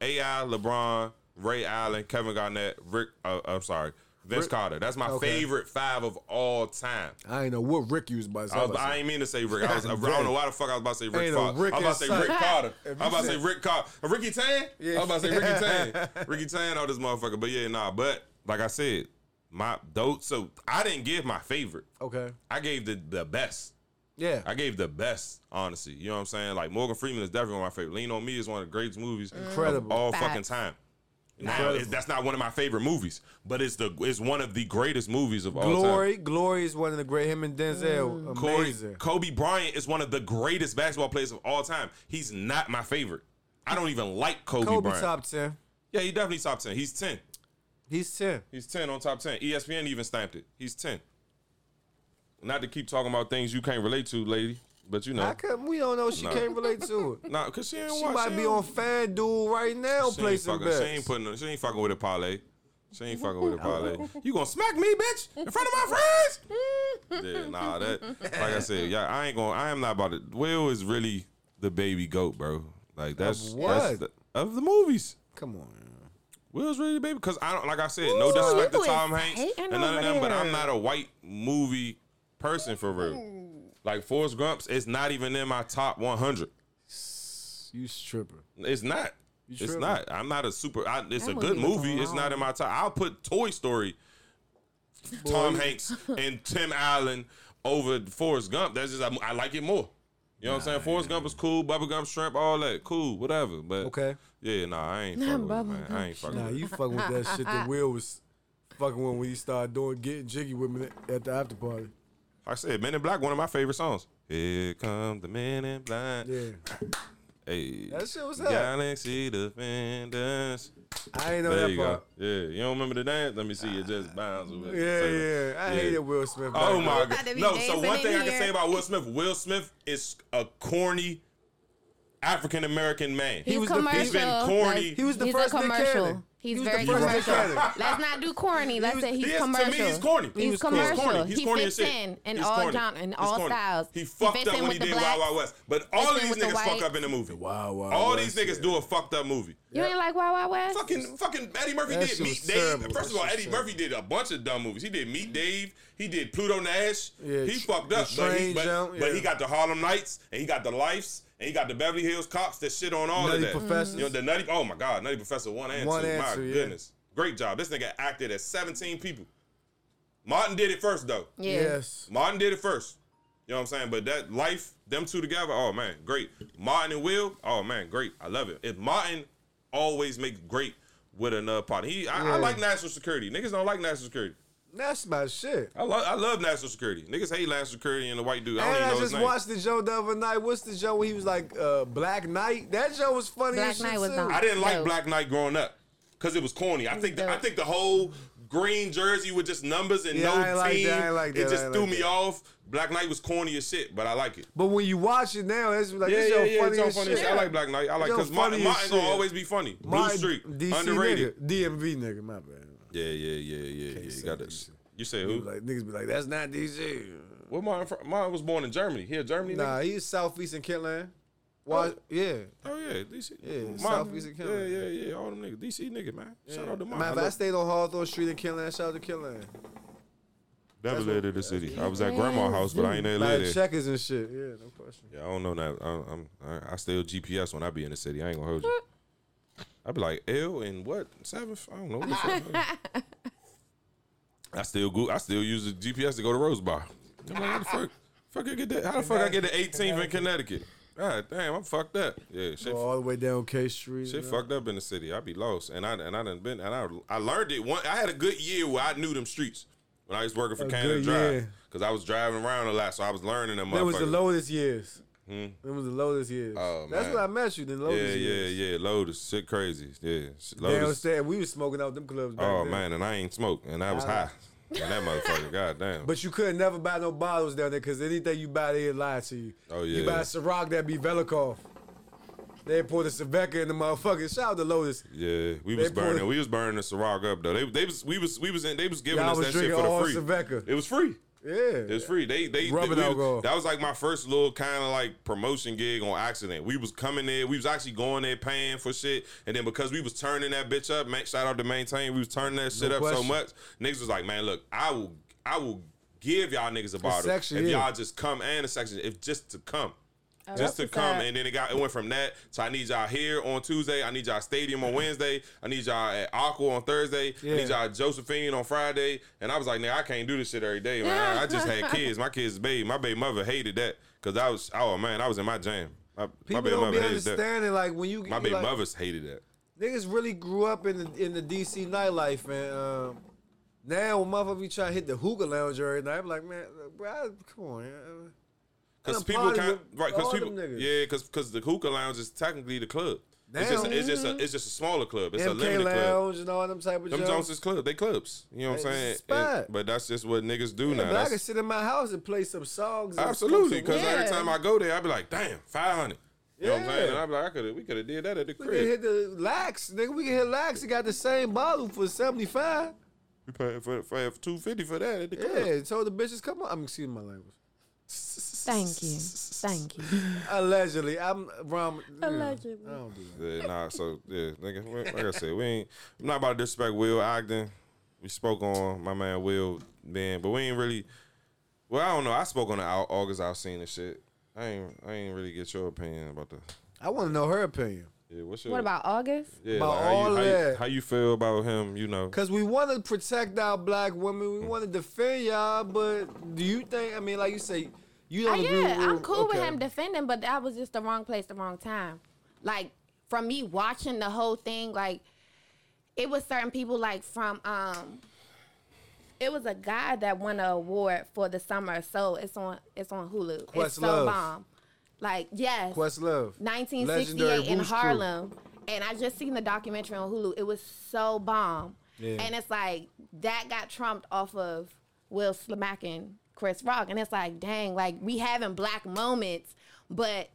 Speaker 1: AI, LeBron, Ray Allen, Kevin Garnett, Rick. Uh, I'm sorry, Vince Carter. That's my
Speaker 2: Okay.
Speaker 1: favorite five of all time.
Speaker 2: I ain't know what Rick used by his
Speaker 1: I, was, I ain't mean to say Rick. I, was, I don't know why the fuck I was about to say Rick
Speaker 2: Ain't a
Speaker 1: Fox.
Speaker 2: Rick
Speaker 1: I was about to say
Speaker 2: inside.
Speaker 1: Rick Carter. I was
Speaker 2: If you
Speaker 1: about to say
Speaker 2: said-
Speaker 1: Rick Carter. Uh, Ricky Tan? I
Speaker 2: Yeah.
Speaker 1: was about to say Ricky Tan. Ricky Tan on this motherfucker. But yeah, nah. But like I said, my those so I didn't give my favorite.
Speaker 2: Okay.
Speaker 1: I gave the, the best.
Speaker 2: Yeah.
Speaker 1: I gave the best, honestly. You know what I'm saying? Like Morgan Freeman is definitely one of my favorite. Lean on Me is one of the greatest movies
Speaker 2: Incredible.
Speaker 1: of all
Speaker 3: Facts.
Speaker 1: fucking time. Now it's, that's not one of my favorite movies, but it's the it's one of the greatest movies of all time.
Speaker 2: Glory. Glory is one of the great. Him and Denzel.
Speaker 1: Corey,
Speaker 2: Amazing.
Speaker 1: Kobe Bryant is one of the greatest basketball players of all time. He's not my favorite. I don't even like Kobe,
Speaker 2: Kobe
Speaker 1: Bryant.
Speaker 2: top 10.
Speaker 1: Yeah, he definitely top 10. He's 10.
Speaker 2: He's 10.
Speaker 1: He's 10 on top E 10. ESPN even stamped it. He's 10. Not to keep talking about things you can't relate to, lady, but you know.
Speaker 2: How come we don't know she
Speaker 1: Nah.
Speaker 2: can't relate to it?
Speaker 1: Nah, because she ain't
Speaker 2: She
Speaker 1: watch-
Speaker 2: might be
Speaker 1: ain't-
Speaker 2: on FanDuel right now
Speaker 1: she ain't,
Speaker 2: placing
Speaker 1: fucking,
Speaker 2: bets.
Speaker 1: she ain't putting she ain't fucking with a parlay. She ain't fucking with a parlay. You gonna smack me, bitch, in front of my friends? yeah, nah, that like I said, yeah, I ain't gonna I am not about it. Will is really the baby goat, bro. Like that's that's
Speaker 2: what?
Speaker 1: the, of the movies.
Speaker 2: Come on. man.
Speaker 1: Will's really the baby because I don't like I said, no
Speaker 3: Ooh,
Speaker 1: disrespect
Speaker 3: you
Speaker 1: to Tom
Speaker 3: is
Speaker 1: Hanks
Speaker 3: hating
Speaker 1: and none of
Speaker 3: over
Speaker 1: them, but I'm
Speaker 3: there.
Speaker 1: not a white movie person for real. Like Forrest Gump's, it's not even in my top 100.
Speaker 2: You stripper.
Speaker 1: It's not. it's
Speaker 2: tripping.
Speaker 1: not. I'm not a super. I, it's
Speaker 3: That
Speaker 1: a good
Speaker 3: movie was
Speaker 1: movie. It's not in my top. I'll put Toy Story, Tom Hanks, and Tim Allen over Forrest Gump. That's just I, I like it more. You know what I'm saying? Forrest Gump is cool. Bubba Gump Shrimp, all that cool, whatever. But
Speaker 2: Okay.
Speaker 1: yeah, nah, I ain't fucking with it, man. I ain't fucking
Speaker 2: Nah,
Speaker 1: with it.
Speaker 2: you fucking with that shit that Will was fucking with when he started doing getting jiggy with me at the after party.
Speaker 1: I said Men in Black, one of my favorite songs. Here come the Men in Black.
Speaker 2: Yeah.
Speaker 1: Hey,
Speaker 2: That shit was hot.
Speaker 1: Galaxy Defenders.
Speaker 2: I ain't know
Speaker 1: There
Speaker 2: that
Speaker 1: you
Speaker 2: part.
Speaker 1: go. Yeah, you don't remember the dance? Let me see. It just bounds. away.
Speaker 2: Yeah,
Speaker 1: Say that.
Speaker 2: yeah. I
Speaker 1: Yeah.
Speaker 2: hated Will Smith. back
Speaker 1: Oh
Speaker 2: then.
Speaker 1: my
Speaker 3: About to
Speaker 1: god!
Speaker 3: be
Speaker 1: No, so
Speaker 3: dancing
Speaker 1: one thing
Speaker 3: in
Speaker 1: I can
Speaker 3: here.
Speaker 1: say about Will Smith: Will Smith is a corny African American man.
Speaker 3: He's
Speaker 2: He was the-
Speaker 3: commercial.
Speaker 1: he's been corny.
Speaker 2: He was the
Speaker 3: he's
Speaker 2: first
Speaker 3: a
Speaker 2: Nick
Speaker 3: commercial.
Speaker 2: Cannon.
Speaker 3: He's
Speaker 2: He was
Speaker 3: very
Speaker 2: the first Nick
Speaker 3: commercial.
Speaker 2: Cannon.
Speaker 3: Let's not do corny. Let's
Speaker 2: was-
Speaker 3: say he's
Speaker 1: He is-
Speaker 3: commercial.
Speaker 1: To me, he's corny.
Speaker 3: He's
Speaker 2: was corny.
Speaker 3: commercial.
Speaker 1: He's corny. He's
Speaker 3: he
Speaker 1: corny
Speaker 3: fits
Speaker 1: as shit.
Speaker 3: in in
Speaker 1: He's
Speaker 3: all
Speaker 1: corny.
Speaker 3: genre, in
Speaker 1: He's
Speaker 3: all
Speaker 1: corny.
Speaker 3: styles.
Speaker 1: He fucked
Speaker 3: fits
Speaker 1: up
Speaker 3: in
Speaker 1: when
Speaker 3: with
Speaker 1: he
Speaker 3: the
Speaker 1: did
Speaker 3: blacks.
Speaker 1: Wild Wild West. But all of
Speaker 3: in
Speaker 1: these
Speaker 3: with the
Speaker 1: niggas fuck
Speaker 3: whites.
Speaker 1: up in the movie.
Speaker 2: Wild Wild
Speaker 1: All these
Speaker 2: West,
Speaker 1: niggas
Speaker 2: yeah.
Speaker 1: do a fucked up movie.
Speaker 3: You ain't like Wild Wild West?
Speaker 1: Fucking, fucking Eddie Murphy
Speaker 2: That
Speaker 1: did
Speaker 2: shit
Speaker 1: Meet
Speaker 2: was
Speaker 1: Dave.
Speaker 2: terrible.
Speaker 1: First of
Speaker 2: That
Speaker 1: all,
Speaker 2: shit
Speaker 1: Eddie
Speaker 2: was
Speaker 1: Murphy did a bunch of dumb movies. He did Meet Dave. He did Pluto Nash.
Speaker 2: Yeah,
Speaker 1: he
Speaker 2: Tr-
Speaker 1: fucked
Speaker 2: the
Speaker 1: up, but he,
Speaker 2: Train
Speaker 1: but,
Speaker 2: Jump,
Speaker 1: but
Speaker 2: yeah.
Speaker 1: he got the Harlem Nights and he got the Lifes and he got the Beverly Hills Cops that shit on all
Speaker 2: Nutty
Speaker 1: of that.
Speaker 2: Professors.
Speaker 1: You know the Nutty. Oh my God, Nutty Professor one and
Speaker 2: One
Speaker 1: two.
Speaker 2: and
Speaker 1: my
Speaker 2: two, yeah.
Speaker 1: goodness, great job. This nigga acted at seventeen people. Martin did it first though.
Speaker 3: Yeah.
Speaker 2: Yes.
Speaker 1: Martin did it first. You know what I'm saying? But that life, them two together, oh man, great. Martin and Will, oh man, great. I love it. If Martin always makes great with another partner, he I,
Speaker 2: Yeah.
Speaker 1: I like national security. Niggas don't like national security.
Speaker 2: That's my shit.
Speaker 1: I love I love national security. Niggas hate national security and the white dude. I don't
Speaker 2: And
Speaker 1: even
Speaker 2: I,
Speaker 1: know his
Speaker 2: just
Speaker 1: name.
Speaker 2: watched the show the other night. What's the show where he was like uh, Black Knight? That show was funny.
Speaker 3: Black
Speaker 2: as shit,
Speaker 3: Knight was
Speaker 2: too.
Speaker 3: not.
Speaker 1: I didn't like
Speaker 3: Dope.
Speaker 1: Black Knight growing up because it was corny. I think the, I
Speaker 3: Dope.
Speaker 1: think the whole green jersey with just numbers and
Speaker 2: Yeah,
Speaker 1: no
Speaker 2: I ain't like
Speaker 1: team,
Speaker 2: that, I ain't like that,
Speaker 1: it
Speaker 2: I
Speaker 1: just
Speaker 2: ain't
Speaker 1: threw
Speaker 2: like
Speaker 1: me
Speaker 2: that.
Speaker 1: off. Black Knight was corny as shit, but I like it.
Speaker 2: But when you watch it now, it's like
Speaker 1: Yeah,
Speaker 2: this
Speaker 1: yeah,
Speaker 2: show
Speaker 1: yeah.
Speaker 2: funny,
Speaker 1: it's all
Speaker 2: as
Speaker 1: funny
Speaker 2: shit.
Speaker 1: as shit. I like Black Knight. I like
Speaker 2: Yo,
Speaker 1: because
Speaker 2: funny
Speaker 1: Martin,
Speaker 2: as
Speaker 1: Martin
Speaker 2: shit.
Speaker 1: gonna always be funny. Blue
Speaker 2: Martin-
Speaker 1: Street,
Speaker 2: DC
Speaker 1: underrated.
Speaker 2: nigga, DMV nigga, my bad.
Speaker 1: Yeah, yeah, yeah, yeah, yeah. You
Speaker 2: say
Speaker 1: got
Speaker 2: that
Speaker 1: that.
Speaker 2: shit.
Speaker 1: You said
Speaker 2: Be
Speaker 1: who?
Speaker 2: Like niggas be like, that's not DC.
Speaker 1: Well, Martin, fr- Martin was born in Germany. Here, Germany.
Speaker 2: Nah,
Speaker 1: nigga?
Speaker 2: he's southeastern Kentland. Why? Yeah.
Speaker 1: Oh yeah, DC.
Speaker 2: Yeah,
Speaker 1: Martin-
Speaker 2: Southeast of
Speaker 1: Yeah,
Speaker 2: Canada.
Speaker 1: yeah, yeah. All them niggas. DC nigga, man. Shout out to
Speaker 2: Matter of
Speaker 1: Martin.
Speaker 2: fact, I
Speaker 1: I
Speaker 2: stayed on Hawthorne Street in Kentland. Shout out to Kentland.
Speaker 1: Never lived in the city. I was at grandma's house, but I ain't never
Speaker 2: Like
Speaker 1: lived there.
Speaker 2: checkers and shit. Yeah, no question.
Speaker 1: Yeah, I don't know that. I, I'm I, I still GPS when I be in the city. I ain't gonna hold you. I be like L and what seventh? I don't know. What the fuck. I still go. I still use the GPS to go to Rose Bar. I'm like, how the fuck? Fuck I get that? How the fuck I get the 18th in Connecticut? God damn, I'm fucked up. Yeah, shit.
Speaker 2: Go all the way down K Street.
Speaker 1: Shit
Speaker 2: you know?
Speaker 1: fucked up in the city. I be lost, and I and I done been and I I learned it. One, I had a good year where I knew them streets when I was working for
Speaker 2: A
Speaker 1: Canada
Speaker 2: good
Speaker 1: Drive
Speaker 2: year.
Speaker 1: because I was driving around a lot, so I was learning them.
Speaker 2: That was the
Speaker 1: motherfuckers.
Speaker 2: lowest years. That was the lowest years.
Speaker 1: Hmm. Oh,
Speaker 2: That's
Speaker 1: man.
Speaker 2: where I met you. The
Speaker 1: Yeah,
Speaker 2: lowest
Speaker 1: yeah,
Speaker 2: years.
Speaker 1: yeah. Lotus, shit, crazy. Yeah, sh- Lotus.
Speaker 2: Downstairs, we was smoking out them clubs. Back
Speaker 1: Oh
Speaker 2: then.
Speaker 1: man, and I ain't smoked, and I was high. And that motherfucker, goddamn.
Speaker 2: But you could never buy no bottles down there because anything you buy, they lie to you.
Speaker 1: Oh,
Speaker 2: You
Speaker 1: yeah.
Speaker 2: buy a Ciroc, that be Velikov. They pour the Saveca in the motherfucking. Shout out to Lotus.
Speaker 1: yeah, we was
Speaker 2: They
Speaker 1: burning.
Speaker 2: pulled-
Speaker 1: We was burning the Ciroc up though. They, they was we was we was in, they was giving
Speaker 2: Y'all
Speaker 1: us
Speaker 2: was
Speaker 1: that shit
Speaker 2: drinking all
Speaker 1: for the free.
Speaker 2: Saveca.
Speaker 1: It was free.
Speaker 2: Yeah.
Speaker 1: It was free. They they,
Speaker 2: Rubbing
Speaker 1: we-
Speaker 2: alcohol.
Speaker 1: that was like my first little kind of like promotion gig on accident. We was coming there, we was actually going there paying for shit, and then because we was turning that bitch up, man, shout out to maintain, we was turning that shit up so
Speaker 2: question.
Speaker 1: much. Niggas was like, man, look, I will, I will give y'all niggas a bottle
Speaker 2: section,
Speaker 1: if
Speaker 2: yeah.
Speaker 1: y'all just come and a section, if just to come.
Speaker 3: Oh. that's
Speaker 1: just to
Speaker 3: what's
Speaker 1: come,
Speaker 3: up.
Speaker 1: and then it got it went from that to I need y'all here on Tuesday, I need y'all stadium on Wednesday, I need y'all at Aqua on Thursday, I need
Speaker 2: Yeah.
Speaker 1: y'all at Josephine on Friday, and I was like, nah, I can't do this shit every day, man. I, I just had kids, my kids, baby, my baby mother hated that because I was, oh man, I was in my jam. My, my
Speaker 2: People
Speaker 1: baby
Speaker 2: don't be
Speaker 1: mother hated that.
Speaker 2: understanding like when you
Speaker 1: My baby
Speaker 2: like,
Speaker 1: mothers hated that.
Speaker 2: niggas really grew up in the in the DC nightlife, man. Um, now when motherfuckers be trying to hit the hookah lounge every night, I'm like, man, bro, I- come on. yeah.
Speaker 1: Because
Speaker 2: Done
Speaker 1: people
Speaker 2: party
Speaker 1: kind
Speaker 2: with
Speaker 1: right, because
Speaker 2: all
Speaker 1: people,
Speaker 2: them niggas.
Speaker 1: yeah, because the hookah lounge is technically the club. It's just,
Speaker 2: Damn.
Speaker 1: it's just, a, it's just a smaller club. It's a
Speaker 2: MK
Speaker 1: limited club.
Speaker 2: lounge and all them type of
Speaker 1: Them
Speaker 2: jokes.
Speaker 1: Jones is club. They clubs. You know what I'm
Speaker 2: It's
Speaker 1: saying?
Speaker 2: a spot.
Speaker 1: And- but that's just what niggas do now.
Speaker 2: but I
Speaker 1: That's-
Speaker 2: can sit in my house and play some songs. and
Speaker 1: Absolutely,
Speaker 2: smoke some
Speaker 1: because
Speaker 2: weed.
Speaker 1: every
Speaker 3: Yeah.
Speaker 1: time I go there, I be like, damn, five hundred. You know what I'm saying?
Speaker 2: Yeah.
Speaker 1: And I be like, I could, we could have did that at the
Speaker 2: we can
Speaker 1: crib.
Speaker 2: hit the lax, nigga. We can hit lax. You got the same bottle for seventy five.
Speaker 1: We paid for, for, for two fifty for that at the crib.
Speaker 2: Yeah, told the bitches come on. I'm excuse my language.
Speaker 3: Thank you. Thank you.
Speaker 2: Allegedly, I'm wrong.
Speaker 3: Allegedly.
Speaker 2: I don't do that.
Speaker 1: Yeah, nah. So yeah, nigga, we- like I said, we ain't. I'm not about to disrespect Will Ogden. We spoke on my man Will man, but we ain't really. Well, I don't know. I spoke on the Au- August I've seen and shit. I ain't. I ain't really get your opinion about the.
Speaker 2: I want to know her opinion
Speaker 1: Yeah, what's your?
Speaker 3: What about August?
Speaker 1: yeah,
Speaker 2: about
Speaker 1: like, how you-
Speaker 2: all
Speaker 1: how you,
Speaker 2: that?
Speaker 1: How you feel about him? You know.
Speaker 2: because we want to protect our black women. We
Speaker 1: Hmm.
Speaker 2: want to defend y'all, but do you think? I mean, like you say, you
Speaker 3: Oh
Speaker 2: don't agree.
Speaker 3: yeah,
Speaker 2: with,
Speaker 3: I'm cool with
Speaker 2: okay.
Speaker 3: him defending, but that was just the wrong place, the wrong time. Like from me watching the whole thing, like it was certain people like from um it was a guy that won an award for the summer, so it's on it's on Hulu. it's so
Speaker 2: Questlove.
Speaker 3: bomb. Like yes.
Speaker 2: Questlove,
Speaker 3: 1968 in
Speaker 2: Boots Crew.
Speaker 3: Harlem. And I just seen the documentary on Hulu. It was so bomb.
Speaker 2: Yeah.
Speaker 3: And it's like that got trumped off of Will smacking Chris Rock. And it's like, dang, like we having black moments, but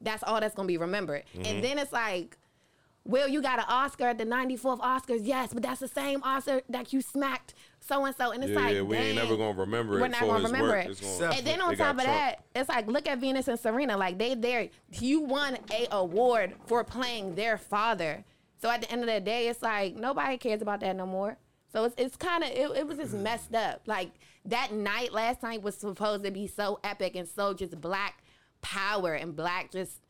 Speaker 3: that's all that's gonna be remembered.
Speaker 1: Mm-hmm.
Speaker 3: And then it's like, Will, you got an Oscar at the 94th Oscars, yes, but that's the same Oscar that you smacked so and so. And it's
Speaker 1: Yeah,
Speaker 3: like,
Speaker 1: yeah, we ain't
Speaker 3: dang,
Speaker 1: never gonna remember it
Speaker 3: We're not
Speaker 1: for
Speaker 3: gonna
Speaker 1: his
Speaker 3: remember
Speaker 1: work.
Speaker 3: it.
Speaker 1: It's gonna-
Speaker 2: Except
Speaker 3: And then
Speaker 1: They
Speaker 3: on
Speaker 1: got
Speaker 3: top of
Speaker 1: Trump.
Speaker 3: that, it's like look at Venus and Serena. Like they there you won a award for playing their father. So at the end of the day, it's like nobody cares about that no more. So it's it's kind of it, it was just messed up. Like that night last night was supposed to be so epic and so just black power and black just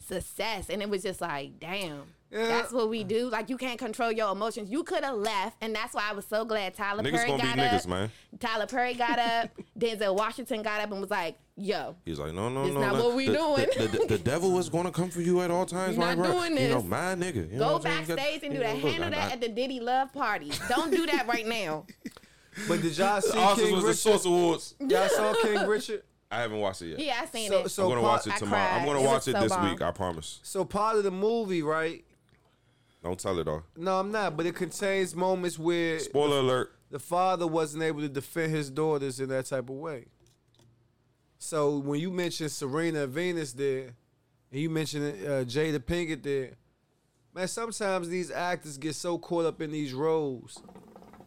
Speaker 3: success and it was just like damn
Speaker 2: Yeah.
Speaker 3: that's what we do like you can't control your emotions you could have left and that's why i was so glad tyler
Speaker 1: Niggas
Speaker 3: perry
Speaker 1: gonna
Speaker 3: got
Speaker 1: be
Speaker 3: up
Speaker 1: niggas, man.
Speaker 3: Tyler Perry got up. Denzel Washington got up and was like, "Yo,
Speaker 1: He's like, no, no,
Speaker 3: It's
Speaker 1: no.
Speaker 3: not
Speaker 1: no.
Speaker 3: what we
Speaker 1: the,
Speaker 3: doing."
Speaker 1: The, the, the devil is going to come for you at all times,
Speaker 3: You're
Speaker 1: my
Speaker 3: not
Speaker 1: bro.
Speaker 3: doing
Speaker 1: You know,
Speaker 3: this.
Speaker 1: my nigga. You know
Speaker 3: go
Speaker 1: what I'm saying?
Speaker 3: backstage and do
Speaker 1: You
Speaker 3: that.
Speaker 1: know, look,
Speaker 3: Handle
Speaker 1: I-
Speaker 3: that
Speaker 1: I-
Speaker 3: at the Diddy Love party. Don't do that right now."
Speaker 2: But did y'all see
Speaker 1: The Oscars
Speaker 2: King
Speaker 1: was the
Speaker 2: Richard?
Speaker 1: Source Awards.
Speaker 2: Y'all saw King Richard?
Speaker 1: I haven't watched it yet.
Speaker 3: Yeah, I seen
Speaker 2: So-
Speaker 3: it.
Speaker 2: so-
Speaker 1: I'm gonna watch it
Speaker 2: I
Speaker 1: tomorrow. I'm
Speaker 3: cried.
Speaker 1: gonna
Speaker 3: It was
Speaker 1: watch it
Speaker 3: so
Speaker 1: this
Speaker 3: bomb.
Speaker 1: week. I promise.
Speaker 2: So part of the movie, right?
Speaker 1: Don't tell it all.
Speaker 2: No, I'm not. But it contains moments where
Speaker 1: Spoiler alert.
Speaker 2: the father wasn't able to defend his daughters in that type of way. So when you mentioned Serena and Venus there, and you mentioned uh, Jada Pinkett there, man, sometimes these actors get so caught up in these roles,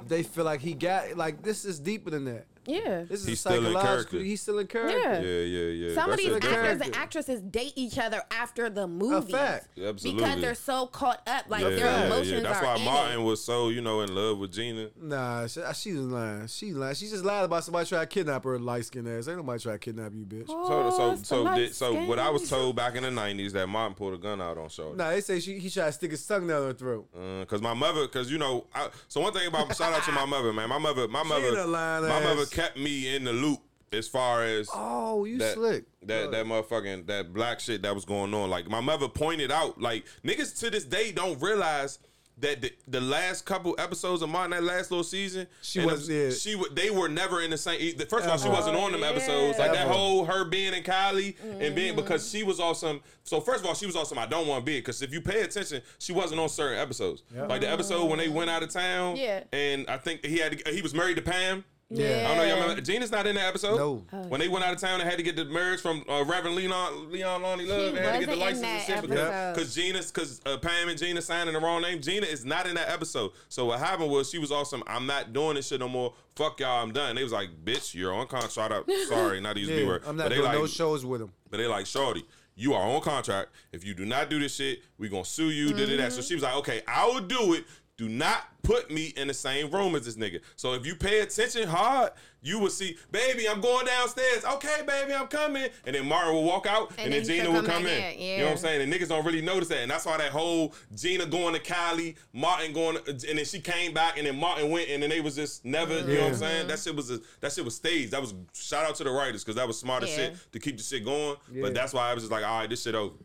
Speaker 2: they feel like he got like this is deeper than that.
Speaker 3: Yeah.
Speaker 2: This is
Speaker 1: He's
Speaker 2: a
Speaker 1: still in
Speaker 2: psychological.
Speaker 1: character.
Speaker 2: He's still in character.
Speaker 1: Yeah,
Speaker 3: Yeah.
Speaker 1: yeah, yeah.
Speaker 3: Some of
Speaker 1: That's
Speaker 3: these
Speaker 1: a
Speaker 3: actors
Speaker 1: different-
Speaker 3: and
Speaker 2: character.
Speaker 3: actresses date each other after the movie.
Speaker 2: fact.
Speaker 1: Absolutely.
Speaker 3: Because they're so caught up, like
Speaker 1: Yeah,
Speaker 3: their emotions
Speaker 1: yeah, yeah. That's
Speaker 3: are
Speaker 1: why
Speaker 3: in
Speaker 1: Martin
Speaker 3: it.
Speaker 1: was so, you know, in love with Gina.
Speaker 2: Nah, she, she's lying. She lying. She just lied about somebody trying to kidnap her light skinned ass. Ain't nobody trying to kidnap you, bitch.
Speaker 3: Oh.
Speaker 1: So, so,
Speaker 3: it's
Speaker 1: so,
Speaker 3: the
Speaker 1: did, so what I was
Speaker 3: light
Speaker 1: told back in the '90s that Martin pulled a gun out on Shorty.
Speaker 2: Nah, they say she he tried to stick his tongue down her throat.
Speaker 1: Because my mother, because you know, I, so one thing about shout out to my mother, man. My mother, my mother,
Speaker 2: a lying
Speaker 1: my mother
Speaker 2: ass.
Speaker 1: kept me in the loop as far as
Speaker 2: Oh, you
Speaker 1: that
Speaker 2: slick.
Speaker 1: that that motherfucking that black shit that was going on. Like my mother pointed out, like niggas to this day don't realize. That the, the last couple episodes of mine, that last little season,
Speaker 2: She
Speaker 1: and
Speaker 2: was-
Speaker 1: them-
Speaker 2: yeah.
Speaker 1: She wa- they were never in the same. First of all, she
Speaker 2: Ever.
Speaker 1: wasn't on them episodes. Like that
Speaker 2: Ever.
Speaker 1: whole her being in Kylie and being because she was on some. So first of all, she was on some. I don't want to be because if you pay attention, she wasn't on certain episodes. Like the episode when they went out of town.
Speaker 3: Yeah.
Speaker 1: And I think he had to, he was married to Pam.
Speaker 3: skin.
Speaker 2: Yeah.
Speaker 1: I don't know. Y'all remember, Gina's not in that episode.
Speaker 2: No.
Speaker 3: Oh,
Speaker 1: when they went out of town and had to get the marriage from uh, Reverend Leon Leon Lonnie Love, and
Speaker 3: She
Speaker 1: had to get the license
Speaker 3: wasn't in
Speaker 1: and
Speaker 3: that
Speaker 1: shit because
Speaker 3: episode.
Speaker 1: because Gina's because uh, Pam and Gina signing the wrong name. Gina is not in that episode. So what happened was she was awesome. I'm not doing this shit no more. Fuck y'all. I'm done. They was like, bitch, you're on contract. Shout out. Sorry, not to use the
Speaker 2: Yeah,
Speaker 1: word.
Speaker 2: I'm
Speaker 1: But
Speaker 2: not
Speaker 1: they
Speaker 2: doing
Speaker 1: like,
Speaker 2: no shows with him.
Speaker 1: but they like, Shorty, you are on contract. If you do not do this shit, we gonna sue you. Da, da, da.
Speaker 3: Mm-hmm.
Speaker 1: So she was like, okay, I will do it. Do not put me in the same room as this nigga. So if you pay attention hard, you will see, baby, I'm going downstairs. Okay, baby, I'm coming. And then Mara will walk out, and,
Speaker 3: And
Speaker 1: then,
Speaker 3: then
Speaker 1: Gina
Speaker 3: she'll
Speaker 1: will
Speaker 3: come
Speaker 1: come in.
Speaker 3: back in,
Speaker 1: You know what I'm
Speaker 3: yeah.
Speaker 1: saying? And niggas don't really notice that. And that's why that whole Gina going to Kylie, Martin going, to, and then she came back, and then Martin went, and then they was just never. You know what I'm
Speaker 3: Mm-hmm.
Speaker 2: Yeah.
Speaker 1: saying? That shit was a, that shit was staged. That was shout out to the writers because that was smart as
Speaker 3: Yeah.
Speaker 1: shit to keep the shit going.
Speaker 2: Yeah.
Speaker 1: But that's why I was just like, all right, this shit over. You know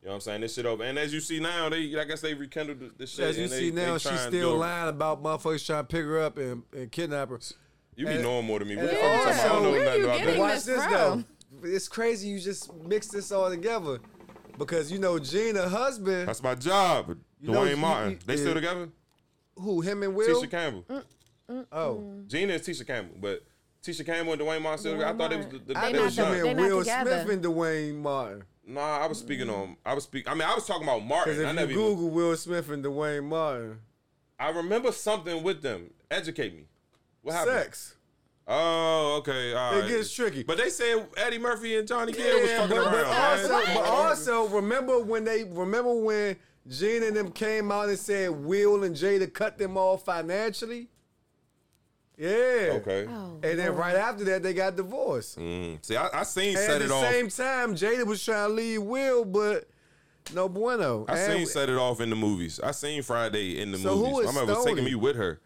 Speaker 1: what I'm saying? This shit over. And as you see now, they I guess they rekindled the, the shit.
Speaker 2: As you
Speaker 1: and they-
Speaker 2: see
Speaker 1: they
Speaker 2: now,
Speaker 1: trying
Speaker 2: she's
Speaker 1: to
Speaker 2: still
Speaker 1: do it.
Speaker 2: lying about motherfuckers trying to pick her up and, and kidnap her.
Speaker 1: You be
Speaker 2: And-
Speaker 1: knowing more than me. What the
Speaker 2: and-
Speaker 1: fuck you talking
Speaker 2: eh, Yeah,
Speaker 1: about? I don't know
Speaker 2: where
Speaker 1: nothing
Speaker 3: you
Speaker 1: about
Speaker 3: getting
Speaker 1: that.
Speaker 2: Watch
Speaker 3: That's
Speaker 2: this
Speaker 3: bro.
Speaker 2: though. It's crazy you just mix this all together. Because you know Gina husband
Speaker 1: That's my job.
Speaker 2: know,
Speaker 1: Dwayne
Speaker 2: you-
Speaker 1: Martin.
Speaker 2: you-
Speaker 1: they
Speaker 2: yeah.
Speaker 1: still together?
Speaker 2: who him and Will
Speaker 1: Tisha Campbell.
Speaker 2: Oh.
Speaker 1: Gina is Tisha Campbell, but Tisha Campbell and Dwayne Martin still together. I thought it was the, the,
Speaker 2: I
Speaker 1: they
Speaker 3: not
Speaker 1: was
Speaker 2: thought you
Speaker 1: done.
Speaker 2: meant
Speaker 3: together. They not
Speaker 2: Will
Speaker 3: together.
Speaker 2: Smith and Dwayne Martin.
Speaker 1: Nah, I was speaking on I was speak I mean I was talking about
Speaker 2: Because
Speaker 1: Martin. I
Speaker 2: if you
Speaker 1: never even,
Speaker 2: Google Will Smith and Dwayne Martin,
Speaker 1: I remember something with them. Educate me. What happened?
Speaker 2: sex.
Speaker 1: Oh, okay. All
Speaker 2: It
Speaker 1: right.
Speaker 2: gets tricky.
Speaker 1: But they said Eddie Murphy and Johnny Gill was
Speaker 2: Yeah,
Speaker 1: fucking
Speaker 2: but,
Speaker 1: around.
Speaker 2: but
Speaker 1: right?
Speaker 2: also, but also remember when they remember when Gene and them came out and said Will and Jada cut them off financially. Yeah.
Speaker 1: okay.
Speaker 3: Oh,
Speaker 2: And then
Speaker 3: Lord.
Speaker 2: right after that, they got divorced.
Speaker 1: Mm. See, I, I seen
Speaker 2: And at
Speaker 1: set
Speaker 2: the
Speaker 1: it off.
Speaker 2: same time, Jada was trying to leave Will, but no bueno.
Speaker 1: I
Speaker 2: And-
Speaker 1: seen set it off in the movies. I seen Friday in the
Speaker 2: So who
Speaker 1: movies.
Speaker 2: is
Speaker 1: My mother was
Speaker 2: Stoney?
Speaker 1: taking me with her.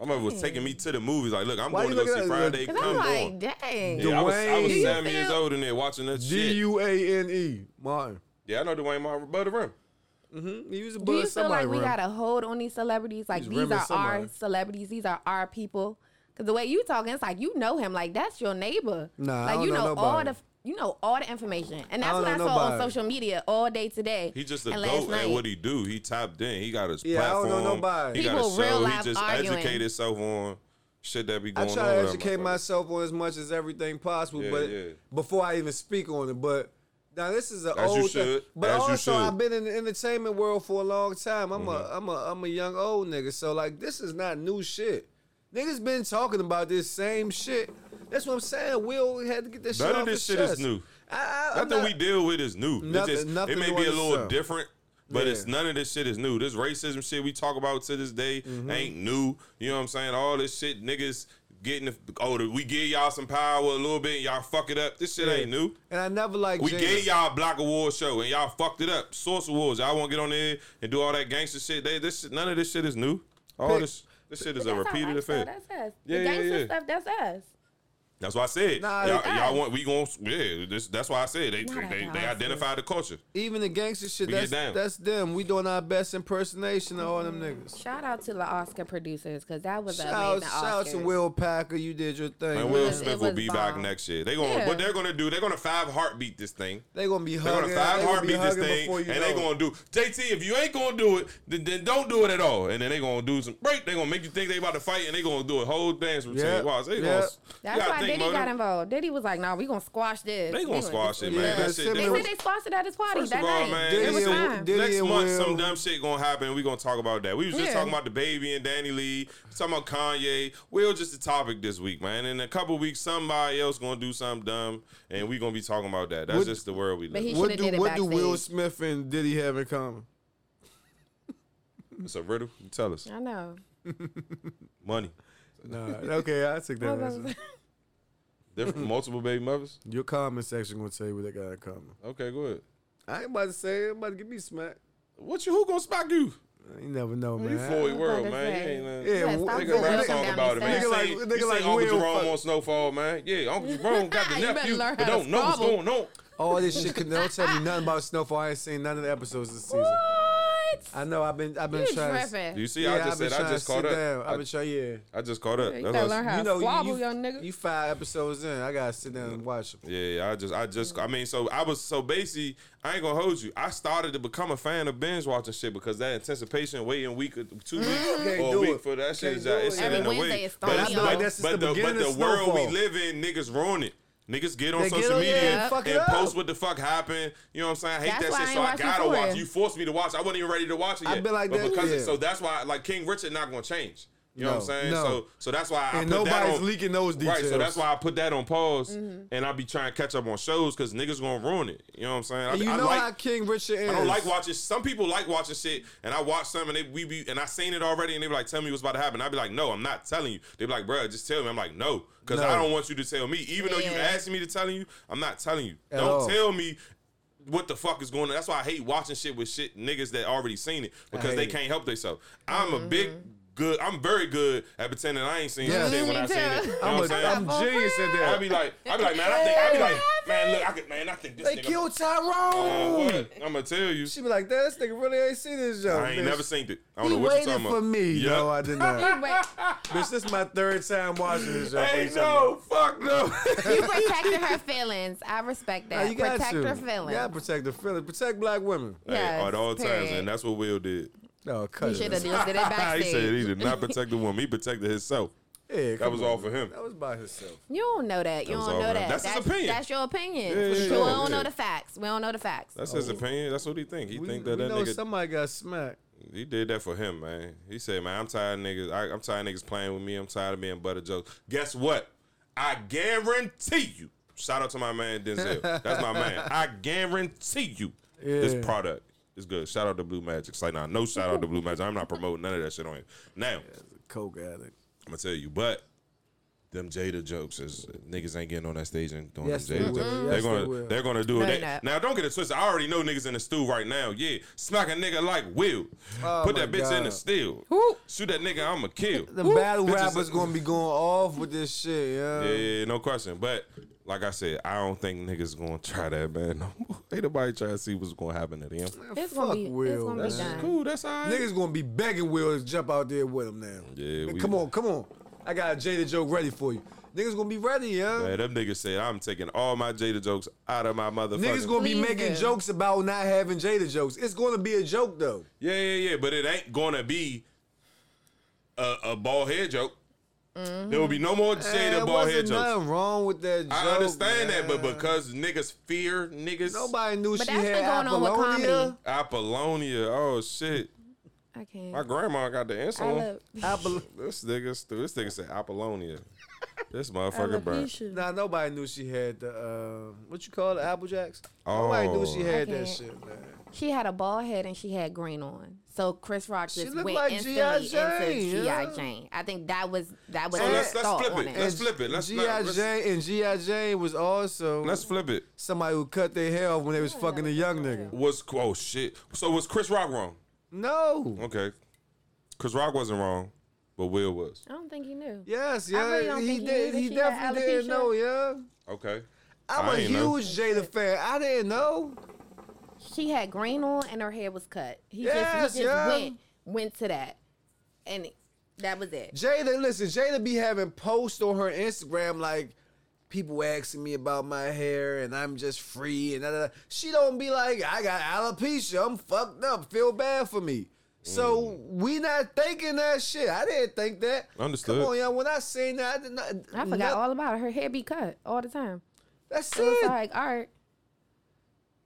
Speaker 1: My mother was taking me to the movies. Like, look, I'm
Speaker 2: Why
Speaker 1: going
Speaker 2: you
Speaker 1: to go
Speaker 2: looking
Speaker 1: see
Speaker 2: at-
Speaker 1: Friday.
Speaker 3: Cause I'm
Speaker 1: Come
Speaker 3: like,
Speaker 1: on.
Speaker 3: dang.
Speaker 1: Yeah, I was, I was
Speaker 2: Dwayne.
Speaker 1: seven
Speaker 3: You
Speaker 1: years
Speaker 3: feel-
Speaker 1: old in there watching that
Speaker 2: D
Speaker 1: shit.
Speaker 2: U A N E Martin.
Speaker 1: Yeah, I know Dwayne Martin above the rim.
Speaker 2: He was a
Speaker 3: Do you
Speaker 2: buzz.
Speaker 3: feel like
Speaker 2: Somebody
Speaker 3: we
Speaker 2: around.
Speaker 3: got a hold on these celebrities? Like
Speaker 2: He's
Speaker 3: these
Speaker 2: rimming
Speaker 3: are
Speaker 2: somebody.
Speaker 3: our celebrities. These are our people. Because the way you talking, it's like you know him. Like that's your neighbor.
Speaker 2: Nah, I
Speaker 3: like
Speaker 2: don't
Speaker 3: you
Speaker 2: know
Speaker 3: all
Speaker 2: nobody.
Speaker 3: the you know all the information, and
Speaker 2: I
Speaker 3: that's
Speaker 2: don't
Speaker 3: what I saw
Speaker 2: know
Speaker 3: on
Speaker 2: nobody.
Speaker 3: social media all day today.
Speaker 1: He just a
Speaker 3: and
Speaker 1: goat
Speaker 3: last
Speaker 1: at
Speaker 3: night.
Speaker 1: what he do. He tapped in. He got his
Speaker 2: Yeah, I don't
Speaker 1: platform.
Speaker 2: know nobody.
Speaker 1: He got
Speaker 3: People
Speaker 1: a
Speaker 3: real
Speaker 1: show. He
Speaker 3: life
Speaker 1: just
Speaker 3: arguing.
Speaker 1: educated himself on shit that be
Speaker 2: I
Speaker 1: going on.
Speaker 2: try to
Speaker 1: with that
Speaker 2: educate
Speaker 1: motherfucker.
Speaker 2: myself on as much as everything possible,
Speaker 1: Yeah,
Speaker 2: but
Speaker 1: yeah.
Speaker 2: before I even speak on it, but now this is an
Speaker 1: As you
Speaker 2: old thing.
Speaker 1: should.
Speaker 2: But
Speaker 1: As you
Speaker 2: also,
Speaker 1: should. Mm-hmm.
Speaker 2: I've been in the entertainment world for a long time. I'm a I'm a I'm a young old nigga, so like this is not new shit. Niggas been talking about this same shit. That's what I'm saying. Will had to get this shit
Speaker 1: None
Speaker 2: off
Speaker 1: of this
Speaker 2: his
Speaker 1: shit is
Speaker 2: chest.
Speaker 1: new.
Speaker 2: I, I, I'm
Speaker 1: Nothing
Speaker 2: not,
Speaker 1: we deal with is new.
Speaker 2: Nothing-
Speaker 1: it, just, it
Speaker 2: nothing
Speaker 1: may
Speaker 2: new
Speaker 1: be a
Speaker 2: under the
Speaker 1: little
Speaker 2: sun.
Speaker 1: different, but
Speaker 2: Yeah.
Speaker 1: it's none of this shit is new. This racism shit we talk about to this day
Speaker 2: Mm-hmm.
Speaker 1: ain't new. You know what I'm saying? All this shit niggas getting the, oh the- we give y'all some power a little bit and y'all fuck it up. This shit ain't new.
Speaker 2: And I never like
Speaker 1: We
Speaker 2: Jada.
Speaker 1: gave y'all a Black Award show and y'all fucked it up. Source Awards, y'all want to get on there and do all that gangster shit. They this shit, none of this shit is new. All
Speaker 2: Pick-
Speaker 1: this this shit is
Speaker 3: But
Speaker 1: a
Speaker 3: that's our
Speaker 1: repeated
Speaker 3: lifestyle.
Speaker 1: effect.
Speaker 3: That's us.
Speaker 1: Yeah,
Speaker 3: the
Speaker 1: yeah,
Speaker 3: gangster
Speaker 1: yeah.
Speaker 3: stuff. That's us.
Speaker 1: That's why I said
Speaker 2: Nah,
Speaker 1: y'all,
Speaker 2: it's
Speaker 1: y'all
Speaker 3: us.
Speaker 1: want we going yeah. This, that's why I said they
Speaker 3: Not
Speaker 1: they, they
Speaker 3: us.
Speaker 1: identify the culture.
Speaker 2: even the gangster shit.
Speaker 1: We get
Speaker 2: That's
Speaker 1: down.
Speaker 2: that's them. We doing our best impersonation of all them niggas.
Speaker 3: Shout out to the Oscar producers because that was
Speaker 2: Shout
Speaker 3: amazing.
Speaker 2: out, shout out to
Speaker 3: Oscars.
Speaker 2: Will Packer. You did your thing.
Speaker 1: And
Speaker 2: man.
Speaker 1: Will
Speaker 3: was-
Speaker 1: Smith
Speaker 3: it
Speaker 1: will
Speaker 3: was
Speaker 1: be back
Speaker 3: bomb.
Speaker 1: next year. They gonna what
Speaker 3: Yeah.
Speaker 1: they're gonna do? They're gonna five heartbeat this thing.
Speaker 2: They gonna be
Speaker 1: They're
Speaker 2: hugging.
Speaker 1: gonna five
Speaker 2: they gonna be
Speaker 1: heartbeat this
Speaker 2: hugging
Speaker 1: thing,
Speaker 2: before
Speaker 1: and
Speaker 2: you
Speaker 1: they
Speaker 2: know
Speaker 1: gonna
Speaker 2: it.
Speaker 1: do JT. If you ain't gonna do it, then, then don't do it at all. And then they gonna do some break. They gonna make you think they about to fight, and they gonna do a whole dance routine.
Speaker 2: Yep.
Speaker 1: Wow, they
Speaker 2: Yep.
Speaker 1: gonna.
Speaker 2: That's
Speaker 1: you gotta
Speaker 3: why
Speaker 1: think
Speaker 3: Diddy
Speaker 1: motive-
Speaker 3: got involved. Diddy was like, "Nah, we gonna squash this.
Speaker 1: They gonna
Speaker 3: We
Speaker 1: squash it,
Speaker 2: Yeah,
Speaker 1: man. that
Speaker 2: it's
Speaker 1: shit.
Speaker 3: They
Speaker 1: They
Speaker 2: similar-
Speaker 1: was,
Speaker 3: said they squashed it at his party
Speaker 1: first
Speaker 3: that
Speaker 1: of all,
Speaker 3: night.
Speaker 1: man,
Speaker 2: Diddy
Speaker 3: it was
Speaker 1: next,
Speaker 2: and-
Speaker 3: fine.
Speaker 2: Diddy
Speaker 1: next
Speaker 2: and
Speaker 1: month
Speaker 2: Will.
Speaker 1: some dumb shit gonna happen. We gonna talk about that. We was just
Speaker 3: Yeah.
Speaker 1: talking about the baby and Danny Lee. Talking about Kanye. Will just the topic this week, man. In a couple weeks, somebody else gonna do something dumb, and we gonna be talking about that. That's
Speaker 2: What-
Speaker 1: just the world we
Speaker 3: But
Speaker 1: live.
Speaker 3: he
Speaker 1: in.
Speaker 2: What
Speaker 3: shoulda
Speaker 2: do
Speaker 3: did it
Speaker 2: what do Will
Speaker 3: backstage.
Speaker 2: Smith and Diddy have in common?
Speaker 1: It's a riddle. You Tell us
Speaker 3: I know.
Speaker 1: money.
Speaker 2: Nah, okay, I took that. answer.
Speaker 1: Different multiple baby mothers.
Speaker 2: Your comment section gonna tell you what they got in common.
Speaker 1: Okay, go ahead.
Speaker 2: I ain't about to say. it. I'm about to give me smack.
Speaker 1: What you? Who gonna smack you?
Speaker 2: You never know, man.
Speaker 1: You Floyd
Speaker 3: about
Speaker 1: World,
Speaker 3: to
Speaker 1: man. You
Speaker 3: say.
Speaker 1: ain't nothing.
Speaker 2: Yeah,
Speaker 3: Yeah,
Speaker 2: wh-
Speaker 3: stop
Speaker 1: They
Speaker 2: nigga,
Speaker 1: got a rap
Speaker 2: nigga-
Speaker 1: song
Speaker 3: down
Speaker 1: about it, man. You
Speaker 2: yourself. Nigga
Speaker 1: seen,
Speaker 2: like-
Speaker 1: you
Speaker 2: nigga
Speaker 1: seen
Speaker 2: like
Speaker 1: Uncle
Speaker 2: Will
Speaker 1: Jerome
Speaker 2: fuck-
Speaker 1: on Snowfall, man. Yeah, Uncle Jerome got the
Speaker 3: You better
Speaker 1: nephew,
Speaker 3: learn
Speaker 1: but
Speaker 3: how to
Speaker 1: don't know what's
Speaker 3: scrabble.
Speaker 1: going on.
Speaker 2: All this shit could never tell me nothing about Snowfall. I ain't seen none of the episodes this season.
Speaker 3: What?
Speaker 2: I know. I've been. I've been
Speaker 3: You
Speaker 2: trying. to-
Speaker 1: Do you
Speaker 3: tripping?
Speaker 1: see?
Speaker 2: Yeah,
Speaker 1: I just
Speaker 2: I've been
Speaker 1: said I
Speaker 2: trying to
Speaker 1: just caught
Speaker 2: sit down.
Speaker 1: up.
Speaker 2: I've
Speaker 1: I,
Speaker 2: been trying. Yeah.
Speaker 1: I just caught up.
Speaker 3: You
Speaker 1: That's
Speaker 3: gotta
Speaker 1: us.
Speaker 3: learn how-
Speaker 2: You know,
Speaker 3: Squabble,
Speaker 2: you,
Speaker 3: young nigga.
Speaker 2: you five episodes in. I gotta sit down and watch them.
Speaker 1: Yeah, yeah, I just, I just, I mean, so I was, so basically, I ain't gonna hold you. I started to become a fan of binge watching shit because that anticipation, waiting week, or two weeks
Speaker 2: Can't
Speaker 1: or a
Speaker 2: do
Speaker 1: week
Speaker 2: it.
Speaker 1: for that shit,
Speaker 2: Can't
Speaker 1: is
Speaker 2: do
Speaker 1: out- it's
Speaker 2: it.
Speaker 1: getting
Speaker 3: Every
Speaker 1: in the
Speaker 3: Wednesday
Speaker 1: way.
Speaker 3: it's
Speaker 1: But
Speaker 3: throwing
Speaker 1: it's
Speaker 3: me off.
Speaker 1: like-
Speaker 2: That's just
Speaker 1: But
Speaker 2: the
Speaker 1: the,
Speaker 2: beginning
Speaker 1: but the
Speaker 2: of
Speaker 1: world we
Speaker 2: Snowfall.
Speaker 1: live in, niggas ruin it. Niggas get on
Speaker 2: They get
Speaker 1: social
Speaker 2: on-
Speaker 1: media
Speaker 2: yeah,
Speaker 1: and,
Speaker 2: fuck it up.
Speaker 1: post what the fuck happened. You know what I'm saying? I hate
Speaker 3: That's why
Speaker 1: that
Speaker 3: I
Speaker 1: shit,
Speaker 3: ain't
Speaker 1: so I
Speaker 3: watching
Speaker 1: gotta
Speaker 3: Euphoria.
Speaker 1: watch. You forced me to watch. I wasn't even ready to watch it
Speaker 2: I
Speaker 1: yet.
Speaker 2: been like
Speaker 1: but
Speaker 2: that,
Speaker 1: because it-
Speaker 2: yeah.
Speaker 1: so that's why, like King Richard, not gonna change. You know what I'm
Speaker 2: No,
Speaker 1: saying?
Speaker 2: no.
Speaker 1: So, so that's why I
Speaker 2: And
Speaker 1: put that
Speaker 2: nobody's
Speaker 1: on-
Speaker 2: leaking those
Speaker 1: Right, so
Speaker 2: details.
Speaker 1: that's why I put that on pause,
Speaker 2: Mm-hmm.
Speaker 1: and I be trying to catch up on shows because niggas gonna ruin it. You know what I'm saying? I,
Speaker 2: And you
Speaker 1: I
Speaker 2: know
Speaker 1: like,
Speaker 2: how King Richard is.
Speaker 1: I don't like watching. Some people like watching shit, and I watch some, and they we be, and I seen it already, and they be like, "Tell me what's about to happen." I be like, "No, I'm not telling you." They be like, "Bruh, just tell me." I'm like, "No," because
Speaker 2: No.
Speaker 1: I don't want you to tell me, even though you
Speaker 3: Yeah.
Speaker 1: asking me to tell you, I'm not telling you.
Speaker 2: At
Speaker 1: don't
Speaker 2: all.
Speaker 1: tell me. What the fuck is going on? That's why I hate watching shit with shit niggas that already seen it because
Speaker 2: hate
Speaker 1: they
Speaker 2: it.
Speaker 1: can't help themselves. I'm a big
Speaker 2: Mm-hmm.
Speaker 1: good. I'm very good at pretending I ain't seen
Speaker 2: Yes.
Speaker 1: shit when
Speaker 3: Me
Speaker 1: I seen it.
Speaker 3: too.
Speaker 1: You know
Speaker 2: I'm,
Speaker 1: what
Speaker 2: a,
Speaker 1: saying?
Speaker 2: I'm
Speaker 3: For
Speaker 2: genius at that.
Speaker 1: I'd be like, I'd be like, man, I think, I'd be like, man, look, I could, man, I think this
Speaker 2: they
Speaker 1: nigga.
Speaker 2: killed
Speaker 1: Uh,
Speaker 2: Tyrone.
Speaker 1: what? I'm gonna tell you,
Speaker 2: she be like, "Damn, this nigga really ain't seen this joke.
Speaker 1: I ain't
Speaker 2: bitch.
Speaker 1: never seen it. I
Speaker 2: He
Speaker 1: don't know what
Speaker 2: waited
Speaker 1: you're talking
Speaker 2: for
Speaker 1: about.
Speaker 2: me.
Speaker 1: Yep.
Speaker 2: No, I did not.
Speaker 3: You wait-
Speaker 2: bitch, this is my third time watching this joke.
Speaker 1: Hey,
Speaker 2: Bitch, I'm
Speaker 1: no, fuck no.
Speaker 3: You protected her feelings. I respect
Speaker 1: Oh,
Speaker 2: like,
Speaker 3: that.
Speaker 2: you got
Speaker 3: Protect
Speaker 2: to.
Speaker 3: her
Speaker 2: You gotta
Speaker 3: feelings.
Speaker 2: protect the feelings. Protect black women.
Speaker 1: Hey,
Speaker 3: Yes,
Speaker 1: at all times,
Speaker 3: period.
Speaker 1: and that's what Will did.
Speaker 2: No, cut
Speaker 3: He
Speaker 2: it.
Speaker 3: should have just did it
Speaker 1: he
Speaker 3: backstage.
Speaker 1: said he did not protect the woman; he protected himself.
Speaker 2: Yeah,
Speaker 1: That was all for him.
Speaker 2: That was by herself.
Speaker 3: You don't know that. You
Speaker 1: That was
Speaker 3: don't
Speaker 1: all
Speaker 3: know
Speaker 1: right.
Speaker 3: that.
Speaker 1: That's his opinion.
Speaker 3: That's your opinion.
Speaker 1: Yeah,
Speaker 3: for
Speaker 1: yeah,
Speaker 3: sure. We
Speaker 1: yeah,
Speaker 3: don't
Speaker 1: yeah.
Speaker 3: know the facts. We don't know the facts.
Speaker 1: That's his opinion. That's what he think. He
Speaker 2: Oh. We,
Speaker 1: think that
Speaker 2: we
Speaker 1: that
Speaker 2: know
Speaker 1: nigga
Speaker 2: somebody got smacked.
Speaker 1: he did that for him, man. He said, "Man, I'm tired of niggas. I, I'm tired of niggas playing with me. I'm tired of being butter jokes." Guess what? I guarantee you. Shout out to my man Denzel. That's my man. I guarantee you, this
Speaker 2: Yeah.
Speaker 1: product is good. Shout out to Blue Magic. It's like, nah, no shout out to Blue Magic. I'm not promoting none of that shit on here. Now,
Speaker 2: Coke addict.
Speaker 1: I'm gonna tell you, but them Jada jokes is niggas ain't getting on that stage and doing
Speaker 2: Yes,
Speaker 1: them
Speaker 2: they
Speaker 1: Jada
Speaker 2: will.
Speaker 1: jokes.
Speaker 2: Yes,
Speaker 1: they're
Speaker 2: they
Speaker 1: gonna
Speaker 2: will.
Speaker 1: are gonna do
Speaker 3: No,
Speaker 1: it.
Speaker 3: not.
Speaker 1: Now don't get it twisted. I already know niggas in the stew right now. Yeah, smack a nigga like Will. Put that
Speaker 2: Oh my
Speaker 1: bitch in the
Speaker 2: God.
Speaker 1: steel.
Speaker 3: Who?
Speaker 1: Shoot that nigga. I'ma kill.
Speaker 2: The
Speaker 1: Woo.
Speaker 2: battle
Speaker 1: Bitches-
Speaker 2: rappers gonna be going off with this shit, yeah.
Speaker 1: Yeah, yeah, yeah, no question. But like I said, I don't think niggas gonna try that, man. No more. Ain't nobody trying to see what's gonna happen to them.
Speaker 3: It's
Speaker 2: Fuck
Speaker 3: gonna be. It's
Speaker 2: Will.
Speaker 3: gonna
Speaker 2: That's
Speaker 3: be done.
Speaker 1: Cool. That's all. Right.
Speaker 2: Niggas gonna be begging Will to jump out there with him now.
Speaker 1: Yeah, we-
Speaker 2: come on, come on. I got a Jada joke ready for you. Niggas gonna be ready, yeah.
Speaker 1: Man, them niggas said I'm taking all my Jada jokes out of my motherfucker.
Speaker 2: Niggas gonna be
Speaker 3: Please
Speaker 2: making
Speaker 3: do.
Speaker 2: jokes about not having Jada jokes. It's gonna be a joke though.
Speaker 1: Yeah, yeah, yeah. But it ain't gonna be a, a bald head joke. There will be no more shade
Speaker 2: Man,
Speaker 1: of bald head
Speaker 2: wasn't
Speaker 1: jokes.
Speaker 2: nothing wrong with that joke.
Speaker 1: I understand that, but
Speaker 2: man.
Speaker 1: because niggas fear niggas.
Speaker 2: nobody knew
Speaker 3: But
Speaker 2: she
Speaker 3: that's been
Speaker 2: had
Speaker 3: going on with
Speaker 2: Apollonia.
Speaker 3: comedy.
Speaker 1: Apollonia. Oh shit.
Speaker 3: I can't.
Speaker 1: My grandma got the
Speaker 3: I
Speaker 1: insulin.
Speaker 3: love.
Speaker 2: Apollo-
Speaker 1: This nigga stu- this nigga said Apollonia. this motherfucker burnt.
Speaker 3: Alopecia.
Speaker 2: Nah, nobody knew she had the uh, what you call it, Apple Jacks. Nobody knew she
Speaker 1: Oh.
Speaker 2: had
Speaker 3: Okay.
Speaker 2: that shit, man.
Speaker 3: She had a bald head and she had green on. So Chris Rock
Speaker 2: She
Speaker 3: just
Speaker 2: looked
Speaker 3: went
Speaker 2: like
Speaker 3: instantly
Speaker 2: G.I.
Speaker 3: into
Speaker 2: Jane,
Speaker 3: GI
Speaker 2: yeah.
Speaker 3: Jane. I think that was that was
Speaker 1: So
Speaker 3: her
Speaker 1: let's- let's
Speaker 3: thought
Speaker 1: flip
Speaker 3: on
Speaker 1: it. Let's flip it. Let's-
Speaker 2: G.I.
Speaker 1: let's-
Speaker 2: Jane and G.I. Jane was also
Speaker 1: Let's flip it.
Speaker 2: somebody who cut their hair off when they was fucking a young nigga.
Speaker 1: Was oh shit. So was Chris Rock wrong?
Speaker 2: No.
Speaker 1: Okay. Chris Rock wasn't wrong, but Will was.
Speaker 3: I don't think he knew.
Speaker 2: Yes,
Speaker 3: I
Speaker 2: yeah.
Speaker 3: really don't
Speaker 2: he
Speaker 3: think he
Speaker 2: did.
Speaker 3: knew
Speaker 2: He,
Speaker 3: that she had
Speaker 2: definitely didn't
Speaker 3: alopecia.
Speaker 2: know, yeah.
Speaker 1: Okay.
Speaker 2: I'm
Speaker 1: I
Speaker 2: a
Speaker 1: ain't know.
Speaker 2: huge Jada fan. I didn't know.
Speaker 3: She had green on and her hair was cut. He
Speaker 2: Yes,
Speaker 3: just he just
Speaker 2: yeah.
Speaker 3: went went to that. And that was it.
Speaker 2: Jada, listen, Jada be having posts on her Instagram like people asking me about my hair and I'm just free and da, da, da. she don't be like I got alopecia, I'm fucked up, feel bad for me. So
Speaker 1: Mm.
Speaker 2: we not thinking that shit. I didn't think that.
Speaker 1: Understood.
Speaker 2: Come on, y'all. When I seen that, I did not.
Speaker 3: I forgot all about it. Her hair be cut all the time.
Speaker 2: That's
Speaker 3: It was
Speaker 2: it.
Speaker 3: like art.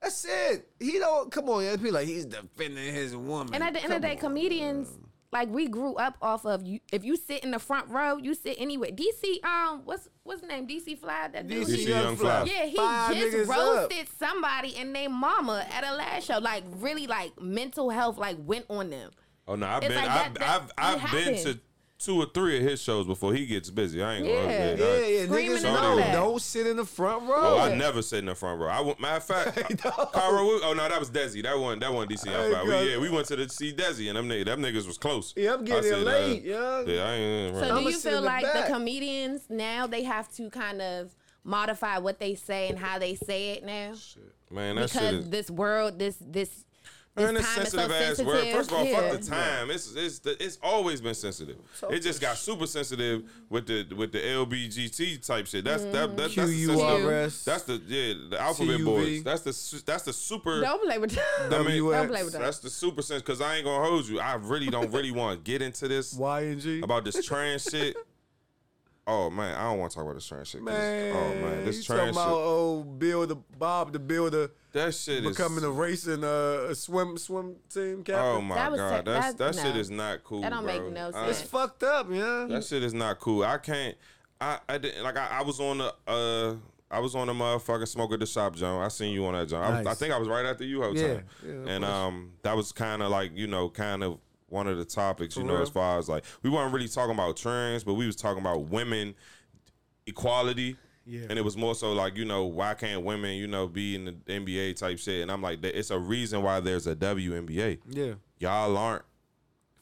Speaker 2: That's it. He don't. Come on, y'all. Be like he's defending his woman.
Speaker 3: And at the end of the day, comedians like we grew up off of you. If you sit in the front row, you sit anywhere. DC, um, what's what's his name? DC Fly, that dude.
Speaker 1: DC Young Fly.
Speaker 3: Yeah, he
Speaker 2: Five niggas
Speaker 3: just
Speaker 2: up.
Speaker 3: roasted somebody and their mama at a last show. Like really, like mental health like went on them.
Speaker 1: Oh no, I've
Speaker 3: It's
Speaker 1: been
Speaker 3: like
Speaker 1: I've,
Speaker 3: that- that-
Speaker 1: I've,
Speaker 3: it
Speaker 1: I've been to
Speaker 3: happened.
Speaker 1: two or three of his shows before he gets busy. I ain't gonna
Speaker 3: Yeah.
Speaker 1: lie.
Speaker 2: Yeah, yeah,
Speaker 3: Screaming
Speaker 2: niggas,
Speaker 1: and all
Speaker 2: no,
Speaker 1: that.
Speaker 2: don't sit in the front row.
Speaker 1: Oh, I never sit in the front row. I went, matter of fact, Cairo. we- Oh no, that was Desi. That one, that one DC
Speaker 2: Hey,
Speaker 1: Alpha.
Speaker 2: God.
Speaker 1: We, yeah, we went to the see Desi, and them niggas, them niggas was close.
Speaker 2: Yeah, I'm
Speaker 1: I
Speaker 2: getting
Speaker 1: said,
Speaker 2: late,
Speaker 1: uh,
Speaker 2: yeah.
Speaker 1: Yeah, I ain't.
Speaker 3: So
Speaker 2: I'ma
Speaker 3: do you
Speaker 2: sit in
Speaker 3: feel
Speaker 2: the
Speaker 3: like
Speaker 2: back.
Speaker 3: the comedians now they have to kind of modify what they say and how they say it now?
Speaker 1: man, that shit
Speaker 3: Because
Speaker 1: is.
Speaker 3: this world, this this this
Speaker 1: Man,
Speaker 3: time
Speaker 1: it's
Speaker 3: is so
Speaker 1: sensitive ass
Speaker 3: sensitive.
Speaker 1: word. First of all,
Speaker 3: yeah.
Speaker 1: fuck the time. It's it's the, it's always been sensitive. it just got super sensitive with the with the LBGT type shit. That's that, that that's the sensitive.
Speaker 2: QURS.
Speaker 1: That's the yeah the alphabet
Speaker 2: TUV.
Speaker 1: boys. That's the su- that's the super.
Speaker 3: Don't play with
Speaker 1: I
Speaker 3: that.
Speaker 1: mean,
Speaker 2: WX.
Speaker 3: Don't play with that.
Speaker 1: That's the super sense because I ain't gonna hold you. I really don't really want to get into this
Speaker 2: Y and G.
Speaker 1: about this trans shit. Oh man, I don't want to talk about this trans shit. 'cause-
Speaker 2: man.
Speaker 1: oh man,
Speaker 2: you
Speaker 1: this
Speaker 2: talking
Speaker 1: trans
Speaker 2: about
Speaker 1: shit.
Speaker 2: old Bill the Bob the Builder
Speaker 1: That shit is
Speaker 2: becoming a racing uh, a swim swim team captain?
Speaker 1: Oh my
Speaker 3: That was
Speaker 1: god,
Speaker 3: tech-
Speaker 1: that's, that
Speaker 3: that-
Speaker 1: shit
Speaker 3: no.
Speaker 1: is not cool.
Speaker 3: That don't
Speaker 1: bro.
Speaker 3: make no
Speaker 1: I-
Speaker 2: It's
Speaker 3: sense.
Speaker 2: fucked up, yeah.
Speaker 1: That shit is not cool. I can't. I I didn't like. I, I was on the uh. I was on the motherfucking smoke at the shop, John. I seen you on that, John. I, was- I
Speaker 2: Nice.
Speaker 1: think I was right after you, whole
Speaker 2: Yeah,
Speaker 1: time.
Speaker 2: yeah, of
Speaker 1: and
Speaker 2: course.
Speaker 1: um, that was kind of like you know, kind of one of the topics. you know,
Speaker 2: real.
Speaker 1: as far as like we weren't really talking about trans, but we was talking about women equality.
Speaker 2: Yeah.
Speaker 1: And it was more so like, you know, why can't women, you know, be in the NBA type shit? And I'm like, it's a reason why there's a WNBA.
Speaker 2: yeah.
Speaker 1: Y'all aren't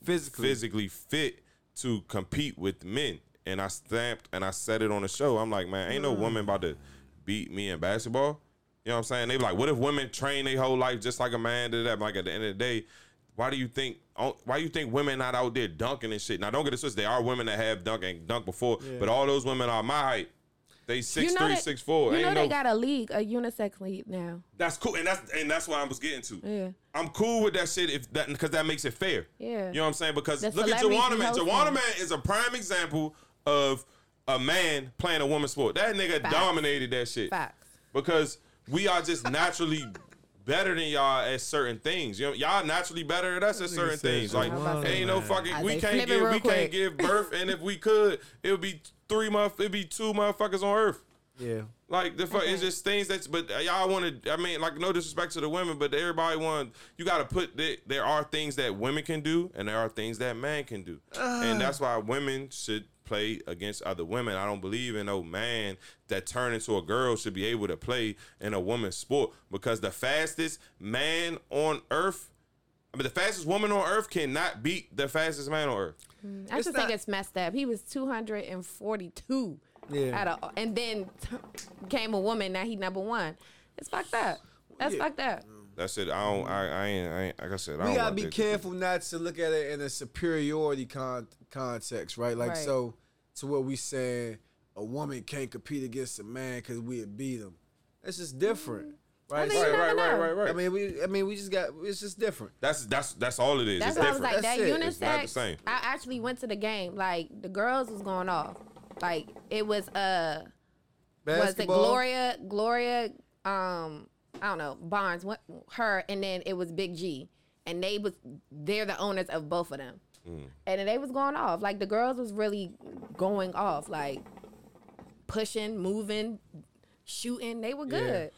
Speaker 2: Physically.
Speaker 1: physically fit to compete with men. And I stamped and I said it on the show. I'm like, man, ain't no woman about to beat me in basketball. You know what I'm saying? They be like, what if women train their whole life just like a man did that? Like at the end of the day, why do you think oh, why do you think women not out there dunking and shit? Now don't get it twisted. There are women that have dunk and dunk before, but all those women are my height. They six three,
Speaker 3: that-
Speaker 1: six four.
Speaker 3: You know
Speaker 1: Ain't
Speaker 3: they
Speaker 1: no,
Speaker 3: got a league, a unisex league now.
Speaker 1: that's cool, and that's and that's what I was getting to.
Speaker 3: Yeah.
Speaker 1: I'm cool with that shit if that because that makes it fair.
Speaker 3: Yeah.
Speaker 1: You know what I'm saying? Because
Speaker 3: The
Speaker 1: look at
Speaker 3: celebrities
Speaker 1: Joanna
Speaker 3: be
Speaker 1: Man.
Speaker 3: hosting.
Speaker 1: Joanna Man is a prime example of a man playing a woman's sport. That nigga
Speaker 3: Facts.
Speaker 1: dominated that shit.
Speaker 3: Facts.
Speaker 1: Because we are just naturally better than y'all at certain things. You know, y'all naturally better at us at certain
Speaker 2: said
Speaker 1: things. Like
Speaker 3: Joanna
Speaker 1: ain't no
Speaker 2: Man.
Speaker 1: fucking
Speaker 3: I
Speaker 1: we
Speaker 3: say,
Speaker 1: can't
Speaker 3: flip it
Speaker 1: give
Speaker 3: real
Speaker 1: we can't
Speaker 3: quick.
Speaker 1: give birth and if we could, it would be three month it'd be two motherfuckers on earth.
Speaker 2: Yeah.
Speaker 1: Like the fuck, it's just things that's. But uh, y'all want to. I mean, like no disrespect to the women, but everybody want. You got to put that there are things that women can do, and there are things that man can do, and that's why women should play against other women. I don't believe in no man that turned into a girl should be able to play in a woman's sport because the fastest man on earth. I mean, the fastest woman on earth cannot beat the fastest man on earth.
Speaker 3: I
Speaker 2: It's
Speaker 3: just
Speaker 2: not-
Speaker 3: think it's messed up. He was 242.
Speaker 2: Yeah.
Speaker 3: Out of, and then t- came a woman. Now he number one. It's fucked up. That's
Speaker 2: Yeah.
Speaker 3: fucked up.
Speaker 1: That's it. I don't. I, I ain't. I ain't. Like I said, I
Speaker 2: we
Speaker 1: don't
Speaker 2: gotta
Speaker 1: want
Speaker 2: be
Speaker 1: that-
Speaker 2: careful not to look at it in a superiority con- context, right? Like
Speaker 3: Right.
Speaker 2: so, to what we saying, a woman can't compete against a man because we beat him. That's just different, right?
Speaker 3: Mm-hmm. I think
Speaker 1: Right,
Speaker 2: So,
Speaker 3: you
Speaker 1: right, right,
Speaker 3: never know.
Speaker 1: right, right.
Speaker 2: I mean, we, I mean, we just got it's just different.
Speaker 1: That's that's that's all it is.
Speaker 3: That's
Speaker 1: it's
Speaker 3: why I was
Speaker 1: different.
Speaker 3: like,
Speaker 2: That's
Speaker 3: that
Speaker 2: it.
Speaker 3: unisex.
Speaker 1: It's not the same.
Speaker 3: I actually went to the game. Like the girls was going off. Like it was uh was it
Speaker 2: Basketball,
Speaker 3: Gloria Gloria um I don't know Barnes what her and then it was Big G and they was they're the owners of both of them
Speaker 1: Mm.
Speaker 3: and then they was going off like the girls was really going off like pushing moving shooting they were good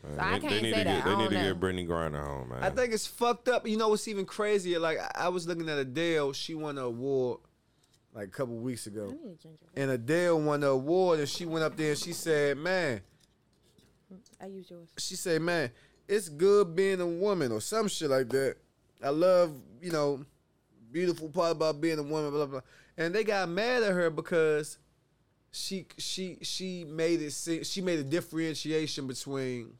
Speaker 3: so I can't
Speaker 1: need
Speaker 3: say
Speaker 1: to get, Uh,
Speaker 3: that
Speaker 1: they
Speaker 3: I
Speaker 1: need
Speaker 3: don't
Speaker 1: to
Speaker 3: know
Speaker 1: get Brittany Griner home, man.
Speaker 2: I think it's fucked up. You know what's even crazier? Like I- I was looking at Adele. She won an award like a couple weeks ago.
Speaker 3: Mm.
Speaker 2: and Adele won the award, and she went up there and she said, "Man,
Speaker 3: I use yours
Speaker 2: she said, man, it's good being a woman or some shit like that. I love, you know, beautiful part about being a woman, blah blah. blah. And they got mad at her because she she she made it se- she made a differentiation between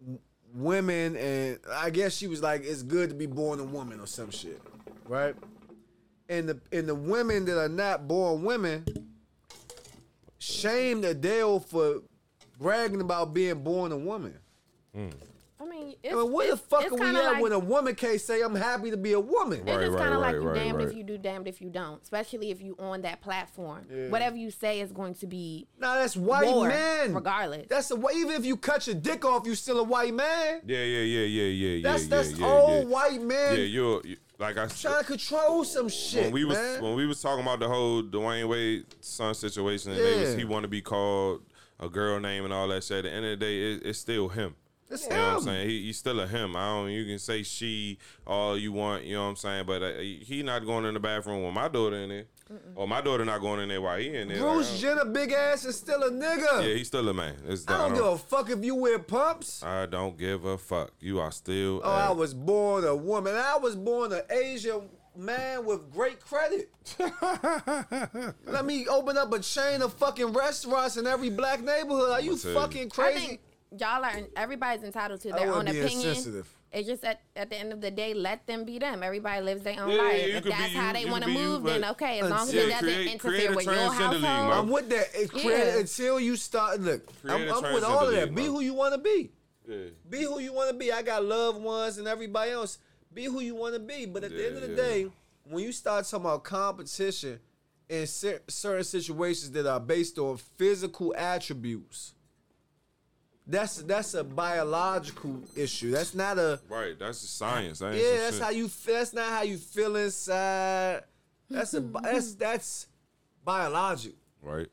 Speaker 2: w- women and I guess she was like, it's good to be born a woman or some shit, right? And the and the women that are not born women shamed Adele for bragging about being born a woman.
Speaker 3: I mean, it's,
Speaker 2: I mean, where the
Speaker 3: it's-
Speaker 2: fuck
Speaker 3: it's
Speaker 2: are we at
Speaker 3: kinda like-
Speaker 2: when a woman can't say I'm happy to be a woman?
Speaker 1: Right,
Speaker 3: It's just
Speaker 1: right,
Speaker 3: kind of
Speaker 1: right,
Speaker 3: like you
Speaker 1: right,
Speaker 3: damned if
Speaker 1: right.
Speaker 3: you do, damned if you don't. Especially if you on that platform, whatever you say is going to be
Speaker 2: Nah, that's white
Speaker 3: war,
Speaker 2: man.
Speaker 3: regardless.
Speaker 2: That's the way. Even if you cut your dick off, you still a white man.
Speaker 1: Yeah, yeah, yeah, yeah, yeah,
Speaker 2: That's
Speaker 1: yeah,
Speaker 2: that's
Speaker 1: yeah,
Speaker 2: all
Speaker 1: yeah.
Speaker 2: white
Speaker 1: Yeah,
Speaker 2: man
Speaker 1: you're you, like I
Speaker 2: trying to control some shit,
Speaker 1: when we was
Speaker 2: man.
Speaker 1: when we was talking about the whole Dwayne Wade son situation, and they was,
Speaker 2: Yeah.
Speaker 1: he want to be called a girl name and all that shit. At the end of the day, it, it's still him.
Speaker 2: It's
Speaker 1: You know what I'm
Speaker 2: him.
Speaker 1: saying? He, he's still a him. I don't. You can say she all you want. You know what I'm saying? But uh, he not going in the bathroom with my daughter in there, or my daughter not going in there while he in there. Like, I
Speaker 2: Bruce
Speaker 1: don't-
Speaker 2: Jenner, big ass, is still a nigga.
Speaker 1: yeah, he's still a man. It's
Speaker 2: I don't give a fuck if you wear pumps.
Speaker 1: I don't give a fuck. You are still.
Speaker 2: Oh,
Speaker 1: a-
Speaker 2: I was born a woman. I was born an Asian man with great credit. Let me open up a chain of fucking restaurants in every black neighborhood. Are you
Speaker 1: tell you.
Speaker 2: fucking
Speaker 3: I
Speaker 2: crazy?
Speaker 3: think y'all are everybody's entitled to their
Speaker 2: wouldn't
Speaker 3: own
Speaker 2: be
Speaker 3: opinion.
Speaker 2: insensitive.
Speaker 3: It's just at, at the end of the day, let them be them. Everybody lives their own
Speaker 1: Yeah, yeah,
Speaker 3: life.
Speaker 1: you
Speaker 3: If
Speaker 1: could be
Speaker 3: that's
Speaker 1: you,
Speaker 3: how they
Speaker 1: you
Speaker 3: want to
Speaker 1: could be you,
Speaker 3: move, then
Speaker 1: but-
Speaker 3: okay. As long as
Speaker 1: Yeah,
Speaker 3: it doesn't
Speaker 1: create- create
Speaker 3: interfere
Speaker 1: a
Speaker 3: with your
Speaker 1: transgender league,
Speaker 3: household.
Speaker 1: my
Speaker 2: I'm with that. It create,
Speaker 3: Yeah.
Speaker 2: Until you start, look, I'm,
Speaker 1: Create a
Speaker 2: I'm with all of
Speaker 1: transgender
Speaker 2: that.
Speaker 1: league,
Speaker 2: Be
Speaker 1: man.
Speaker 2: who you want to be.
Speaker 1: Yeah.
Speaker 2: Be who you want to be. I got loved ones and everybody else. Be who you want to be. But at the end of the
Speaker 1: Yeah.
Speaker 2: day, when you start talking about competition in cer- certain situations that are based on physical attributes, that's that's a biological issue. That's not a
Speaker 1: Right. That's just science. That ain't
Speaker 2: yeah.
Speaker 1: some
Speaker 2: That's
Speaker 1: shit.
Speaker 2: how you. fe- That's not how you feel inside. That's a bi- that's that's biologic.
Speaker 1: Right.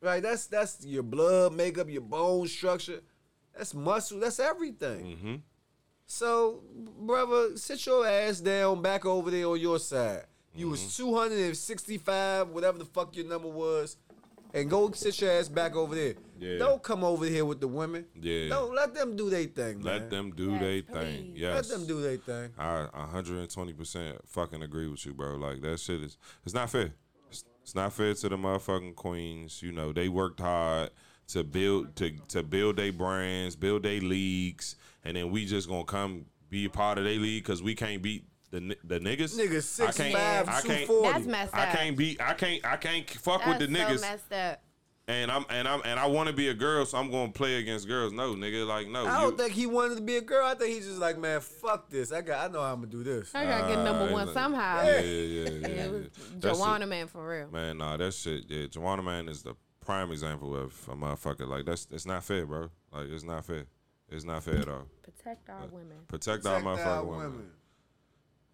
Speaker 2: Right, that's that's your blood makeup, your bone structure, that's muscle, that's everything.
Speaker 1: Mm-hmm.
Speaker 2: So, brother, sit your ass down back over there on your side. You was
Speaker 1: Mm-hmm.
Speaker 2: 265, whatever the fuck your number was, and go sit your ass back over there.
Speaker 1: Yeah.
Speaker 2: Don't come over here with the women.
Speaker 1: Yeah.
Speaker 2: Don't let them do their thing, man.
Speaker 1: Let them do
Speaker 3: Yes,
Speaker 1: their
Speaker 3: please.
Speaker 1: thing.
Speaker 2: Let
Speaker 1: Yes.
Speaker 2: them do their thing.
Speaker 1: I 120% fucking agree with you, bro. Like that shit is it's not fair. It's, it's not fair to the motherfucking queens. You know, they worked hard to build to to build their brands, build their leagues, and then we just going to come be a part of their league cuz we can't beat the ni- the niggas.
Speaker 2: Niggas
Speaker 1: I
Speaker 2: six
Speaker 1: can't-
Speaker 2: five,
Speaker 1: I can't-
Speaker 2: 240.
Speaker 3: That's messed up.
Speaker 1: I can't be I can't I can't fuck
Speaker 3: That's
Speaker 1: with the
Speaker 3: so
Speaker 1: niggas
Speaker 3: messed up.
Speaker 1: and I'm and I'm and I want to be a girl so I'm going to play against girls. No, nigga, like no.
Speaker 2: I don't
Speaker 1: you-
Speaker 2: think he wanted to be a girl. I think he's just like, man, fuck this. I got, I know how I'm gonna do this.
Speaker 3: I gotta get number
Speaker 1: Uh,
Speaker 3: one
Speaker 1: like-
Speaker 3: somehow.
Speaker 1: Yeah, yeah, yeah. yeah,
Speaker 3: It was
Speaker 1: That's it.
Speaker 3: Joanna man for real.
Speaker 1: Man, nah, that shit, yeah, Juana Man is the prime example of a motherfucker. Like that's it's not fair, bro. Like it's not fair. It's not fair at all.
Speaker 3: Protect our women.
Speaker 1: Protect, our
Speaker 2: Protect
Speaker 1: motherfucking
Speaker 2: our
Speaker 1: women.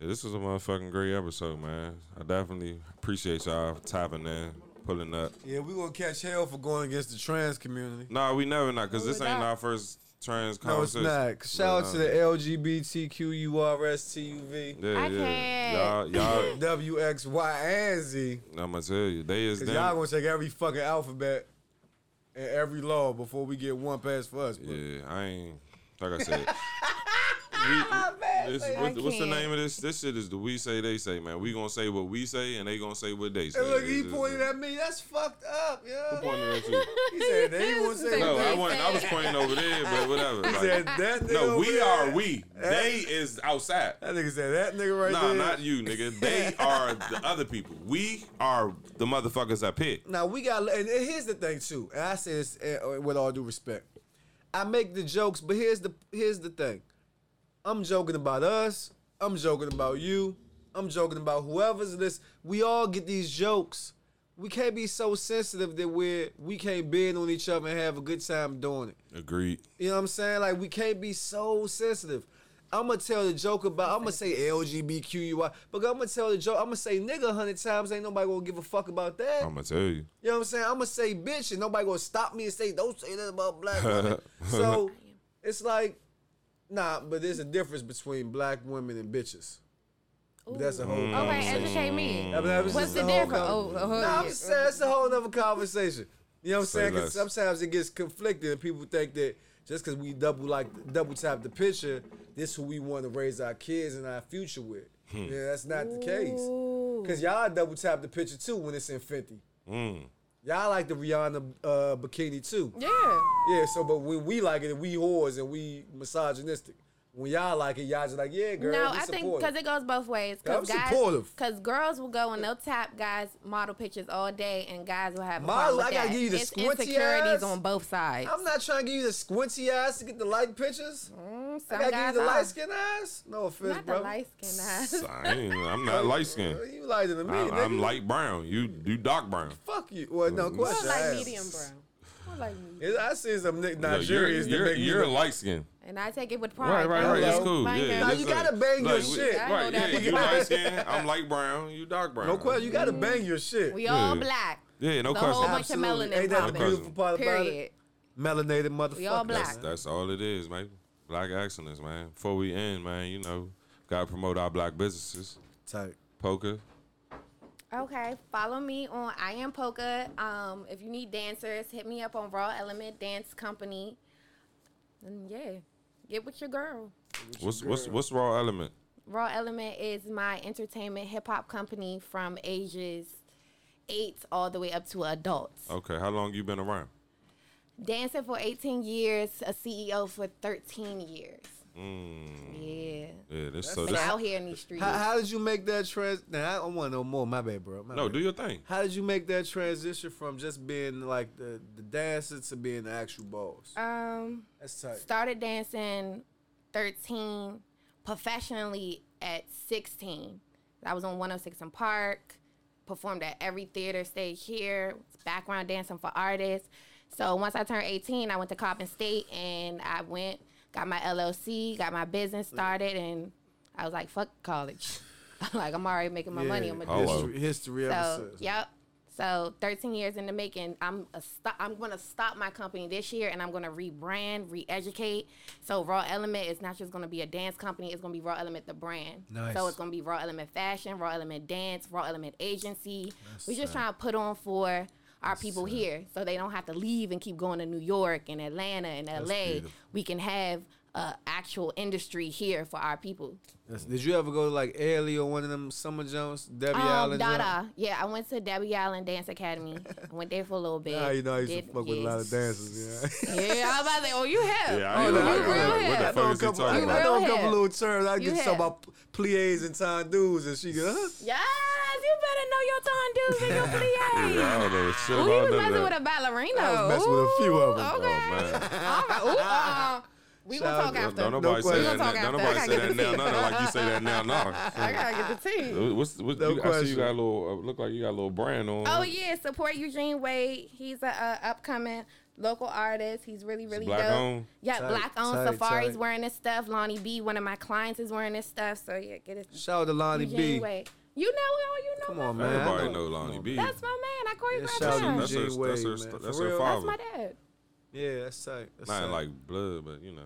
Speaker 1: Yeah, this was a motherfucking great episode, man. I definitely appreciate y'all for tapping in, pulling up.
Speaker 2: Yeah, we gonna catch hell for going against the trans community.
Speaker 1: Nah, we never not, cause
Speaker 3: No,
Speaker 1: this
Speaker 3: we're
Speaker 1: ain't
Speaker 3: not.
Speaker 1: our first trans
Speaker 2: No, it's
Speaker 1: conversation.
Speaker 2: not. Shout out to the
Speaker 1: Yeah,
Speaker 2: LGBTQURSTUV,
Speaker 1: yeah.
Speaker 3: I can't.
Speaker 1: Y'all, y'all,
Speaker 2: WXY, and Z.
Speaker 1: I'm gonna tell you, they is
Speaker 2: Because y'all
Speaker 1: them.
Speaker 2: gonna take every fucking alphabet and every law before we get one pass for us, bro.
Speaker 1: Yeah, I ain't. Like I said. we- this- what- what's the
Speaker 3: can't.
Speaker 1: name of this? This shit is the we say they say, man. We gonna say what we say, and they gonna say what they say.
Speaker 2: And look, he
Speaker 1: It's-
Speaker 2: pointed
Speaker 1: it's-
Speaker 2: at me. That's fucked up, yo.
Speaker 1: pointed at you.
Speaker 2: He said that. He won't say
Speaker 1: No, I
Speaker 2: that.
Speaker 1: wasn't. I was pointing over there, but whatever.
Speaker 2: He said
Speaker 1: Like,
Speaker 2: that nigga.
Speaker 1: no,
Speaker 2: over
Speaker 1: we
Speaker 2: there.
Speaker 1: are we. They is outside.
Speaker 2: That nigga said that nigga right
Speaker 1: Nah,
Speaker 2: there.
Speaker 1: not you, nigga. They are the other people. We are the motherfuckers up here.
Speaker 2: Now we got, and and here's the thing too. And I say this uh, with all due respect. I make the jokes, but here's the here's the thing. I'm joking about us. I'm joking about you. I'm joking about whoever's this. We all get these jokes. We can't be so sensitive that we're we can't bend on each other and have a good time doing it.
Speaker 1: Agreed.
Speaker 2: You know what I'm saying? Like we can't be so sensitive. I'm gonna tell the joke about. I'm gonna say LGBTQI, but I'm gonna tell the joke. I'm gonna say nigga a hundred times. Ain't nobody gonna give a fuck about that.
Speaker 1: I'm gonna tell you.
Speaker 2: You know what I'm saying? I'm gonna say bitch, and nobody gonna stop me and say don't say that about black women. so it's like, nah, but there's a difference between black women and bitches. But that's a whole.
Speaker 1: Um,
Speaker 3: Okay, educate me.
Speaker 2: I mean, that was just
Speaker 3: What's the
Speaker 2: a whole
Speaker 3: difference? Oh,
Speaker 2: conver-
Speaker 3: the hood.
Speaker 2: Nah, I'm just saying it's a whole other conversation. You know what I'm
Speaker 1: Say
Speaker 2: saying? 'Cause
Speaker 1: less.
Speaker 2: sometimes it gets conflicted, and people think that just because we double like double tap the picture, this who we want to raise our kids and our future with.
Speaker 1: Hmm.
Speaker 2: Yeah, that's not the case. Cause y'all double tap the picture too when it's in fifty.
Speaker 1: Hmm.
Speaker 2: Y'all like the Rihanna uh, bikini too.
Speaker 3: Yeah.
Speaker 2: Yeah, so but when we like it, we whores and we misogynistic. When y'all like it, y'all just like, yeah, girl.
Speaker 3: no,
Speaker 2: we
Speaker 3: I think
Speaker 2: support
Speaker 3: because it goes both ways. Because
Speaker 2: I'm supportive.
Speaker 3: Because girls will go and they'll tap guys model pictures all day, and guys will have a
Speaker 2: Model,
Speaker 3: problem with
Speaker 2: I gotta
Speaker 3: that.
Speaker 2: give you the
Speaker 3: it's
Speaker 2: squinty
Speaker 3: insecurities
Speaker 2: eyes.
Speaker 3: on both sides.
Speaker 2: I'm not trying to give you the squinty eyes to get the light pictures.
Speaker 3: Mm,
Speaker 2: I
Speaker 3: some
Speaker 2: gotta give you
Speaker 3: guys
Speaker 2: the
Speaker 3: are-
Speaker 2: light skin eyes. No offense,
Speaker 3: Not
Speaker 2: bro.
Speaker 3: the light skin eyes.
Speaker 1: I ain't- I'm not light skinned.
Speaker 2: You lighter than me. nigga.
Speaker 1: I'm light brown. You you dark brown.
Speaker 2: Fuck you. Well, no
Speaker 1: More
Speaker 2: question. I
Speaker 4: like
Speaker 2: am.
Speaker 4: medium brown. More like medium.
Speaker 2: Yeah, I see some Nick
Speaker 1: No, you're
Speaker 2: Nigerians that
Speaker 1: you're,
Speaker 2: make me
Speaker 1: you're
Speaker 2: look-
Speaker 1: light skinned.
Speaker 3: And I take it with
Speaker 1: Right,
Speaker 3: pride.
Speaker 1: right,
Speaker 3: though.
Speaker 1: right. That's
Speaker 2: Hello.
Speaker 1: cool.
Speaker 3: Bang
Speaker 1: Yeah,
Speaker 3: it.
Speaker 2: No,
Speaker 1: that's
Speaker 2: you
Speaker 1: good.
Speaker 2: gotta bang your
Speaker 1: Like, we-
Speaker 2: shit.
Speaker 3: I
Speaker 1: Right,
Speaker 3: know
Speaker 1: yeah.
Speaker 3: that.
Speaker 1: You light skinned. I'm light brown. You dark brown.
Speaker 2: No question. You gotta bang your shit.
Speaker 3: We all
Speaker 1: Yeah.
Speaker 3: black.
Speaker 1: Yeah, no
Speaker 3: The whole
Speaker 1: question.
Speaker 3: bunch of melanin
Speaker 2: Ain't that the
Speaker 1: popping.
Speaker 2: beautiful part about it?
Speaker 3: Period.
Speaker 2: Melanated motherfuckers.
Speaker 3: all black.
Speaker 1: That's, that's all it is, man. Black excellence, man. Before we end, man, you know, gotta promote our black businesses.
Speaker 2: Tight.
Speaker 1: Poker.
Speaker 3: Okay, follow me on I Am Polka. Um, if you need dancers, hit me up on Raw Element Dance Company. And yeah, get with your girl.
Speaker 1: What's what's what's raw element?
Speaker 3: Raw Element is my entertainment hip hop company from ages eight all the way up to adults.
Speaker 1: Okay, how long you been around?
Speaker 3: Dancing for 18 years, a CEO for 13 years. Yeah.
Speaker 1: Yeah, this so
Speaker 3: Been
Speaker 1: this
Speaker 3: out here in these streets.
Speaker 2: How, how did you make that trans? Now I don't want to know more. My bad, bro. My
Speaker 1: no,
Speaker 2: bad.
Speaker 1: do your thing.
Speaker 2: How did you make that transition from just being like the, the dancer to being the actual boss?
Speaker 3: Um,
Speaker 2: That's tight.
Speaker 3: started dancing 13 professionally at 16 i was on 106 in park performed at every theater stage here was background dancing for artists so once i turned 18 i went to coppin state and i went got my llc got my business started and i was like fuck college like i'm already making my money i'm gonna do
Speaker 1: Hello.
Speaker 2: history, history ever
Speaker 3: so
Speaker 2: since.
Speaker 3: yep. So 13 years in the making. I'm a sto- I'm gonna stop my company this year, and I'm gonna rebrand, re-educate. So Raw Element is not just gonna be a dance company; it's gonna be Raw Element the brand.
Speaker 2: Nice.
Speaker 3: So it's gonna be Raw Element Fashion, Raw Element Dance, Raw Element Agency. We're just
Speaker 2: sad.
Speaker 3: trying to put on for our people here, so they don't have to leave and keep going to New York and Atlanta and LA.
Speaker 2: beautiful.
Speaker 3: We can have a actual industry here for our people.
Speaker 2: That's- Did you ever go to like Ailey or one of them summer Jones, Debbie
Speaker 3: Um,
Speaker 2: Allen?
Speaker 3: Dada. Yeah, I went to Debbie Allen Dance Academy. I went there for a little bit.
Speaker 2: Ah, you know I used to
Speaker 3: Did-
Speaker 2: fuck with a lot of
Speaker 3: yes.
Speaker 2: dancers. Yeah.
Speaker 3: Yeah, I was about to say, oh, you have.
Speaker 1: Yeah, I
Speaker 3: oh,
Speaker 1: ain't
Speaker 3: you
Speaker 1: gonna lie, I was
Speaker 3: real
Speaker 1: like, what the fuck
Speaker 3: have.
Speaker 2: know a
Speaker 1: is he
Speaker 2: couple.
Speaker 1: talking
Speaker 2: I, I know
Speaker 3: about?
Speaker 2: a couple little terms. I
Speaker 3: You
Speaker 2: get to talk
Speaker 3: have.
Speaker 2: about plies and tendus, and she go, huh?
Speaker 3: Yes, you better know your tondues and your plies.
Speaker 1: Yeah, I don't know shit
Speaker 3: Ooh, you was
Speaker 1: about none
Speaker 3: messing
Speaker 1: of
Speaker 3: with
Speaker 1: that.
Speaker 3: a ballerina.
Speaker 2: I was messing with a few of 'em.
Speaker 3: Ooh, Oh, Okay.
Speaker 1: Oh, man.
Speaker 3: All right. Ooh, uh-uh. We will
Speaker 2: Shout
Speaker 3: talk
Speaker 2: out.
Speaker 3: after.
Speaker 1: Don't nobody say
Speaker 2: question.
Speaker 1: that.
Speaker 3: We'll talk
Speaker 1: now-
Speaker 3: after.
Speaker 1: Don't
Speaker 3: I
Speaker 1: nobody
Speaker 3: gotta
Speaker 1: say
Speaker 3: get
Speaker 1: that
Speaker 3: the
Speaker 1: now.
Speaker 3: tea.
Speaker 1: None like you say that now.
Speaker 3: I
Speaker 1: No.
Speaker 3: gotta get the tea.
Speaker 1: Uh, What's what?
Speaker 2: No
Speaker 1: you, I see you
Speaker 2: question.
Speaker 1: got a little. Uh, look like you got a little brand on.
Speaker 3: Oh yeah, support Eugene Wade. He's a, uh upcoming local artist. He's really really
Speaker 1: black
Speaker 3: dope.
Speaker 1: owned?
Speaker 3: Yeah,
Speaker 2: Tight,
Speaker 3: black owned.
Speaker 2: tight,
Speaker 3: Safari's
Speaker 2: tight.
Speaker 3: wearing this stuff. Lonnie B, one of my clients, is wearing this stuff. So yeah, get it.
Speaker 2: Shout out to Lonnie
Speaker 3: Eugene
Speaker 2: B.
Speaker 3: Wade. You know all you know.
Speaker 2: Come
Speaker 3: my
Speaker 2: on,
Speaker 3: friend.
Speaker 2: man.
Speaker 1: Everybody
Speaker 2: I
Speaker 1: know Lonnie B.
Speaker 3: That's my man. I
Speaker 2: Yeah,
Speaker 3: choreographed
Speaker 2: shout out
Speaker 3: him.
Speaker 2: to
Speaker 1: That's
Speaker 3: That's,
Speaker 1: her.
Speaker 2: Eugene
Speaker 1: That's her.
Speaker 2: Wade, man.
Speaker 1: That's
Speaker 2: For
Speaker 1: her
Speaker 2: real?
Speaker 1: father.
Speaker 3: my dad.
Speaker 2: Yeah, that's tight. That's
Speaker 1: not
Speaker 2: tight.
Speaker 1: like blood, but you know,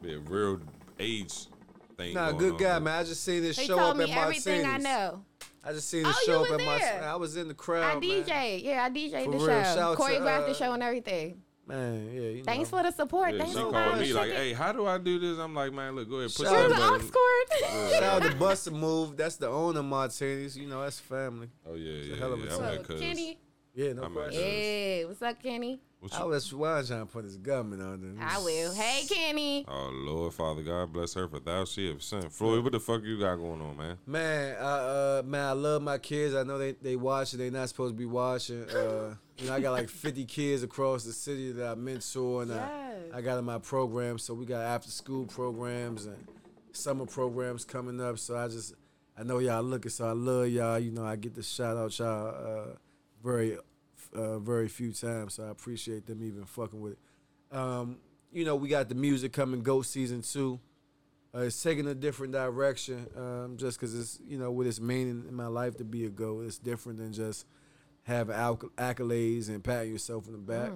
Speaker 1: be a real age thing.
Speaker 2: Nah,
Speaker 1: going
Speaker 2: good
Speaker 1: on,
Speaker 2: guy,
Speaker 1: but-
Speaker 2: man. I just seen this
Speaker 3: He
Speaker 2: show
Speaker 3: told
Speaker 2: up
Speaker 3: me
Speaker 2: at Martini's.
Speaker 3: everything I know.
Speaker 2: I just seen this
Speaker 3: Oh,
Speaker 2: show
Speaker 3: you
Speaker 2: up
Speaker 3: was
Speaker 2: at Martini's.
Speaker 3: there.
Speaker 2: I was in the
Speaker 3: I
Speaker 2: crowd.
Speaker 3: DJ.
Speaker 2: Man,
Speaker 3: Yeah, I DJ
Speaker 2: For
Speaker 3: the
Speaker 2: real,
Speaker 3: show.
Speaker 2: shout out to,
Speaker 3: Choreographed the
Speaker 2: uh,
Speaker 3: show and everything.
Speaker 2: man yeah. You know.
Speaker 3: Thanks for the support.
Speaker 1: Yeah,
Speaker 3: Thanks
Speaker 1: she
Speaker 3: for
Speaker 1: called
Speaker 3: buying
Speaker 1: me
Speaker 3: the
Speaker 1: like,
Speaker 3: ticket.
Speaker 1: "Hey, how do I do this?" I'm like, "Man, look, go ahead, push
Speaker 2: Shout out
Speaker 1: the
Speaker 3: Here's an
Speaker 2: to-
Speaker 1: button."
Speaker 3: aux cord.
Speaker 2: Shout out to Buster Move. That's the owner of Martini's. You know, that's family.
Speaker 1: Oh yeah, yeah,
Speaker 2: a hell of a
Speaker 1: yeah. I'm
Speaker 2: time.
Speaker 1: like,
Speaker 3: Look,
Speaker 1: cuz,
Speaker 3: Kenny.
Speaker 2: Yeah, no
Speaker 1: I'm
Speaker 2: question.
Speaker 1: out.
Speaker 3: Yeah, what's up, Kenny?
Speaker 1: what
Speaker 2: I
Speaker 1: you-
Speaker 2: was Juan trying to put his government on there.
Speaker 3: I will. Hey, Kenny.
Speaker 1: Oh Lord, Father God, bless her for thou she have sent. Floyd, what the fuck you got going on, man?
Speaker 2: Man, I, uh, man, I love my kids. I know they they watching. They not supposed to be watching. Uh, you know, I got like 50 kids across the city that I mentor, and
Speaker 4: Yes.
Speaker 2: I, I got in my program. So we got after school programs and summer programs coming up. So I just I know y'all looking. So I love y'all. You know, I get to shout out y'all uh, very uh, very few times. So I appreciate them even fucking with it. Um, you know, we got the music coming. Go season two. Uh, it's taking a different direction um, just because it's, you know, what it's meaning in my life to be a go. It's different than just have acc- accolades and pat yourself on the back.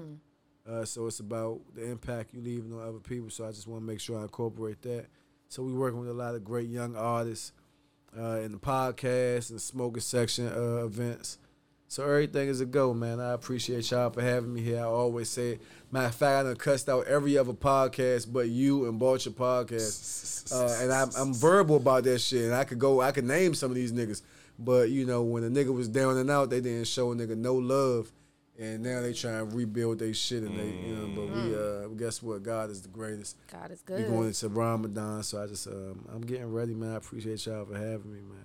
Speaker 2: Uh, so it's about the impact you leaving on other people. So I just want to make sure I incorporate that. So we working with a lot of great young artists uh, in the podcast and smoking section uh, events. So everything is a go, man. I appreciate y'all for having me here. I always say, it. matter of fact, I done cussed out every other podcast but you and bought your podcast, uh, and I'm, I'm verbal about that shit. And I could go, I could name some of these niggas, but you know, when a nigga was down and out, they didn't show a nigga no love, and now they trying to rebuild their shit, and they you know. But we uh, guess what? God is the greatest.
Speaker 3: God is
Speaker 2: We going
Speaker 3: good.
Speaker 2: into Ramadan, so I just um, I'm getting ready, man. I appreciate y'all for having me, man.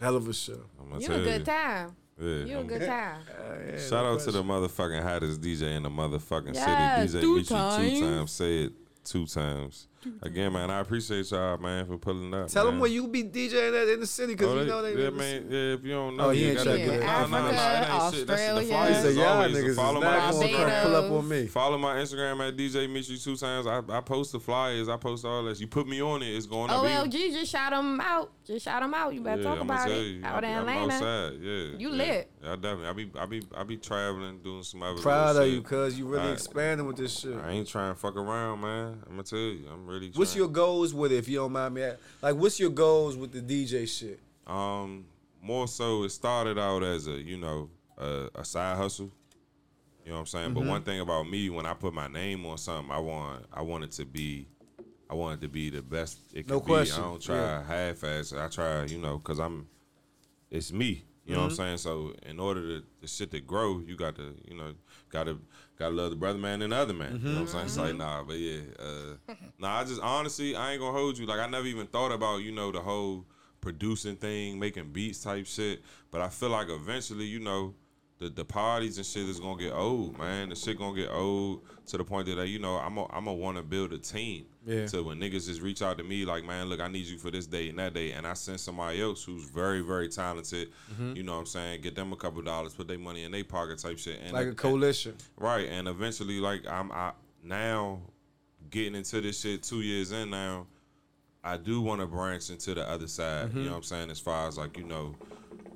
Speaker 2: Hell of a show.
Speaker 1: I'm gonna
Speaker 3: You
Speaker 1: tell
Speaker 3: a good
Speaker 1: you.
Speaker 3: time.
Speaker 1: Yeah,
Speaker 3: You a
Speaker 1: I'm-
Speaker 3: good time.
Speaker 2: Uh,
Speaker 1: Shout out to the motherfucking hottest DJ in the motherfucking
Speaker 3: Yes,
Speaker 1: city. DJ
Speaker 3: two
Speaker 1: Michi
Speaker 3: times.
Speaker 1: two times. Say it two times. Again, man, I appreciate y'all, man, for pulling up.
Speaker 2: Tell them
Speaker 1: man.
Speaker 2: where you be DJing at in the city, cause
Speaker 1: Oh,
Speaker 2: you know they.
Speaker 1: yeah, man, yeah, if you don't know,
Speaker 2: Oh, he
Speaker 1: you
Speaker 2: ain't
Speaker 1: gotta
Speaker 2: checking
Speaker 1: get
Speaker 2: it.
Speaker 1: Nah, nah, nah,
Speaker 3: Africa,
Speaker 1: it ain't shit. That's-
Speaker 3: Australia.
Speaker 1: The flyers
Speaker 2: So
Speaker 1: is
Speaker 2: y'all
Speaker 1: always
Speaker 2: niggas
Speaker 1: to
Speaker 2: is
Speaker 1: follow
Speaker 2: not
Speaker 1: my
Speaker 2: gonna
Speaker 3: Barbados.
Speaker 2: come
Speaker 1: Instagram.
Speaker 2: pull up on me.
Speaker 1: Follow my Instagram at DJ Meet You two times. I, I post the flyers. I post all that. You put me on it. It's going up.
Speaker 3: OLG, just shout them out. Just shout them out. You Oh, better talk
Speaker 1: I'ma
Speaker 3: about
Speaker 1: tell
Speaker 3: it. Out in
Speaker 1: I, am
Speaker 3: Atlanta.
Speaker 1: outside. Yeah,
Speaker 3: You
Speaker 1: yeah.
Speaker 3: lit.
Speaker 1: Yeah, I definitely. I be, I be, I be traveling, doing some other.
Speaker 2: Proud
Speaker 1: little
Speaker 2: of
Speaker 1: shit.
Speaker 2: you, cause you really
Speaker 1: Alright.
Speaker 2: expanding with this shit.
Speaker 1: I ain't trying to fuck around, man. I'm gonna tell you, I'm really.
Speaker 2: What's
Speaker 1: trying.
Speaker 2: your goals with it, if you don't mind me? Asking? Like, what's your goals with the DJ shit?
Speaker 1: Um, more so, it started out as a you know a, a side hustle. You know what I'm saying?
Speaker 2: Mm-hmm.
Speaker 1: But one thing about me, when I put my name on something, I want I want it to be, I want it to be the best it
Speaker 2: No
Speaker 1: can
Speaker 2: question.
Speaker 1: be. I don't try
Speaker 2: Yeah.
Speaker 1: half-ass. I try, you know, cause I'm, it's me. You know what I'm saying? So in order to the shit to grow, you got to, you know, gotta gotta love the brother man and the other man. You know what I'm saying? It's like nah, but yeah, uh, nah. I just honestly, I ain't gonna hold you. Like I never even thought about, you know, the whole producing thing, making beats type shit. But I feel like eventually, you know, the, the parties and shit is gonna get old, man. The shit gonna get old to the point that uh, you know I'm i I'm gonna want to build a team.
Speaker 2: Yeah.
Speaker 1: So when niggas just reach out to me like, man, look, I need you for this day and that day, and I send somebody else who's very very talented.
Speaker 2: Mm-hmm.
Speaker 1: You know what I'm saying? Get them a couple dollars, put their money in their pocket type shit. And
Speaker 2: Like a coalition.
Speaker 1: Right, and eventually, like I'm, I now getting into this shit two years in now. I do want to branch into the other side.
Speaker 2: Mm-hmm.
Speaker 1: You know what I'm saying? As far as like you know,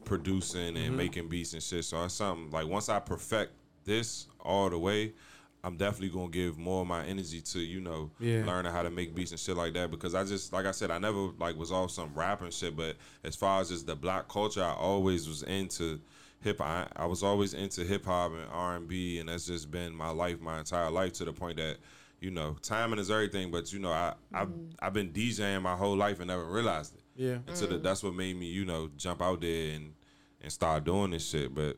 Speaker 1: producing and making beats and shit. So it's something like once I perfect this all the way, I'm definitely gonna give more of my energy to you know
Speaker 2: Yeah.
Speaker 1: learning how to make beats and shit like that. Because I just like I said, I never like was off some rap and shit. But as far as just the black culture, I always was into hip. I, I was always into hip hop and R and B, and that's just been my life, my entire life to the point that you know, timing is everything. But you know, I I've, I've been DJing my whole life and never realized it.
Speaker 2: Yeah.
Speaker 1: And so that that's what made me, you know, jump out there and and start doing this shit. But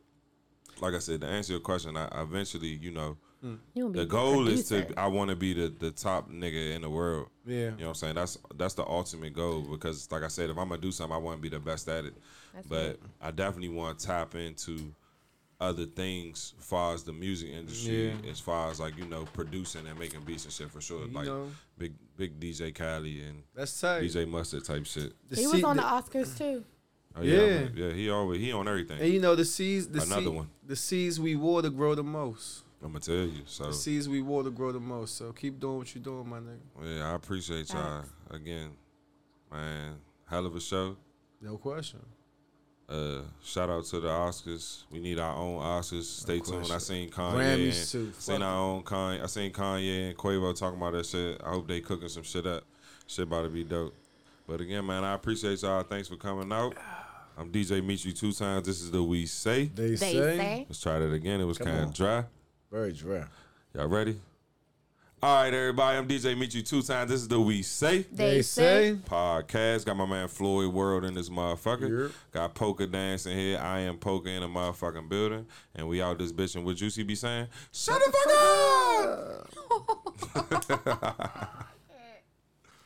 Speaker 1: like I said, to answer your question, I I eventually, you know,
Speaker 3: You gonna be
Speaker 1: the
Speaker 3: a
Speaker 1: goal is to
Speaker 3: producer.
Speaker 1: I want to be the the top nigga in the world.
Speaker 2: Yeah.
Speaker 1: You know what I'm saying? That's that's the ultimate goal because like I said, if I'm gonna do something, I want to be the best at it. but I definitely want to tap into other things as far as the music industry,
Speaker 2: Yeah.
Speaker 1: as far as like you know producing and making beats and shit for sure.
Speaker 2: You
Speaker 1: like
Speaker 2: know.
Speaker 1: big big DJ Kylie and
Speaker 2: That's tight.
Speaker 1: DJ Mustard type shit.
Speaker 2: The
Speaker 3: He was
Speaker 2: se-
Speaker 3: on the
Speaker 2: the-
Speaker 3: Oscars too.
Speaker 1: Oh, yeah,
Speaker 2: Yeah.
Speaker 1: I'm- yeah. He always he on everything.
Speaker 2: and you know the seeds. The
Speaker 1: Another
Speaker 2: seed-
Speaker 1: one.
Speaker 2: The seeds we water grow the most.
Speaker 1: I'm gonna tell you. So
Speaker 2: The seeds we water grow the most. So keep doing what you're doing, my nigga.
Speaker 1: yeah, I appreciate y'all again, man. Hell of a show.
Speaker 2: No question.
Speaker 1: Uh, shout out to the Oscars. We need our own Oscars. Stay tuned.
Speaker 2: question.
Speaker 1: I seen Kanye.
Speaker 2: Grammys
Speaker 1: and-
Speaker 2: too.
Speaker 1: Seen
Speaker 2: Fuck
Speaker 1: our own Kanye. I seen Kanye and Quavo talking about that shit. I hope they cooking some shit up. Shit about to be dope. But again, man, I appreciate y'all. Thanks for coming out. I'm DJ Meet You two times. This is the We Say.
Speaker 2: They,
Speaker 3: They say.
Speaker 1: Let's try that again. It was kind
Speaker 2: on.
Speaker 1: of dry.
Speaker 2: very dry.
Speaker 1: Y'all ready? All right, everybody. I'm DJ Meet You two times. This is the We Say
Speaker 3: They say.
Speaker 1: podcast. Got my man Floyd World in this motherfucker.
Speaker 2: Yep.
Speaker 1: Got poker dancing here. I am poker in the motherfucking building, and we out this bitch. And what Juicy be saying? Shut the fuck up.